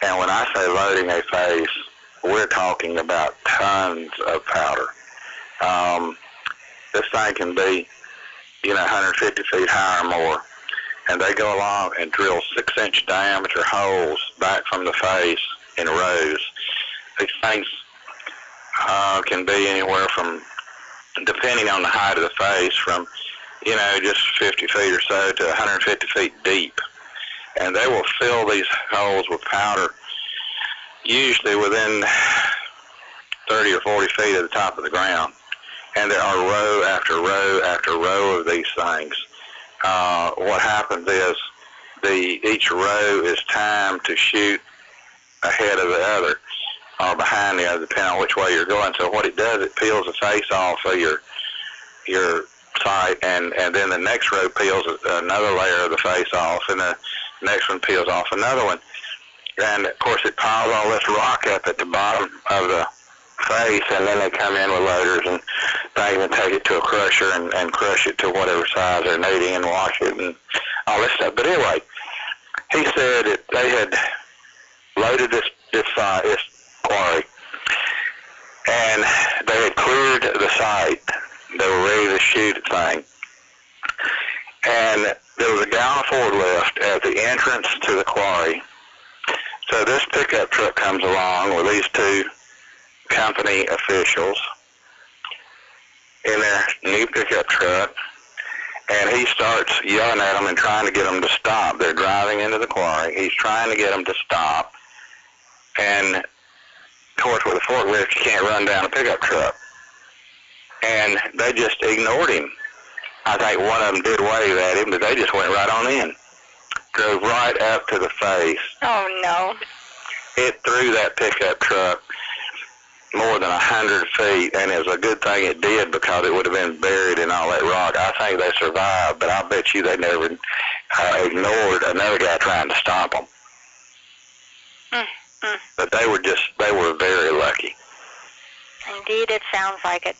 And when I say loading a face, we're talking about tons of powder. Um, this thing can be, you know, 150 feet high or more. And they go along and drill six inch diameter holes back from the face in rows. These things uh, can be anywhere from, depending on the height of the face, from you know, just 50 feet or so to 150 feet deep. And they will fill these holes with powder, usually within 30 or 40 feet of the top of the ground. And there are row after row after row of these things. Uh, what happens is the each row is timed to shoot ahead of the other or behind the other, depending on which way you're going. So what it does, it peels the face off of your your site, and and then the next row peels another layer of the face off, and the next one peels off another one, and of course it piles all this rock up at the bottom of the face, and then they come in with loaders and they even take it to a crusher and, and crush it to whatever size they're needing and wash it and all this stuff. But anyway, he said that they had loaded this this uh, this quarry. And they had cleared the site they were ready to shoot the thing. And there was a guy on a forklift at the entrance to the quarry. So this pickup truck comes along with these two company officials in their new pickup truck, and he starts yelling at them and trying to get them to stop. They're driving into the quarry. He's trying to get them to stop, and of course, with a forklift, you can't run down a pickup truck and they just ignored him. I think one of them did wave at him, but they just went right on in. Drove right up to the face, Oh no. hit through that pickup truck more than a hundred feet, and it was a good thing it did because it would have been buried in all that rock. I think they survived, but I bet you they never uh, ignored another guy trying to stop them. Mm, mm. But they were just, they were very lucky. Indeed, it sounds like it.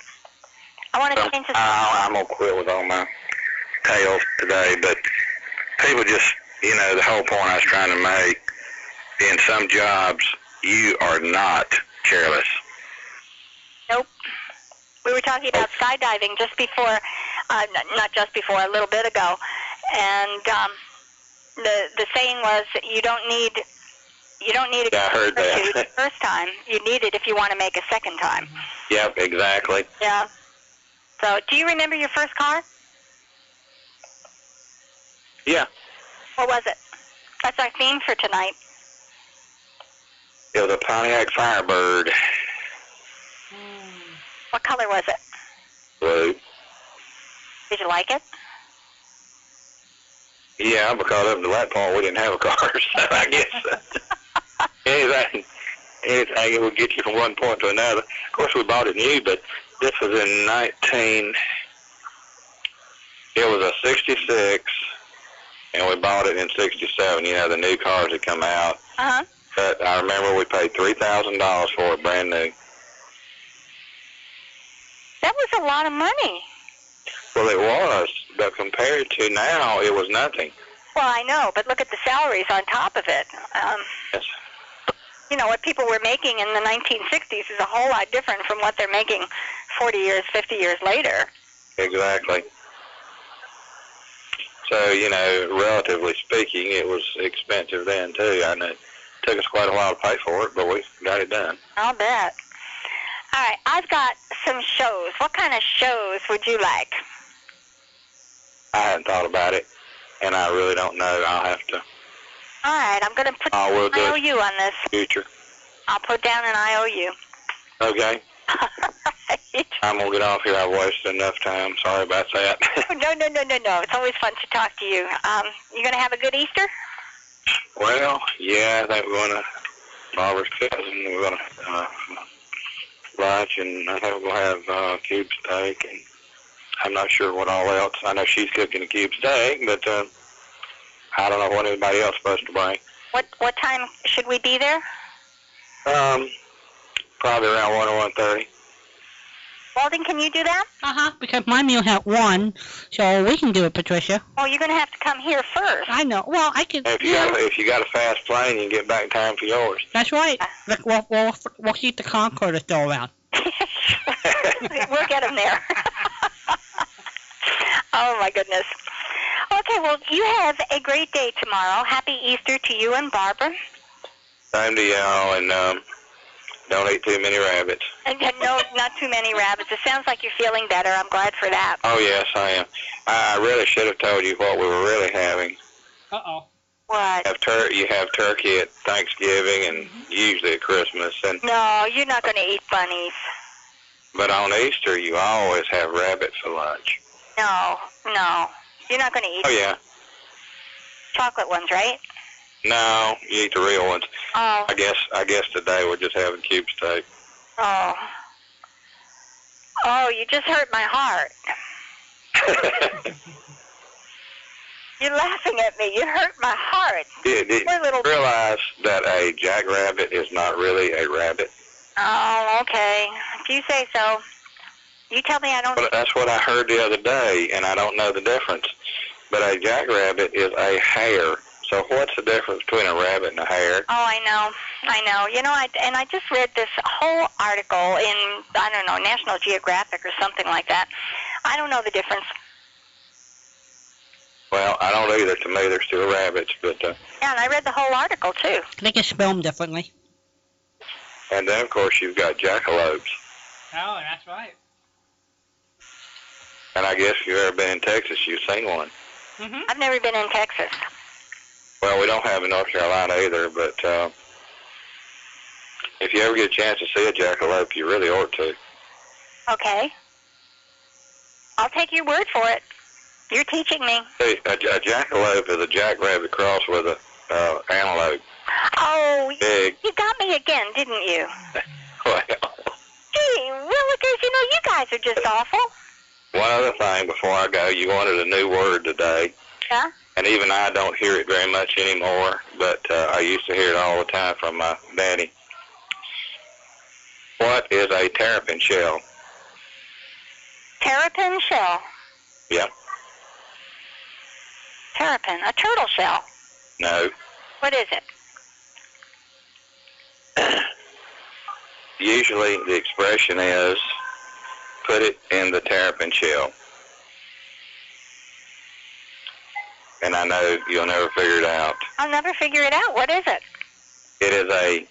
I want to change the I, I'm gonna quit with all my tales today, but people just, you know, the whole point I was trying to make. In some jobs, you are not careless. We were talking about skydiving just before, uh, n- not just before, a little bit ago, and um, the the saying was that you don't need you don't need a Yeah, I heard that. parachute the first time. You need it if you want to make a second time. Yep, exactly. Yeah. So, do you remember your first car? Yeah. What was it? That's our theme for tonight. It was a Pontiac Firebird. What color was it? Blue. Did you like it? Yeah, because up to that point we didn't have a car, so I guess uh, anything anything that would get you from one point to another. Of course, we bought it new, but this was in 19. It was a 66, and we bought it in 67. You know, the new cars had come out. Uh huh. But I remember we paid $3,000 for it, brand new. That was a lot of money. Well, it was, but compared to now, it was nothing. Well, I know, but look at the salaries on top of it. Um, Yes. you know what people were making in the 1960s is a whole lot different from what they're making 40 years, 50 years later. Exactly. So, you know, relatively speaking, it was expensive then too. I know it took us quite a while to pay for it, but we got it done. I'll bet. All right, I've got some shows. What kind of shows would you like? I hadn't thought about it, and I really don't know. I'll have to All right, I'm going to put I will an do it. IOU on this. future. I'll put down an IOU. Okay, All right. I'm gonna get off here. I've wasted enough time. Sorry about that. No, no, no, no, no. It's always fun to talk to you. Um, you going to have a good Easter? well, yeah, I think we're gonna Barbara's cousin. We're gonna uh, lunch, and I think we'll have uh, cube steak, and I'm not sure what all else. I know she's cooking a cube steak, but uh, I don't know what anybody else is supposed to bring. What what time should we be there? Um, probably around one or one thirty. Walden, can you do that? Uh huh. Because my meal had one, so we can do it, Patricia. Oh, you're going to have to come here first. I know. Well, I can. If you yeah, got a, if you got a fast plane, you can get back in time for yours. that's right. Look, we'll, we'll, we'll keep the Concorde still around. we'll get him there. oh my goodness. Okay, well, you have a great day tomorrow. Happy Easter to you and Barbara. Same to y'all, and um, don't eat too many rabbits. And and no, not too many rabbits. It sounds like you're feeling better. I'm glad for that. Oh yes, I am. I I really should have told you what we were really having. Uh oh. What? Have tur- you have turkey at Thanksgiving and usually at Christmas, and No, you're not going to eat bunnies. but on Easter you always have rabbit for lunch. No, no. You're not going to eat Oh yeah, chocolate ones, right? no, you eat the real ones. Oh, I guess I guess today we're just having cube steak. oh. Oh, you just hurt my heart. You're laughing at me. You hurt my heart. did, did Poor little. you realize that a jackrabbit is not really a rabbit? Oh, okay. If you say so. You tell me I don't. But that's what I heard the other day, and I don't know the difference. But a jackrabbit is a hare. So what's the difference between a rabbit and a hare? Oh, I know, I know. You know, I and I just read this whole article in I don't know National Geographic or something like that. I don't know the difference. Well, I don't either. To me, they're still rabbits. But uh, Yeah, and I read the whole article too. I think it's spelled differently. and then of course you've got jackalopes. Oh, that's right. And I guess if you've ever been in Texas, you've seen one. Mm-hmm. I've never been in Texas. Well, we don't have in North Carolina either. But uh, if you ever get a chance to see a jackalope, you really ought to. Okay. I'll take your word for it. You're teaching me. Hey, a, a jackalope is a jackrabbit crossed with a uh, antelope. Oh, you- Big. you got me again, didn't you? Well. Gee, Willikers, you know you guys are just awful. One other thing before I go, you wanted a new word today, Yeah. and even I don't hear it very much anymore, but uh, I used to hear it all the time from my daddy. What is a terrapin shell? Terrapin shell. Yep. Terrapin, a turtle shell. No. What is it? Usually the expression is put it in the terrapin shell. And I know you'll never figure it out. I'll never figure it out. What is it? It is a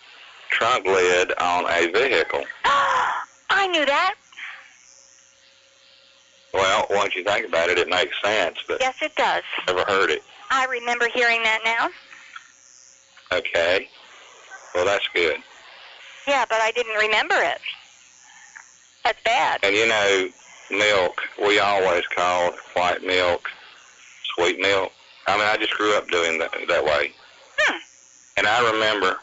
trunk lid on a vehicle. I knew that. Well, once you think about it, it makes sense, but Yes, it does. never heard it. I remember hearing that now. Okay. Well, that's good. Yeah, but I didn't remember it. That's bad. And you know, milk, we always called white milk sweet milk. I mean, I just grew up doing that, that way. Hmm. And I remember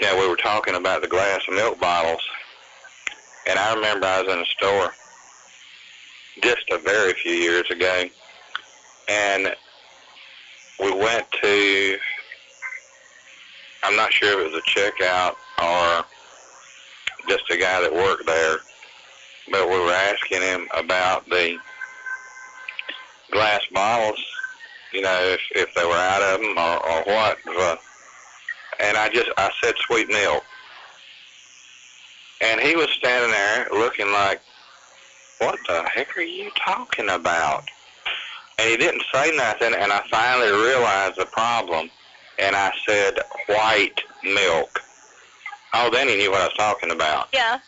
Yeah, we were talking about the glass milk bottles, and I remember I was in a store just a very few years ago, and we went to. I'm not sure if it was a checkout or just a guy that worked there, but we were asking him about the glass bottles, you know, if, if they were out of them or, or what. But, and I just, I said sweet milk. And he was standing there looking like, what the heck are you talking about? And he didn't say nothing, and I finally realized the problem, and I said white milk. Oh, then he knew what I was talking about. Yeah.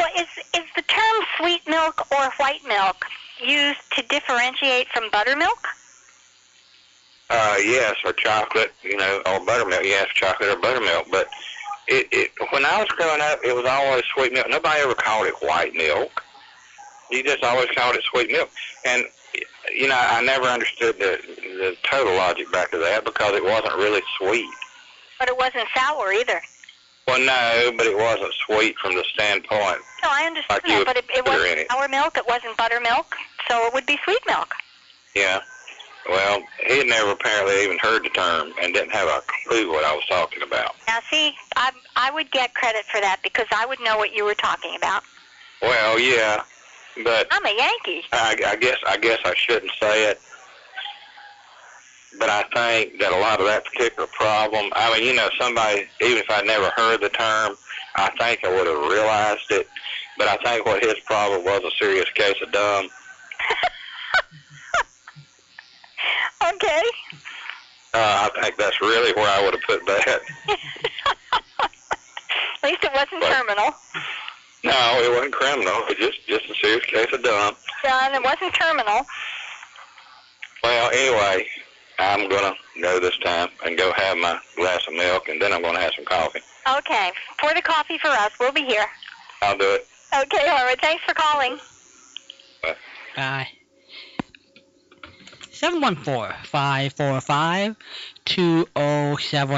Well, is is the term sweet milk or white milk used to differentiate from buttermilk? Uh, yes, or chocolate, you know, or buttermilk. Yes, chocolate or buttermilk. But it, it when I was growing up, it was always sweet milk. Nobody ever called it white milk. You just always called it sweet milk. And you know, I never understood the the total logic back to that because it wasn't really sweet. But it wasn't sour either. Well, no, but it wasn't sweet from the standpoint. No, I understand Like you that, but it, it put her wasn't in it. sour milk, it wasn't buttermilk, so it would be sweet milk. Yeah. Well, he had never apparently even heard the term and didn't have a clue what I was talking about. Now, see, I I would get credit for that because I would know what you were talking about. Well, yeah, but I'm a Yankee. I, I guess I guess I shouldn't say it, but I think that a lot of that particular problem. I mean, you know, somebody even if I never heard the term, I think I would have realized it. But I think what his problem was a serious case of dumb. Okay. Uh, I think that's really where I would have put that. At least it wasn't Right. terminal. No, it wasn't criminal. It was just just a serious case of dumb. John, it wasn't terminal. Well, anyway, I'm gonna go this time and go have my glass of milk, and then I'm gonna have some coffee. Okay. Pour the coffee for us. We'll be here. I'll do it. Okay, Howard. Thanks for calling. Bye. 714-545-2071.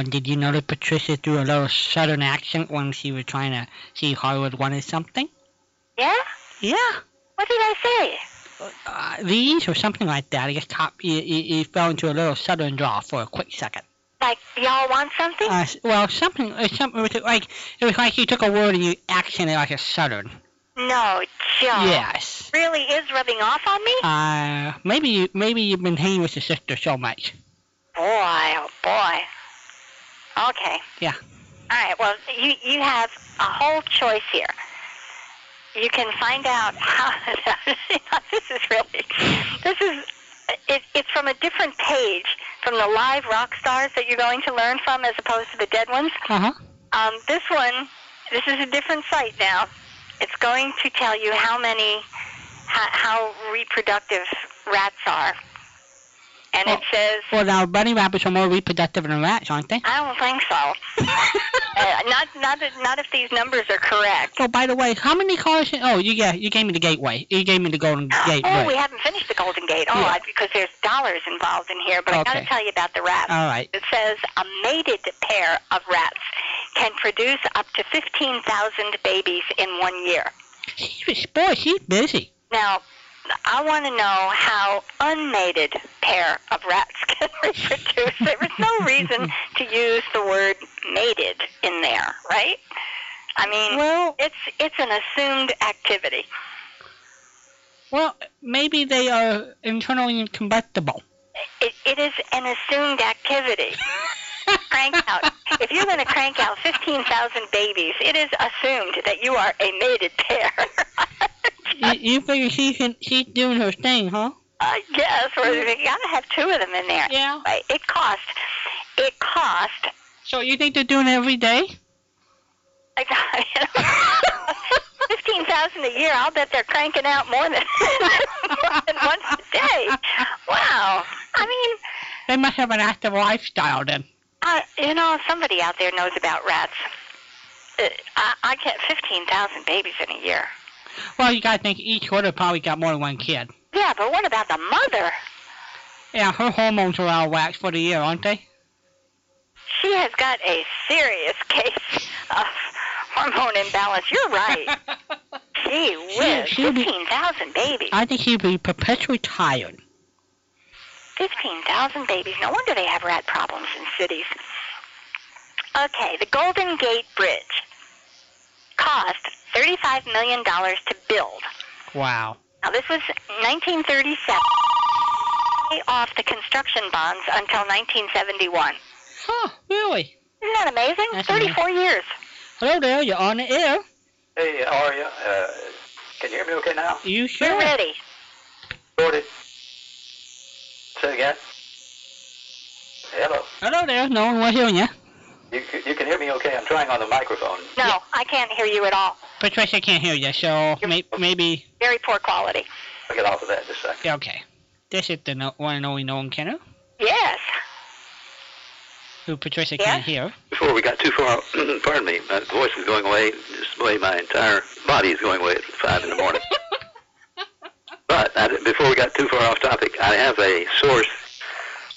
Did you notice Patricia threw a little southern accent when she was trying to see Harwood wanted something? Yeah? Yeah. What did I say? Uh, these or something like that. I guess cop, he, he, he fell into a little southern draw for a quick second. Like, y'all want something? Uh, s- well, something, uh, something it was like it was like you took a word and you accented like a southern. no, Joe. Yes. Really is rubbing off on me? Uh, maybe you, maybe you've been hanging with your sister so much. Boy, oh boy. Okay. Yeah. All right. Well, you you have a whole choice here. You can find out how. this is really. This is. It, it's from a different page from the live rock stars that you're going to learn from, as opposed to the dead ones. Uh huh. Um, this one, this is a different site now. It's going to tell you how many, how, how reproductive rats are, and it says Well, now bunny rabbits are more reproductive than rats, aren't they? I don't think so. Uh, not not if- not if these numbers are correct. Oh, by the way, how many cars? Oh, you yeah, you gave me the gateway. You gave me the golden gateway. Oh, we haven't finished the Golden Gate. Oh, Yeah. I, because there's dollars involved in here. But I got Okay. to tell you about the rats. All right. it says a mated pair of rats can produce up to 15,000 babies in one year. She's, boy, she's busy. Now, I want to know how unmated pair of rats can reproduce. There was no reason to use the word mated in there, right? I mean, Well, It's it's an assumed activity. well, maybe they are internally combustible. It, it is an assumed activity. Crank out. If you're going to crank out 15,000 babies, it is assumed that you are a mated pair. you, you figure she can, she's doing her thing, huh? I guess or you got to have two of them in there. Yeah. Right, It cost. It cost. So you think they're doing it every day? I got- you know, 15,000 a year. I'll bet they're cranking out more than, more than once a day. Wow. I mean, They must have an active lifestyle then. Uh, you know, somebody out there knows about rats. Uh, I, I get 15,000 babies in a year. Well, you gotta think each order probably got more than one kid. Yeah, but what about the mother? Yeah, her hormones are out of whack for the year, aren't they? She she has got a serious case of hormone imbalance. You're right. Gee whiz, she'll be- 15,000 babies. I think he'd be perpetually tired. 15,000 babies. No wonder they have rat problems in cities. Okay, the Golden Gate Bridge cost $35 million to build. Wow. Now, this was 1937. Pay off the construction bonds until 1971. Huh, really? Isn't that amazing? That's 34 years. Hello there, you're on the air. Hey, how are you? Uh, can you hear me okay now? You We're sure? ready. Sorted. Say again. Hello. Hello there, no one was hearing you. You, you can hear me okay. I'm trying on the microphone. No, I can't hear you at all. Patricia can't hear you, so may- maybe, Very poor quality. I'll get off of that in a second. yeah, okay. This is the no- one and only Nolan Kenner, Yes. who Patricia Yeah? can't hear. Before we got too far, pardon me, my voice is going away. Display my entire body is going away at five in the morning. but I, before we got too far off topic, I have a source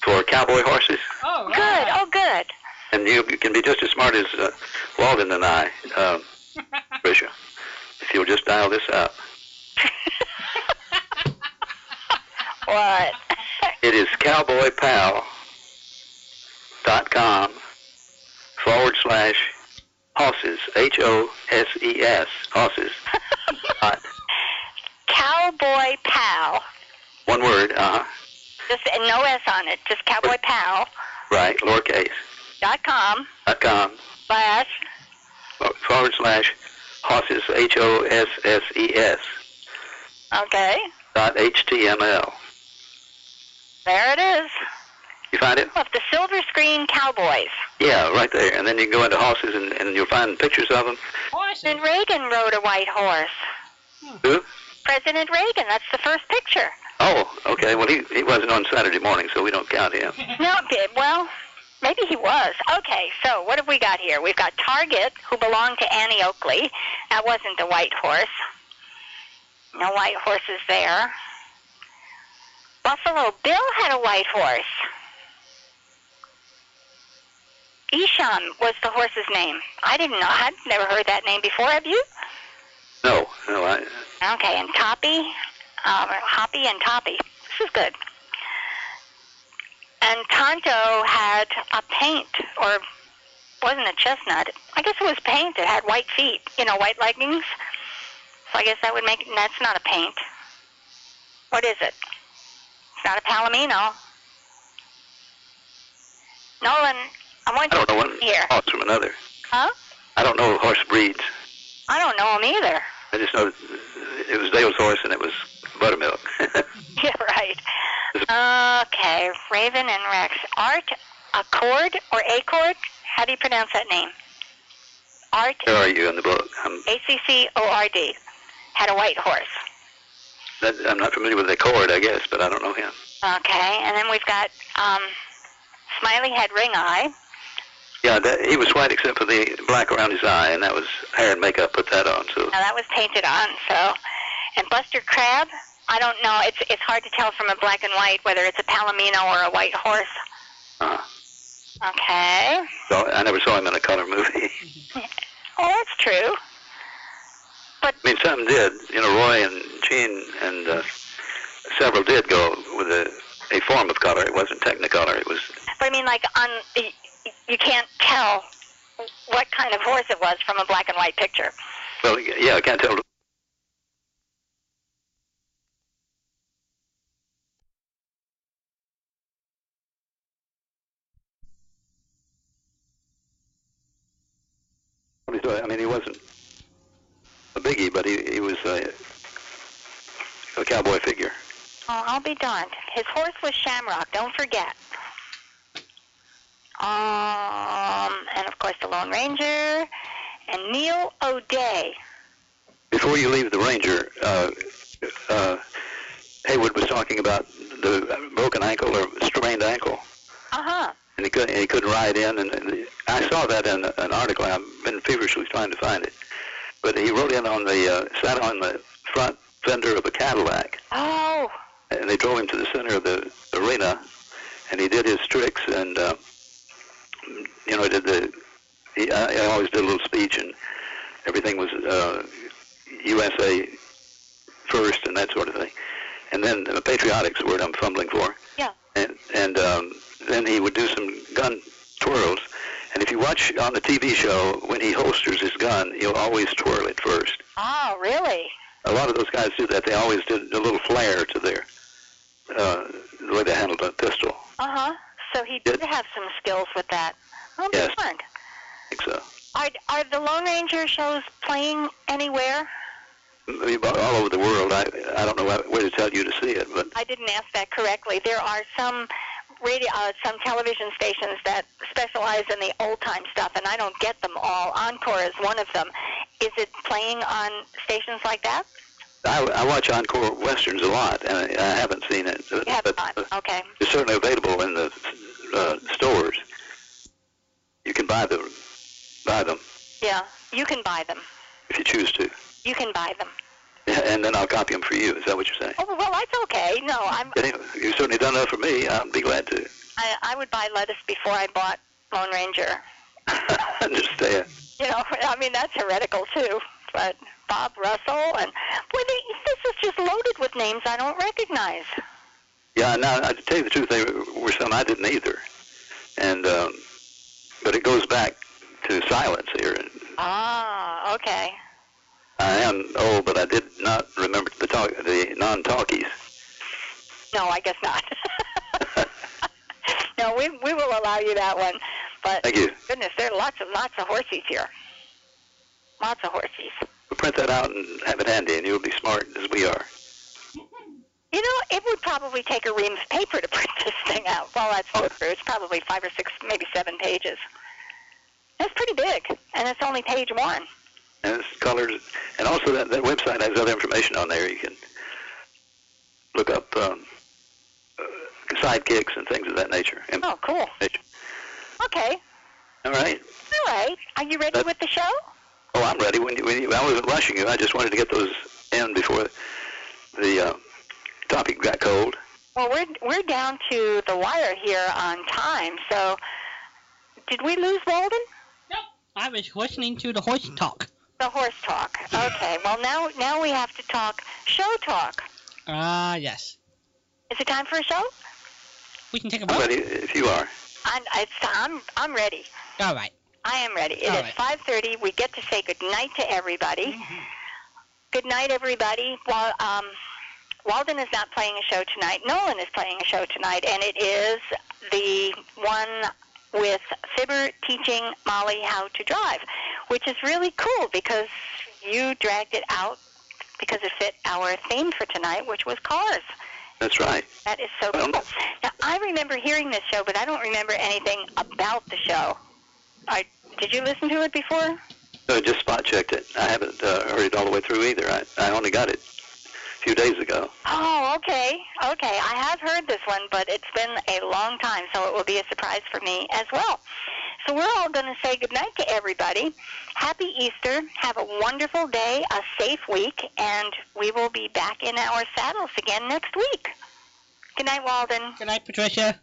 for cowboy horses, oh, Good. Oh, good. and you can be just as smart as uh, Walden and I, uh, Tricia, if you'll just dial this up. What? It is cowboypal.com forward slash horses, H O S E S, horses. dot- Cowboy Pal. one word, uh huh, Just and no S on it. Just cowboypal.com right, lowercase, dot com slash for- forward slash horses, H O S S E S, okay. dot HTML. There it is. You find it? Of the silver screen cowboys. Yeah, right there. And then you can go into horses and, and you'll find pictures of them. President Reagan rode a white horse. Who? President Reagan, that's the first picture. Oh, okay. Well, he, he wasn't on Saturday morning, so we don't count him. No, it- well, maybe he was. Okay, so what have we got here? We've got Target, who belonged to Annie Oakley. That wasn't the white horse. No white horses there. Buffalo Bill had a white horse. Isham was the horse's name. I didn't know. I'd never heard that name before. Have you? No, no, I, Okay, and Toppy, um, Hoppy and Toppy. This is good. And Tonto had a paint, or wasn't a chestnut. I guess it was paint. It had white feet, you know, white leggings. So I guess that would make that's not a paint. What is it? It's not a palomino. Nolan, I want I you don't know Oh. one here. horse from another. Huh? I don't know horse breeds. I don't know him either. I just know it was Dale's horse and it was buttermilk. Yeah, right. Okay, Raven and Rex. Art Accord or Acord? How do you pronounce that name? Art Where are you in the book? I'm A C C O R D had a white horse. that, I'm not familiar with the chord, I guess, but I don't know him. Okay, and then we've got um, Smiley had ring eye. Yeah, that, he was white except for the black around his eye, and that was hair and makeup put that on. So Now that was painted on. So, and Buster Crab. I don't know. It's it's hard to tell from a black and white whether it's a palomino or a white horse. uh, Okay. so I never saw him in a color movie. Oh, that's true. I mean, some did. You know, Roy and Gene and uh, several did go with a, a form of color. It wasn't Technicolor. It was But I mean, like on the, you can't tell what kind of horse it was from a black and white picture. well, yeah, I can't tell I mean, he wasn't a biggie, but he, he was a, a cowboy figure. Oh, I'll be darned. His horse was Shamrock. Don't forget. Um, and of course the Lone Ranger and Neil O'Day. Before you leave the Ranger, uh, uh, Haywood was talking about the broken ankle or strained ankle, Uh huh. and he couldn't, he couldn't ride in. And, and I saw that in an article. I've been feverishly trying to find it, but he rode in on the uh, sat on the front fender of a Cadillac, Oh, and they drove him to the center of the arena, and he did his tricks, and uh, you know, I did the, the I I always did a little speech, and everything was uh, USA first and that sort of thing. And then uh, patriotic's the word I'm fumbling for. Yeah. And and um, then he would do some gun twirls. And if you watch on the TV show when he holsters his gun, he'll always twirl it first. Oh, really? A lot of those guys do that. They always did a little flare to their uh, the way they handled a pistol. Uh huh. So he did have some skills with that. Oh, Yes. darn. I think so. Are, are the Lone Ranger shows playing anywhere? I mean, about all over the world. I I don't know where to tell you to see it, but I didn't ask that correctly. There are some radio, uh, some television stations that specialize in the old time stuff, and I don't get them all. Encore is one of them. Is it playing on stations like that? I, I watch encore westerns a lot, and I, I haven't seen it. You have but not. Okay. it's certainly available in the uh, stores. You can buy them, buy them Yeah. You can buy them. if you choose to, You can buy them. Yeah, and then I'll copy them for you. Is that what you're saying? Oh well, that's okay. No, I'm. Anyway, you've certainly done that for me. I'd be glad to. I, I would buy lettuce before I bought Lone Ranger. I understand. you know, I mean that's heretical too. But Bob Russell and boy, they, this is just loaded with names I don't recognize. Yeah, now to tell you the truth, they were some I didn't either, and um, but it goes back to silence here. Ah, okay. I am old, but I did not remember the talk, the non-talkies. No, I guess not. no, we we will allow you that one. But Thank you. goodness, there are lots and lots of horses here. Lots of horses. print that out and have it handy, and you'll be smart as we are. You know, it would probably take a ream of paper to print this thing out. Well, that's not true. It's probably five or six, maybe seven pages. That's pretty big, and it's only page one. And it's colors, and also that, that website has other information on there. You can look up um, uh, sidekicks and things of that nature. And, Oh, cool. nature. Okay. All right. All right. Are you ready That- with the show? Oh, I'm ready. When you, when you, I wasn't rushing you. I just wanted to get those in before the uh, topic got cold. Well, we're we're down to the wire here on time. So, did we lose Walden? I was listening to the horse talk. The horse talk. Okay. Well, now now we have to talk show talk. Ah, yes. Is it time for a show? We can take a I'm break. ready if you are. I'm it's, I'm I'm ready. All right. I am ready. It All is right. Mm-hmm. 5:30. We get to say good night to everybody. Good night, everybody. Well, um, Walden is not playing a show tonight. Nolan is playing a show tonight, and it is the one with Fibber teaching Molly how to drive, which is really cool because you dragged it out because it fit our theme for tonight, which was cars. That's right. That is so cool. Now, I remember hearing this show, but I don't remember anything about the show. I, did you listen to it before? No, I Uh, just spot checked it. I haven't uh, heard it all the way through either. I, I only got it a few days ago. Oh, okay. Okay. I have heard this one, but it's been a long time, so it will be a surprise for me as well. So we're all going to say goodnight to everybody. Happy Easter. Have a wonderful day, a safe week, and we will be back in our saddles again next week. Good night, Walden. Good night, Patricia.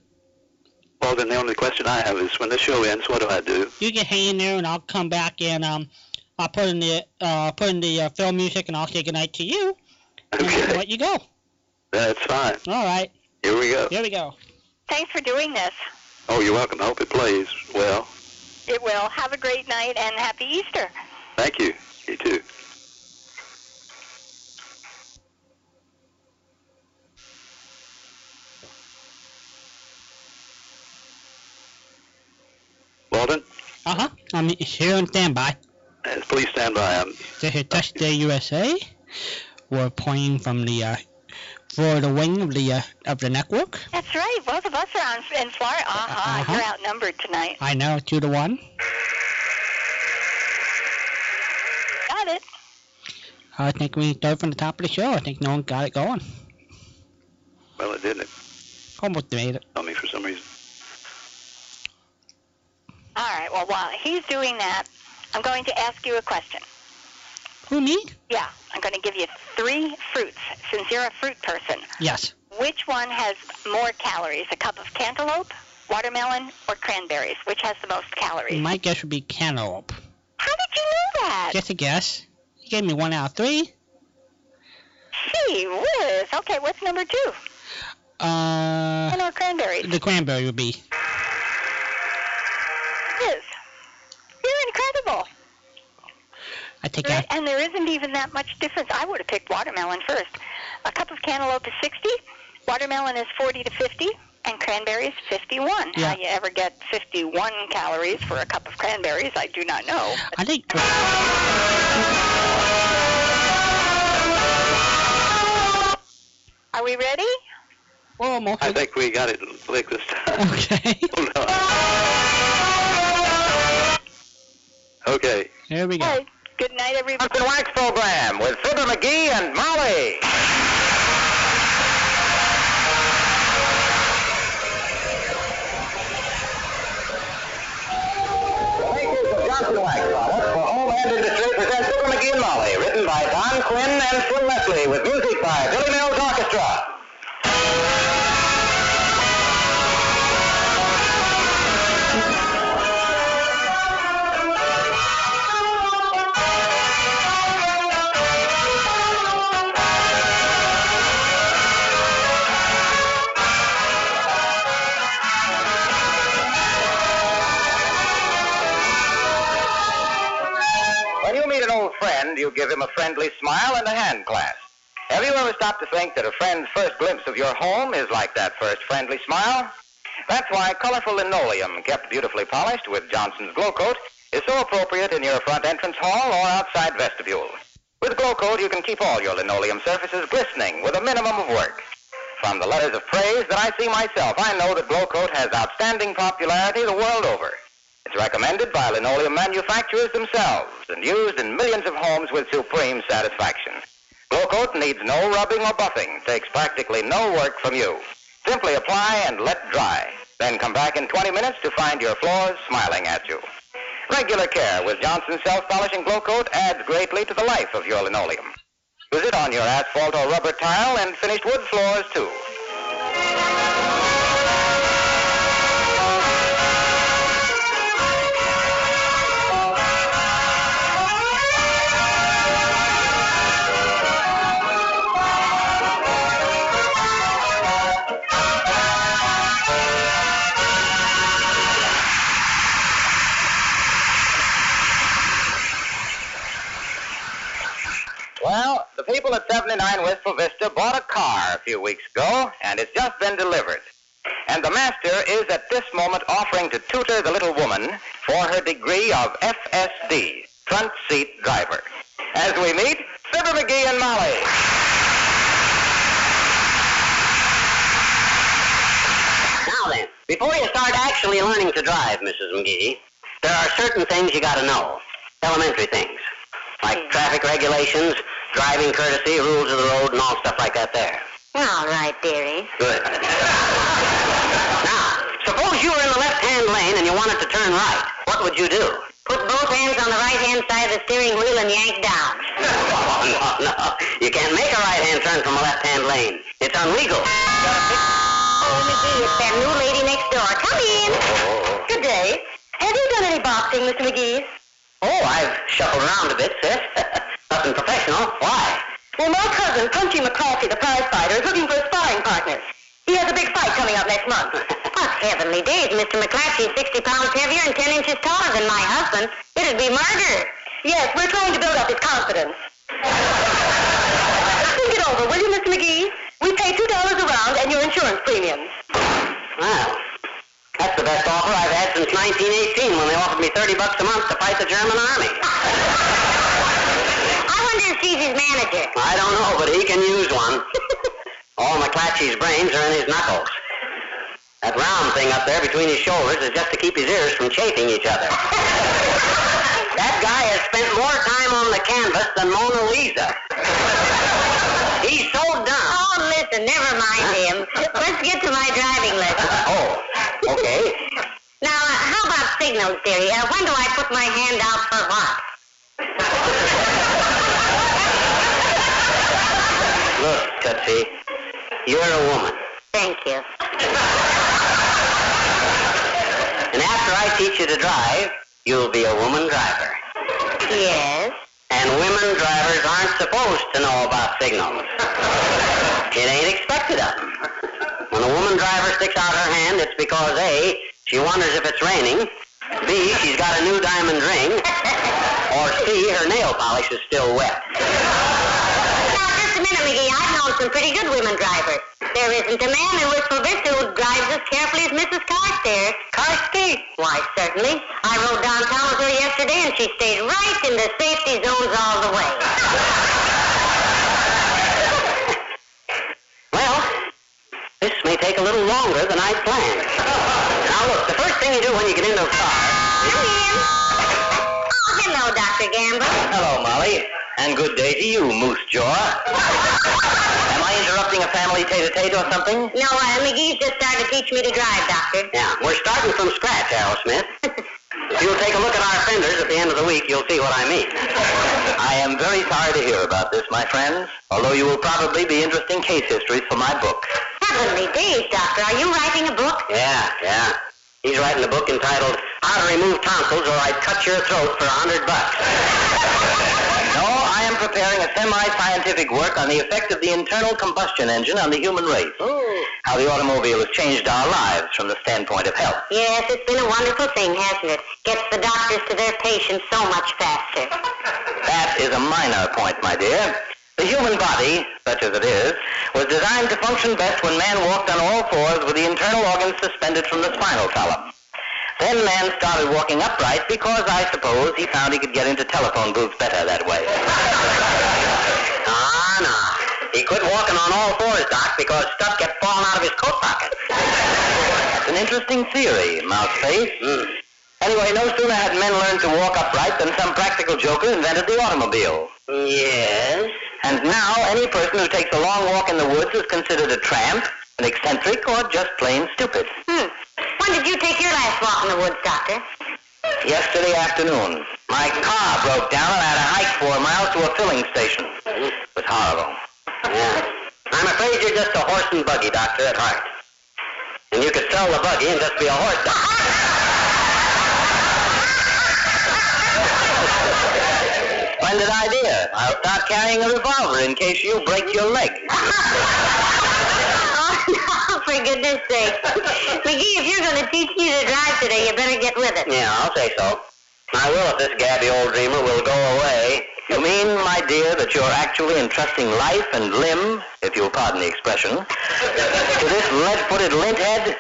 Well, then the only question I have is when the show ends, what do I do? You can hang in there, and I'll come back and um, I'll put in the uh, put in the uh, film music, and I'll say good night to you, and I'll Okay, let you go. that's fine. All right. Here we go. Here we go. Thanks for doing this. Oh, you're welcome. I hope it plays well. It will. Have a great night and happy Easter. Thank you. You too. Walden, Uh huh. I'm here on standby. uh, please stand by. I'm, This is Touch Day USA. We're playing from the uh, Florida wing of the uh, of the network. That's right. Both of us are on, in Florida. Uh-huh. Uh-huh. You're outnumbered tonight. I know two to one. Got it. I think we start from the top of the show. I think no one got it going. well, it didn't Almost made it. tell me for some reason. All right. Well, while he's doing that, I'm going to ask you a question. Who me? Yeah, I'm going to give you three fruits since you're a fruit person. Yes. Which one has more calories, a cup of cantaloupe watermelon, or cranberries, which has the most calories. My guess would be cantaloupe. How did you know that? Just a guess. You gave me one out of three. Gee whiz. Okay, what's number two? Uh, And or cranberries. the cranberry would be. Yes. You're incredible. I take There- out. And there isn't even that much difference. I would have picked watermelon first. A cup of cantaloupe is 60, watermelon is 40 to 50, and cranberries 51. Yeah. How you ever get 51 calories for a cup of cranberries, I do not know. I think. Are we ready? Almost. I think we got it licked this time. Okay. Oh, no. Okay. There we go. Okay. Good night, everybody. Uncle Wax program with Fibber McGee and Molly. Makers of Johnson Wax products for home and industry present Fibber McGee and Molly, written by Don Quinn and Phil Leslie, with music by Billy Mills Orchestra. When you meet an old friend, you give him a friendly smile and a hand clasp. Have you ever stopped to think that a friend's first glimpse of your home is like that first friendly smile? That's why colorful linoleum, kept beautifully polished with Johnson's Glow Coat, is so appropriate in your front entrance hall or outside vestibule. With Glow Coat, you can keep all your linoleum surfaces glistening with a minimum of work. From the letters of praise that I see myself, I know that Glow Coat has outstanding popularity the world over. It's recommended by linoleum manufacturers themselves and used in millions of homes with supreme satisfaction. Glow Coat needs no rubbing or buffing, takes practically no work from you. Simply apply and let dry. Then come back in 20 minutes to find your floors smiling at you. Regular care with Johnson's self-polishing glow coat adds greatly to the life of your linoleum. Use it on your asphalt or rubber tile and finished wood floors too. Well, the people at 79 Wistful Vista bought a car a few weeks ago, and it's just been delivered. And the master is at this moment offering to tutor the little woman for her degree of FSD, front seat driver. As we meet, Fibber McGee and Molly. Now then, before you start actually learning to drive, Mrs. McGee, there are certain things you gotta know. Elementary things. Like traffic regulations, driving courtesy, rules of the road, and all stuff like that there. All right, dearie. Good. now, suppose you were in the left-hand lane and you wanted to turn right. What would you do? Put both hands on the right-hand side of the steering wheel and yank down. Oh, no, no. You can't make a right-hand turn from a left-hand lane. It's Oh, unlegal. McGee, it's that new lady next door. Come in. Good day. Have you done any boxing, Mr. McGee? Oh, I've shuffled around a bit, sis. Nothing professional. Why? Well, my cousin, Punchy McCarthy, the prize fighter, is looking for a sparring partner. He has a big fight coming up next month. On heavenly days, Mr. McClatchy's 60 pounds heavier and 10 inches taller than my husband. It'd be murder. Yes, we're trying to build up his confidence. Think it over, will you, Mr. McGee? We pay $2 a round and your insurance premiums. Well, that's the best offer I've had since 1918 when they offered me 30 bucks a month to fight the German army. I wonder if she's his manager. I don't know, but he can use one. All McClatchy's brains are in his knuckles. That round thing up there between his shoulders is just to keep his ears from chafing each other. that guy has spent more time on the canvas than Mona Lisa. He's so dumb. Oh, listen, never mind him. Let's get to my driving lesson. Oh, okay. Now, uh, how about signals, dearie? Uh, when do I put my hand out for what? Look, Tootsie, you're a woman. Thank you. And after I teach you to drive, you'll be a woman driver. Yes. And women drivers aren't supposed to know about signals. it ain't expected of them. When a woman driver sticks out her hand, it's because A, she wonders if it's raining, B, she's got a new diamond ring, or C, her nail polish is still wet. Now, just a minute, McGee. I've known some pretty good women drivers. There isn't a man in Wistful Vista who drives as carefully as Mrs. Carstairs. Carstairs? Why, certainly. I rode downtown with her yesterday, and she stayed right in the safety zones all the way. This may take a little longer than I planned. now look, the first thing you do when you get into a car. Come in. Oh, hello, Dr. Gamble. Hello, Molly, and good day to you, Moose Jaw. Am I interrupting a family tete-a-tete or something? No, uh, McGee's just started to teach me to drive, Doctor. Yeah, we're starting from scratch, Al Smith. if you'll take a look at our fenders at the end of the week, you'll see what I mean. I am very sorry to hear about this, my friends, although you will probably be interesting case histories for my book. Heavenly days, Doctor. Are you writing a book? Yeah, yeah. He's writing a book entitled How to Remove Tonsils or I'd Cut Your Throat for a Hundred Bucks. No, I am preparing a semi-scientific work on the effect of the internal combustion engine on the human race. How the automobile has changed our lives from the standpoint of health. Yes, it's been a wonderful thing, hasn't it? Gets the doctors to their patients so much faster. That is a minor point, my dear. The human body, such as it is, was designed to function best when man walked on all fours with the internal organs suspended from the spinal column. Then man started walking upright because, I suppose, he found he could get into telephone booths better that way. Ah, no. He quit walking on all fours, Doc, because stuff kept falling out of his coat pocket. That's an interesting theory, Mouseface. Hmm. Anyway, no sooner had men learned to walk upright than some practical joker invented the automobile. Yes. And now any person who takes a long walk in the woods is considered a tramp, an eccentric, or just plain stupid. Hmm. When did you take your last walk in the woods, Doctor? Yesterday afternoon, my car broke down and I had to hike four miles to a filling station. It was horrible. Yeah. I'm afraid you're just a horse and buggy doctor at heart. And you could sell the buggy and just be a horse doctor. Splendid idea. I'll start carrying a revolver in case you break your leg. Oh, no, for goodness sake. McGee, if you're going to teach me to drive today, you better get with it. Yeah, I'll say so. I will if this gabby old dreamer will go away. You mean, my dear, that you're actually entrusting life and limb, if you'll pardon the expression, to this lead-footed linthead?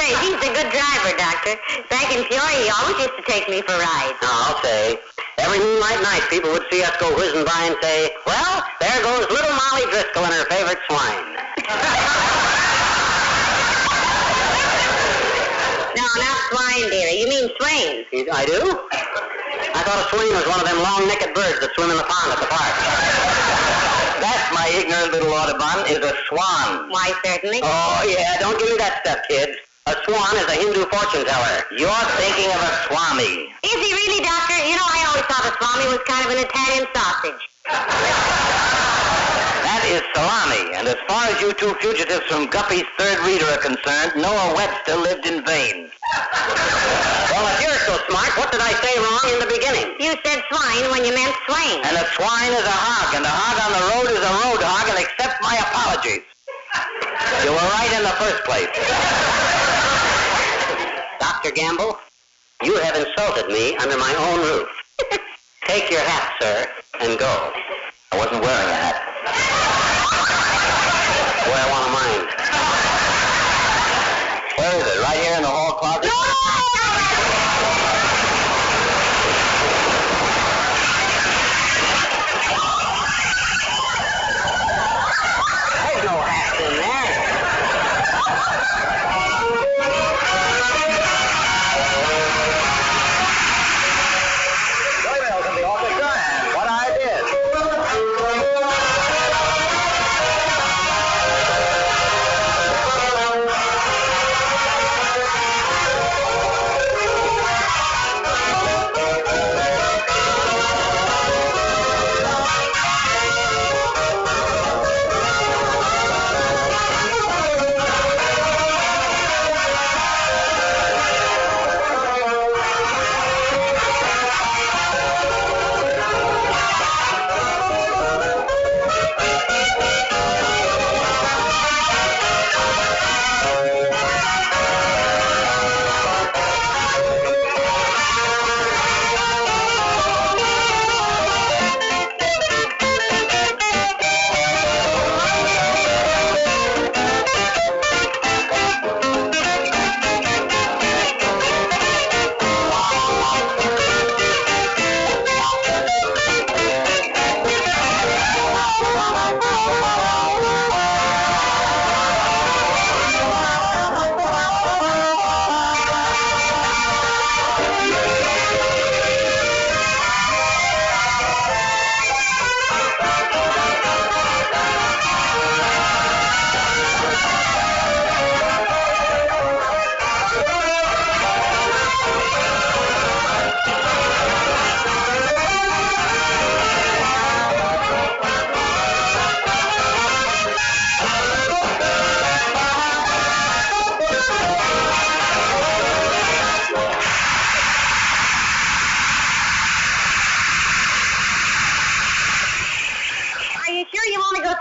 Say, he's a good driver, Doctor. Back in Peoria, he always used to take me for rides. No, I'll say. Every moonlight night, people would see us go whizzing by and say, Well, there goes little Molly Driscoll and her favorite swine. No, not swine, dearie. You mean swain. You- I do? I thought a swine was one of them long-necked birds that swim in the pond at the park. That, my ignorant little Audubon, is a swan. Why, certainly. Oh, yeah, don't give me that stuff, kids. A swan is a Hindu fortune teller. You're thinking of a swami. Is he really, Doctor? You know, I always thought a salami was kind of an Italian sausage. That is salami, and as far as you two fugitives from Guppy's third reader are concerned, Noah Webster lived in vain. Well, if you're so smart, what did I say wrong in the beginning? You said swine when you meant swain. And a swine is a hog, and a hog on the road is a road hog, and accept my apologies. You were right in the first place. Dr. Gamble, you have insulted me under my own roof. Take your hat, sir, and go. I wasn't wearing a hat. Wear one of mine. Where is it? Right here in the hall closet? There's no hats in there. Doorbell can be awfully good. What I did.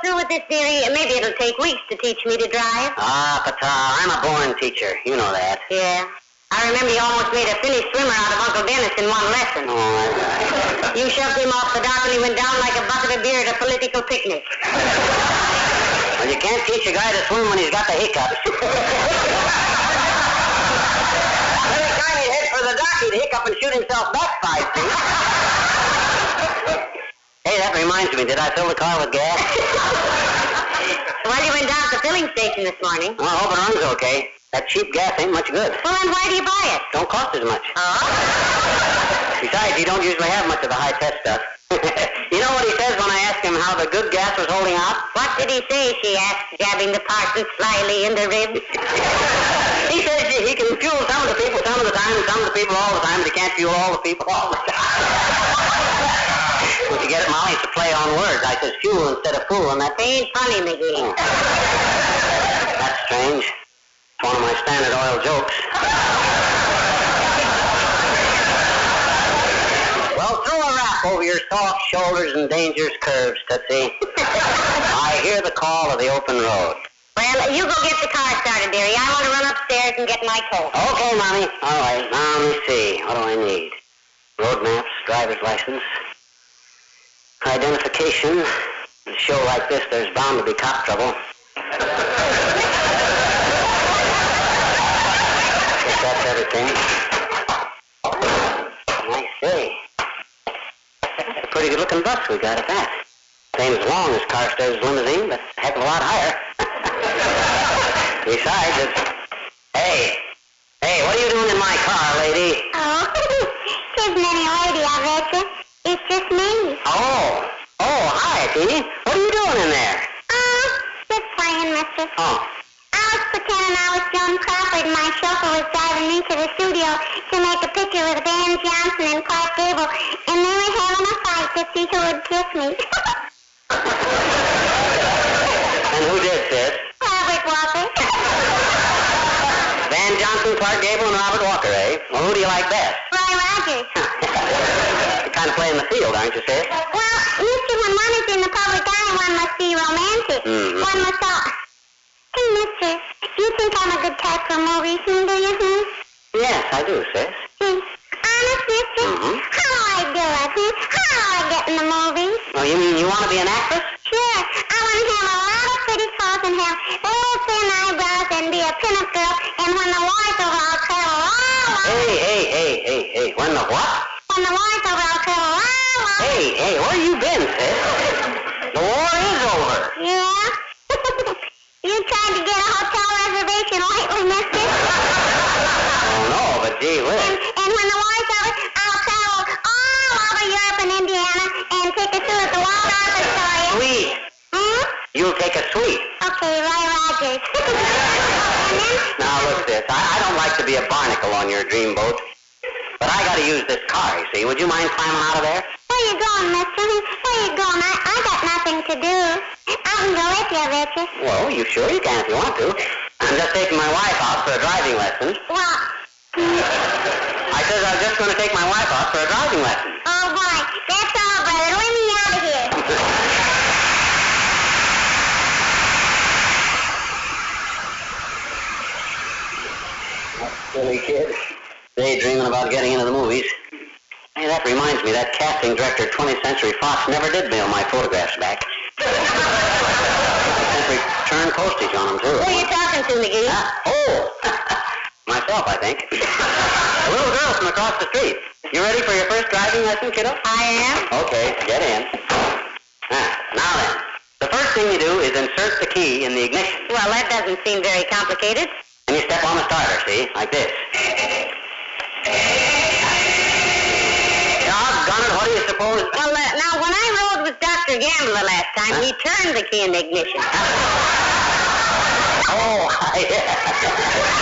through with this, dearie, and maybe it'll take weeks to teach me to drive. Ah, Pata, I'm a born teacher. You know that. Yeah. I remember you almost made a finished swimmer out of Uncle Dennis in one lesson. You shoved him off the dock and he went down like a bucket of beer at a political picnic. Well, you can't teach a guy to swim when he's got the hiccups. Every time he'd head for the dock, he'd hiccup and shoot himself back five feet. hey, that reminds me. Did I fill the car with gas? Well, you went down to the filling station this morning. Well, I hope it runs okay. That cheap gas ain't much good. Well, then why do you buy it? Don't cost as much. Uh-huh. Besides, you don't usually have much of the high tech stuff. you know what he says when I ask him how the good gas was holding out? What did he say? She asked, jabbing the parson slyly in the ribs. He says he- he can fuel some of the people some of the time, and some of the people all the time, but he can't fuel all the people all the time. Don't you get it, Molly? It's a play on words. I says fuel instead of fool, and that They ain't funny, McGee. that's strange. It's one of my standard oil jokes. well, throw a wrap over your soft shoulders and dangerous curves, Tootsie. I hear the call of the open road. Well, you go get the car started, dearie. I want to run upstairs and get my coat. Okay, Mommy. All right, now let me see. What do I need? Road maps, driver's license, identification. In a show like this, there's bound to be cop trouble. I think that's everything. I see. That's a pretty good looking bus we got at that. Same as long as Carstairs' limousine, but a heck of a lot higher. Besides, it's... Hey, Hey, what are you doing in my car, lady? Oh, there's many already, I bet you. It's just me. Oh, oh, hi, Petey. What are you doing in there? Oh, just playing, mister. Oh, I was pretending I was Joan Crawford and my chauffeur was driving me to the studio to make a picture with Van Johnson and Clark Gable, and they were having a fight to see who would kiss me. and who did this? Robert Walker. Van Johnson, Clark Gable, and Robert Walker, eh? Well, who do you like best? Roy Rogers. You're kind of playing the field, aren't you, sis? Well, mister, when one is in the public eye, one must be romantic. Mhm. One must all... Hey, mister, you think I'm a good type for more reason, do you, hmm? Yes, I do, sis. Hmm. Honest, mister? Mhm. How do I do it, hmm? How do I get in the movies? Oh, you mean you want to be an actress? Sure, I want to have a lot of pretty clothes and have little thin eyebrows and be a pinup girl. And when the war's over, I'll travel all over. Hey, hey, hey, hey, hey. When the what? When the war's over, I'll travel all over. Hey, hey, where you been, sis? The war is over. Yeah. you tried to get a hotel reservation lately, mister. Oh, no, but gee and, whiz. and when the war's over, I'll travel all over Europe and Indiana and take a tour at the Waldorf Astoria. Sweet. Hmm? You'll take a sweet. Okay, Roy Rogers. and then, Now look, sis, I, I don't like to be a barnacle on your dreamboat, but I got to use this car. You see, would you mind climbing out of there? where you going, mister? Where you going? I, I got nothing to do. I can go with you, Richard. Well, you sure you can if you want to. I'm just taking my wife out for a driving lesson. Well, I says I'm just going to take my wife out for a driving lesson. oh boy, that's all, brother. Let me out of here. Silly kid. Daydreaming about getting into the movies. Hey, that reminds me, that casting director, 20th Century Fox, never did mail my photographs back. Sent return postage on them, too. Who are you talking to, McGee? Ah, oh! Myself, I think. a little girl from across the street. You ready for your first driving lesson, kiddo? I am. Okay, get in. Ah, now then, the first thing you do is insert the key in the ignition, Well, that doesn't seem very complicated. and you step on the starter, see, like this. Doggone it, what do you suppose? Well, uh, now, when I rode with Dr. Gamble the last time, he turned the key in the ignition. Oh, yeah.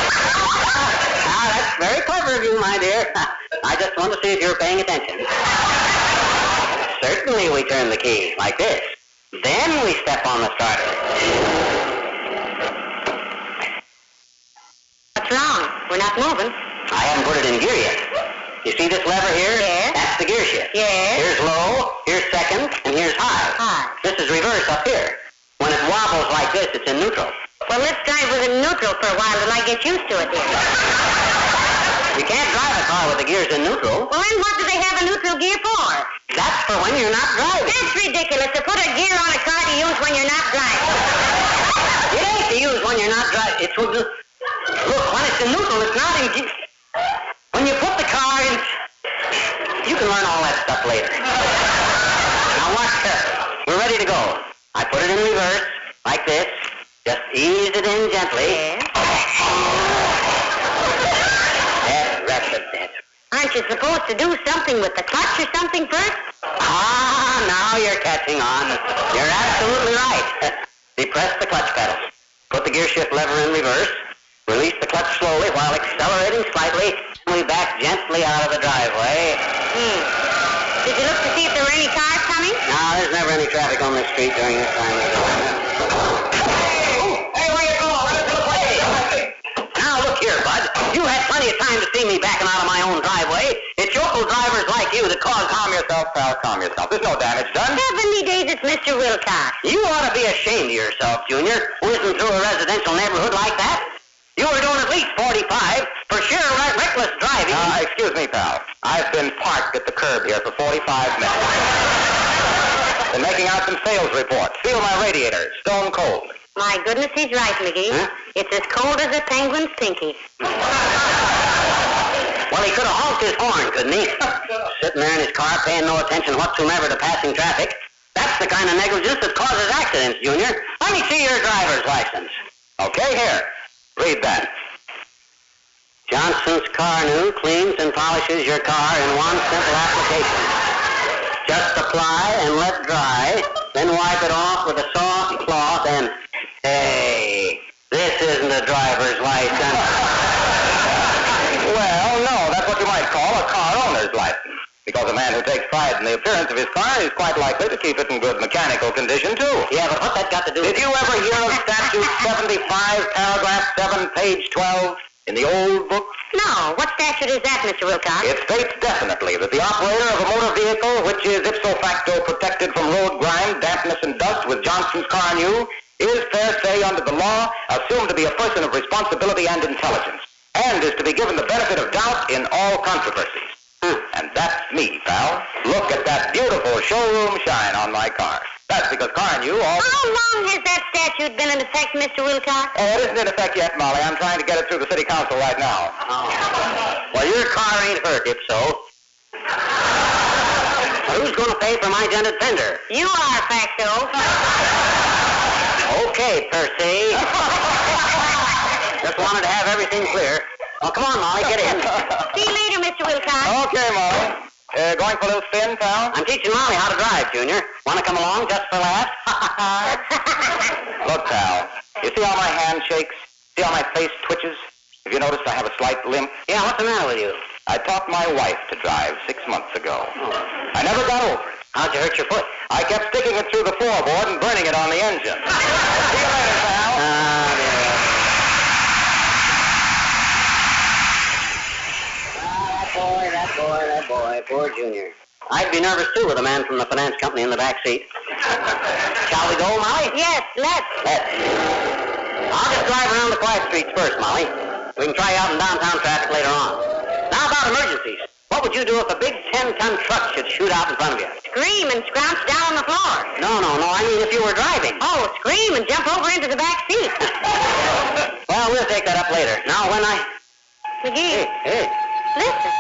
ah, that's very clever of you, my dear. I just want to see if you're paying attention. Certainly we turn the key, like this. Then we step on the starter. What's wrong? We're not moving. I haven't put it in gear yet. You see this lever here? Yeah. That's the gear shift. Yes. Here's low, here's second, and here's high. Hi. This is reverse up here. When it wobbles like this, it's in neutral. Well, let's drive with it neutral for a while till I get used to it. You can't drive a car with the gears in neutral. Well, then what do they have a neutral gear for? That's for when you're not driving. That's ridiculous to put a gear on a car to use when you're not driving. It ain't to use when you're not driving. It's with the, look when it's in neutral. It's not in. ge- When you put the car in, you can learn all that stuff later. now watch carefully. We're ready to go. I put it in reverse like this. Just ease it in gently. That's right, that's Aren't you supposed to do something with the clutch or something first? Ah, now you're catching on. You're absolutely right. Depress the clutch pedal. Put the gear shift lever in reverse. Release the clutch slowly while accelerating slightly. And we back gently out of the driveway. Hmm. Did you look to see if there were any cars coming? Now, there's never any traffic on this street during this time of the Hey, where you going? Run into the play. Now, look here, bud. You had plenty of time to see me backing out of my own driveway. It's yokel drivers like you that cause... Calm yourself, pal. Calm yourself. There's no damage done. 70 days it's Mr. Wilcox. You ought to be ashamed of yourself, Junior, whizzing through a residential neighborhood like that. You were doing at least 45 for sheer re- reckless driving. Uh, excuse me, pal. I've been parked at the curb here for 45 minutes. Been making out some sales reports. Feel my radiator. Stone cold. My goodness, he's right, McGee. Huh? It's as cold as a penguin's pinky. Well, he could have honked his horn, couldn't he? Sitting there in his car, paying no attention whatsoever to passing traffic. That's the kind of negligence that causes accidents, Junior. Let me see your driver's license. Okay, here. Read that. Johnson's Car New cleans and polishes your car in one simple application. Just apply and let dry, then wipe it off with a soft cloth and, hey, this isn't a driver's license. Well, no, that's what you might call a car owner's license. Because a man who takes pride in the appearance of his car is quite likely to keep it in good mechanical condition, too. yeah, but what's that got to do with Did you ever hear of Statute 75, paragraph 7, page 12 in the old book? No, what statute is that, Mr. Wilcox? It states definitely that the operator of a motor vehicle which is ipso facto protected from road grime, dampness, and dust with Johnson's car new is fair say under the law assumed to be a person of responsibility and intelligence and is to be given the benefit of doubt in all controversies. And that's me, pal. Look at that beautiful showroom shine on my car. That's because car new all... How long has that statute been in effect, Mr. Wilcox? Eh? Oh, it isn't in effect yet, Molly. I'm trying to get it through the city council right now. Oh. Well, your car ain't hurt, if so. Who's going to pay for my dented fender? You are facto. Okay, Percy. Just wanted to have everything clear. Oh, come on, Molly, get in. See you later, Mr. Wilcox. Okay, Molly. Uh, going for a little spin, pal? I'm teaching Molly how to drive, Junior. Want to come along just for laughs? Look, pal. You see how my hand shakes? See how my face twitches? Have you noticed I have a slight limp? yeah, what's the matter with you? I taught my wife to drive six months ago. Oh. I never got over it. How'd you hurt your foot? I kept sticking it through the floorboard and burning it on the engine. See you later, pal. Ah, dear. Ah, that boy, that boy, that boy, poor Junior. I'd be nervous too with a man from the finance company in the back seat. Shall we go, Molly? Eh. Yes, let's. Let's. I'll just drive around the quiet streets first, Molly. We can try out in downtown traffic later on. Now about emergencies. What would you do if a big 10-ton truck should shoot out in front of you? Scream and scrounge down on the floor. No, no, no. I mean if you were driving. Oh, scream and jump over into the back seat. Well, we'll take that up later. Now, when I... McGee, hey. listen.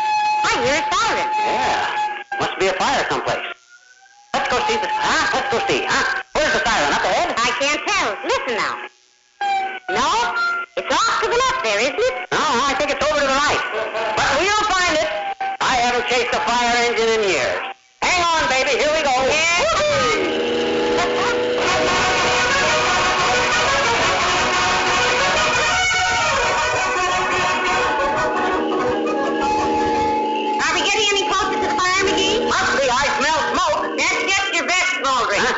I hear a siren. Yeah. Must be a fire someplace. Let's go see the... Huh? Let's go see, huh? Where's the siren? Up ahead? I can't tell. Listen now. No, it's off to the left there, isn't it? No, I think it's over to the right. But we'll find it. I haven't chased a fire engine in years. Hang on, baby. Here we go. Are we getting any closer to the fire, McGee? Must be. I smell smoke. That's just your best, Baldry. Huh?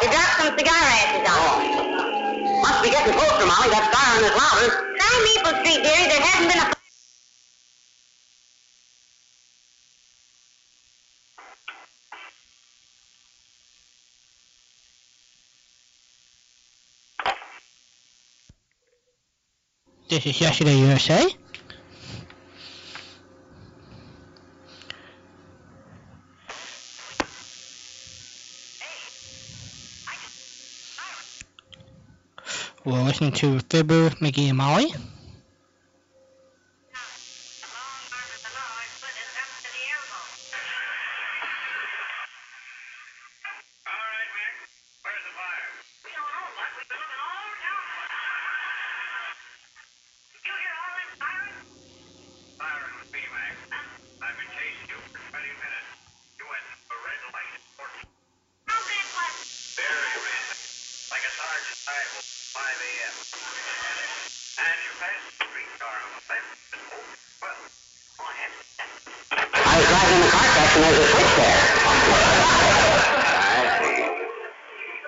You dropped some cigar ashes on it. Oh. Must be getting closer, Molly. That siren is louder. Try Maple Street, dearie. There hasn't been a This is Yesterday USA. We're listening to Fibber, McGee, and Molly. Oh, I was driving the cart back and there's a switch I there. see.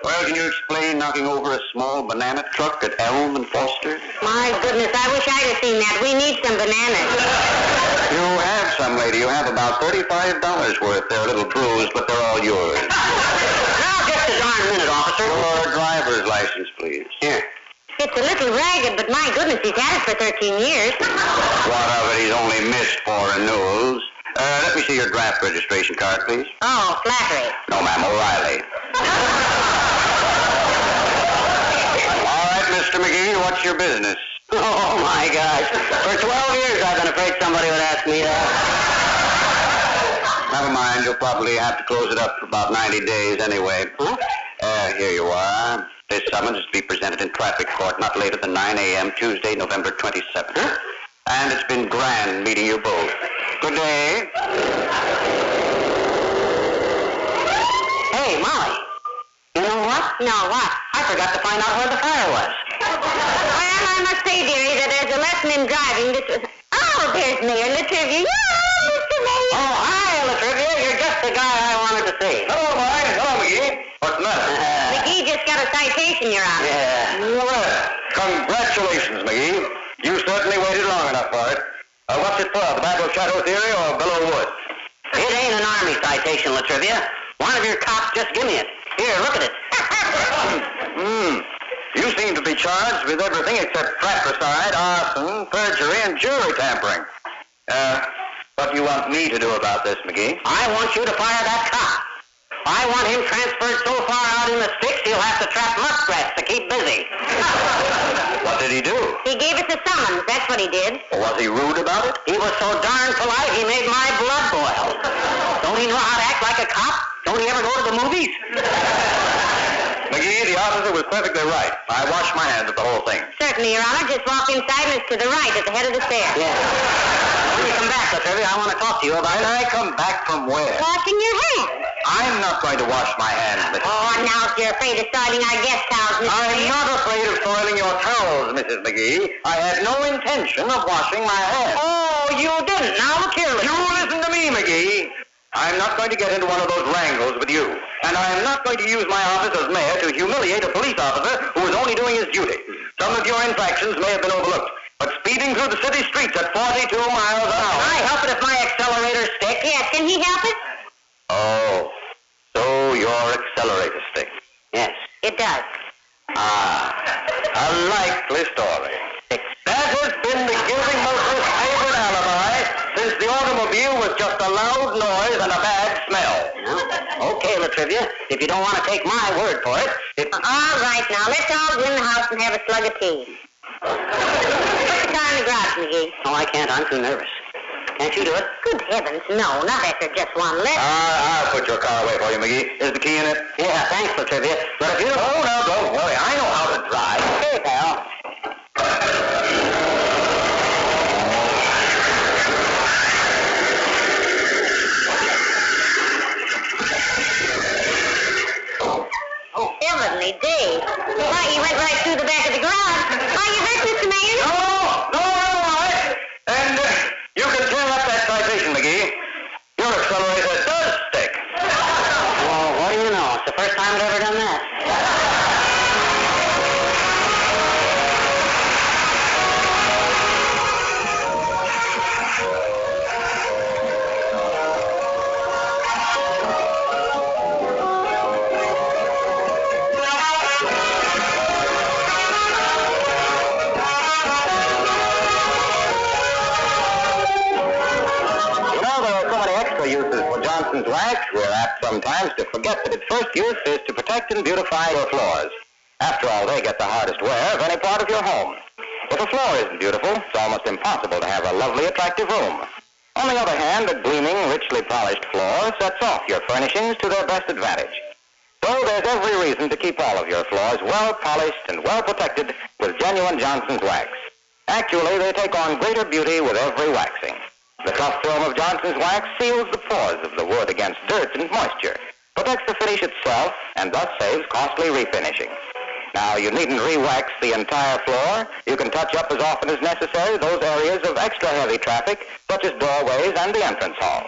Well, can you explain knocking over a small banana truck at Elm and Foster? My goodness, I wish I'd have seen that. We need some bananas. You have some, lady. You have about thirty-five dollars worth. They're a little bruised, but they're all yours. Now, just a darn minute, officer. Your driver's license, please. Here. It's a little ragged, but my goodness, he's had it for 13 years. What of it? He's only missed four renewals. Uh, let me see your draft registration card, please. Oh, flattery. No, ma'am, O'Reilly. All right, Mr. McGee, what's your business? Oh my gosh. For 12 years I've been afraid somebody would ask me that. Never mind, you'll probably have to close it up for about 90 days anyway. Huh? Uh, here you are. This summons is to be presented in traffic court not later than 9 a.m. Tuesday, November 27th. And it's been grand meeting you both. Good day. Hey, Molly. You know what? No, what? I forgot to find out where the fire was. Well, I must say, dearie, that there's a lesson in driving. This oh, there's Mayor Latrivia. Yeah, Mr. Mayor. Oh, hi, Latrivia. You're just the guy I wanted to see. Hello, boy. Hello, McGee. What's the matter? McGee Uh-huh. just got a citation, Your Honor. Yeah. Well, uh, congratulations, McGee. You certainly waited long enough for it. Uh, what's it for? The Bible Shadow Theory or Bellow Woods? It ain't an army citation, Latrivia. One of your cops just give me it. Here, look at it. Hmm. You seem to be charged with everything except fratricide, arson, perjury, and jury tampering. Uh, what do you want me to do about this, McGee? I want you to fire that cop. I want him transferred so far out in the sticks he'll have to trap muskrats to keep busy. What did he do? He gave us a summons. That's what he did. Was he rude about it? He was so darn polite he made my blood boil. Don't he know how to act like a cop? Don't he ever go to the movies? McGee, the officer was perfectly right. I wash my hands of the whole thing. Certainly, Your Honor. Just walk inside and it's to the right at the head of the stairs. Yeah. When you come back, Latrivia, I want to talk to you about When I it. come back from where? Washing your hands. I'm not going to wash my hands, Mrs. Oh, now if you're afraid of starting our guest house, Mr. I'm Mayor. not afraid of soiling your towels, Mrs. McGee. I had no intention of washing my hands. Oh, you didn't. Now look here, You listen to me, McGee. I'm not going to get into one of those wrangles with you. And I'm not going to use my office as mayor to humiliate a police officer who is only doing his duty. Some of your infractions may have been overlooked, but speeding through the city streets at 42 miles an hour. I help it if my accelerator stick. Yes, can he help it? Oh, so your accelerator stick. Yes. It does. Ah, a likely story. That has been the guilty motorist's favorite alibi since the automobile was just a loud noise and a bad smell. Okay, Latrivia, if you don't want to take my word for it, if... All right, now let's all go in the house and have a slug of tea. Put the car in the garage, McGee. No, oh, I can't. I'm too nervous. Can't you do it? Good heavens, no, not after just one Uh, letter. I'll put your car away Uh, for you, McGee. Is the key in it? Yeah, thanks, Latrivia. But if you don't... Oh, now don't worry. I know how to drive. Hey, pal. Heavenly day. Why, you went right through the back of the garage. Why, you bet, Mr. Mayor. No, no, I'm all right. And uh, you can tear up that citation, McGee. Your accelerator does stick. Well, what do you know? It's the first time I've ever done that. No. wax, we're apt sometimes to forget that its first use is to protect and beautify your floors. After all, they get the hardest wear of any part of your home. If a floor isn't beautiful, it's almost impossible to have a lovely, attractive room. On the other hand, a gleaming, richly polished floor sets off your furnishings to their best advantage. So there's every reason to keep all of your floors well polished and well protected with genuine Johnson's wax. Actually, they take on greater beauty with every waxing. The tough film of Johnson's wax seals the pores of the wood against dirt and moisture, protects the finish itself, and thus saves costly refinishing. Now, you needn't re-wax the entire floor. You can touch up as often as necessary those areas of extra heavy traffic, such as doorways and the entrance hall.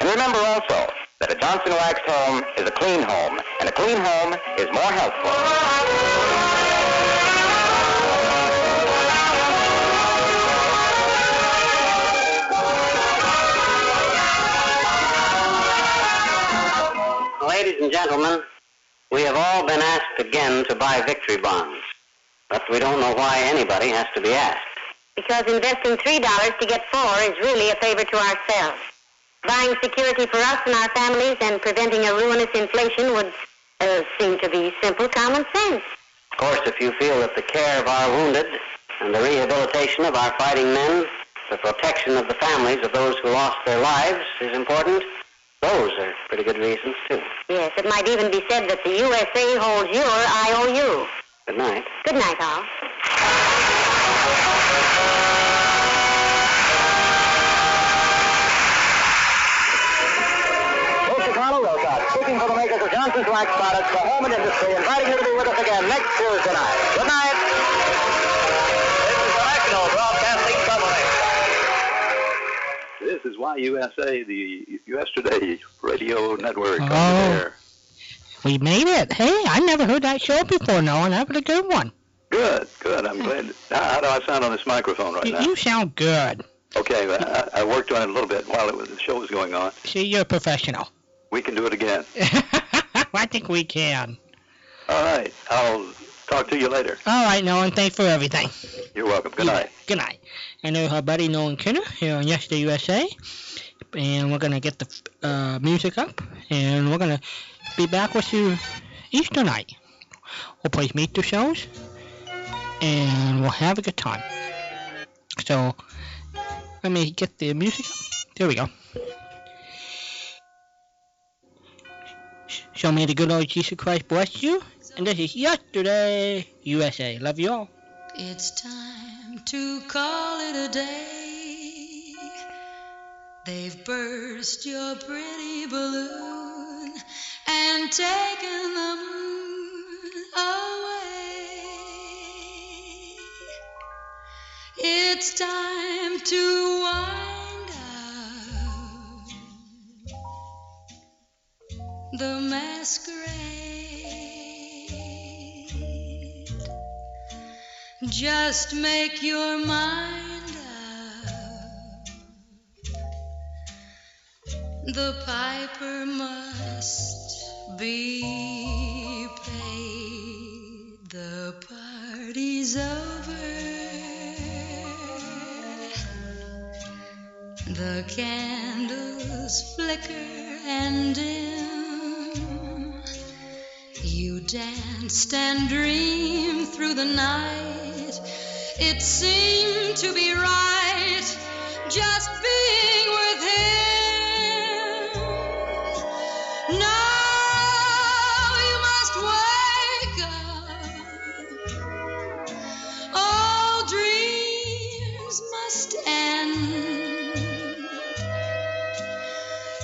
And remember also that a Johnson waxed home is a clean home, and a clean home is more healthful. Ladies and gentlemen, we have all been asked again to buy victory bonds, but we don't know why anybody has to be asked. Because investing three dollars to get four is really a favor to ourselves. Buying security for us and our families and preventing a ruinous inflation would uh, seem to be simple common sense. Of course, if you feel that the care of our wounded and the rehabilitation of our fighting men, the protection of the families of those who lost their lives is important, those are pretty good reasons, too. Yes, it might even be said that the USA holds your IOU. Good night. Good night, all. Mr. Connell Wilcox, speaking for the makers of Johnson's Wax Products for Home and Industry, inviting you to be with us again next Tuesday night. Good night. This is the National Broadcasting Company. This is YUSA, the US Today radio network. on the Oh. air. We made it. Hey, I never heard that show before, no, and that was a good one. Good, good. I'm glad. How, how do I sound on this microphone right uh, You, now? you sound good. Okay, I, I worked on it a little bit while it was, the show was going on. See, you're a professional. We can do it again. I think we can. All right. I'll talk to you later. All right, Nolan, thanks for everything. You're welcome. Good night. Good night. I know her buddy Nolan Kinner here on Yesterday USA, and we're gonna get the uh, music up, and we're gonna be back with you Easter night. We'll play meet the shows, and we'll have a good time. So let me get the music up. There we go. So may the good Lord Jesus Christ bless you. And this is Yesterday USA. Love you all. It's time to call it a day. They've burst your pretty balloon and taken the moon away. It's time to wind up the masquerade. Just make your mind up. The piper must be paid. The party's over. The candles flicker and dim. You danced and dreamed through the night. It seemed to be right just being with him. Now you must wake up. All dreams must end.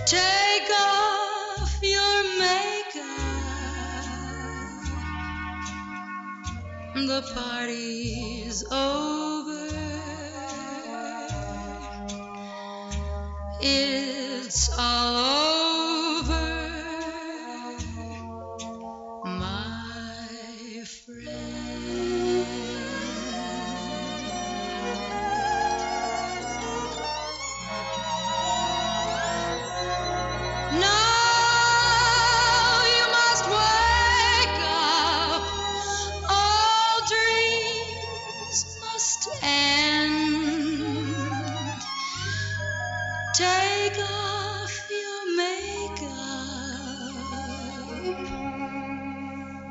Take off your makeup. The party's over. It's all over, my friend. Now you must wake up. All dreams must end. Take off your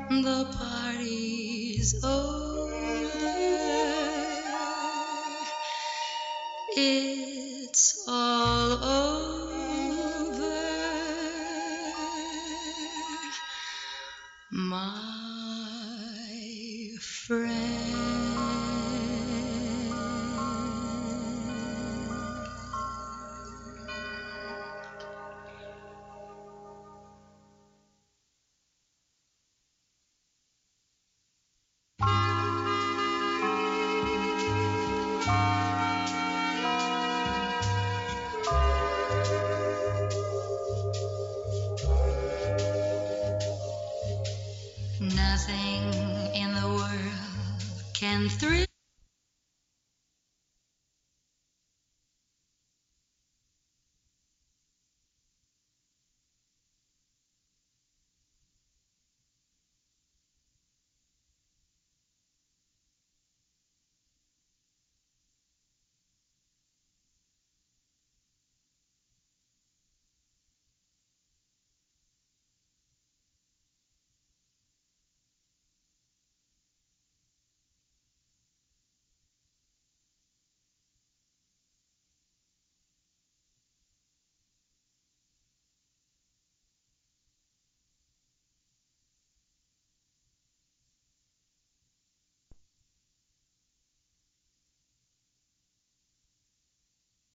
when the party's over. It's all over, my friend. Nothing in the world can thrill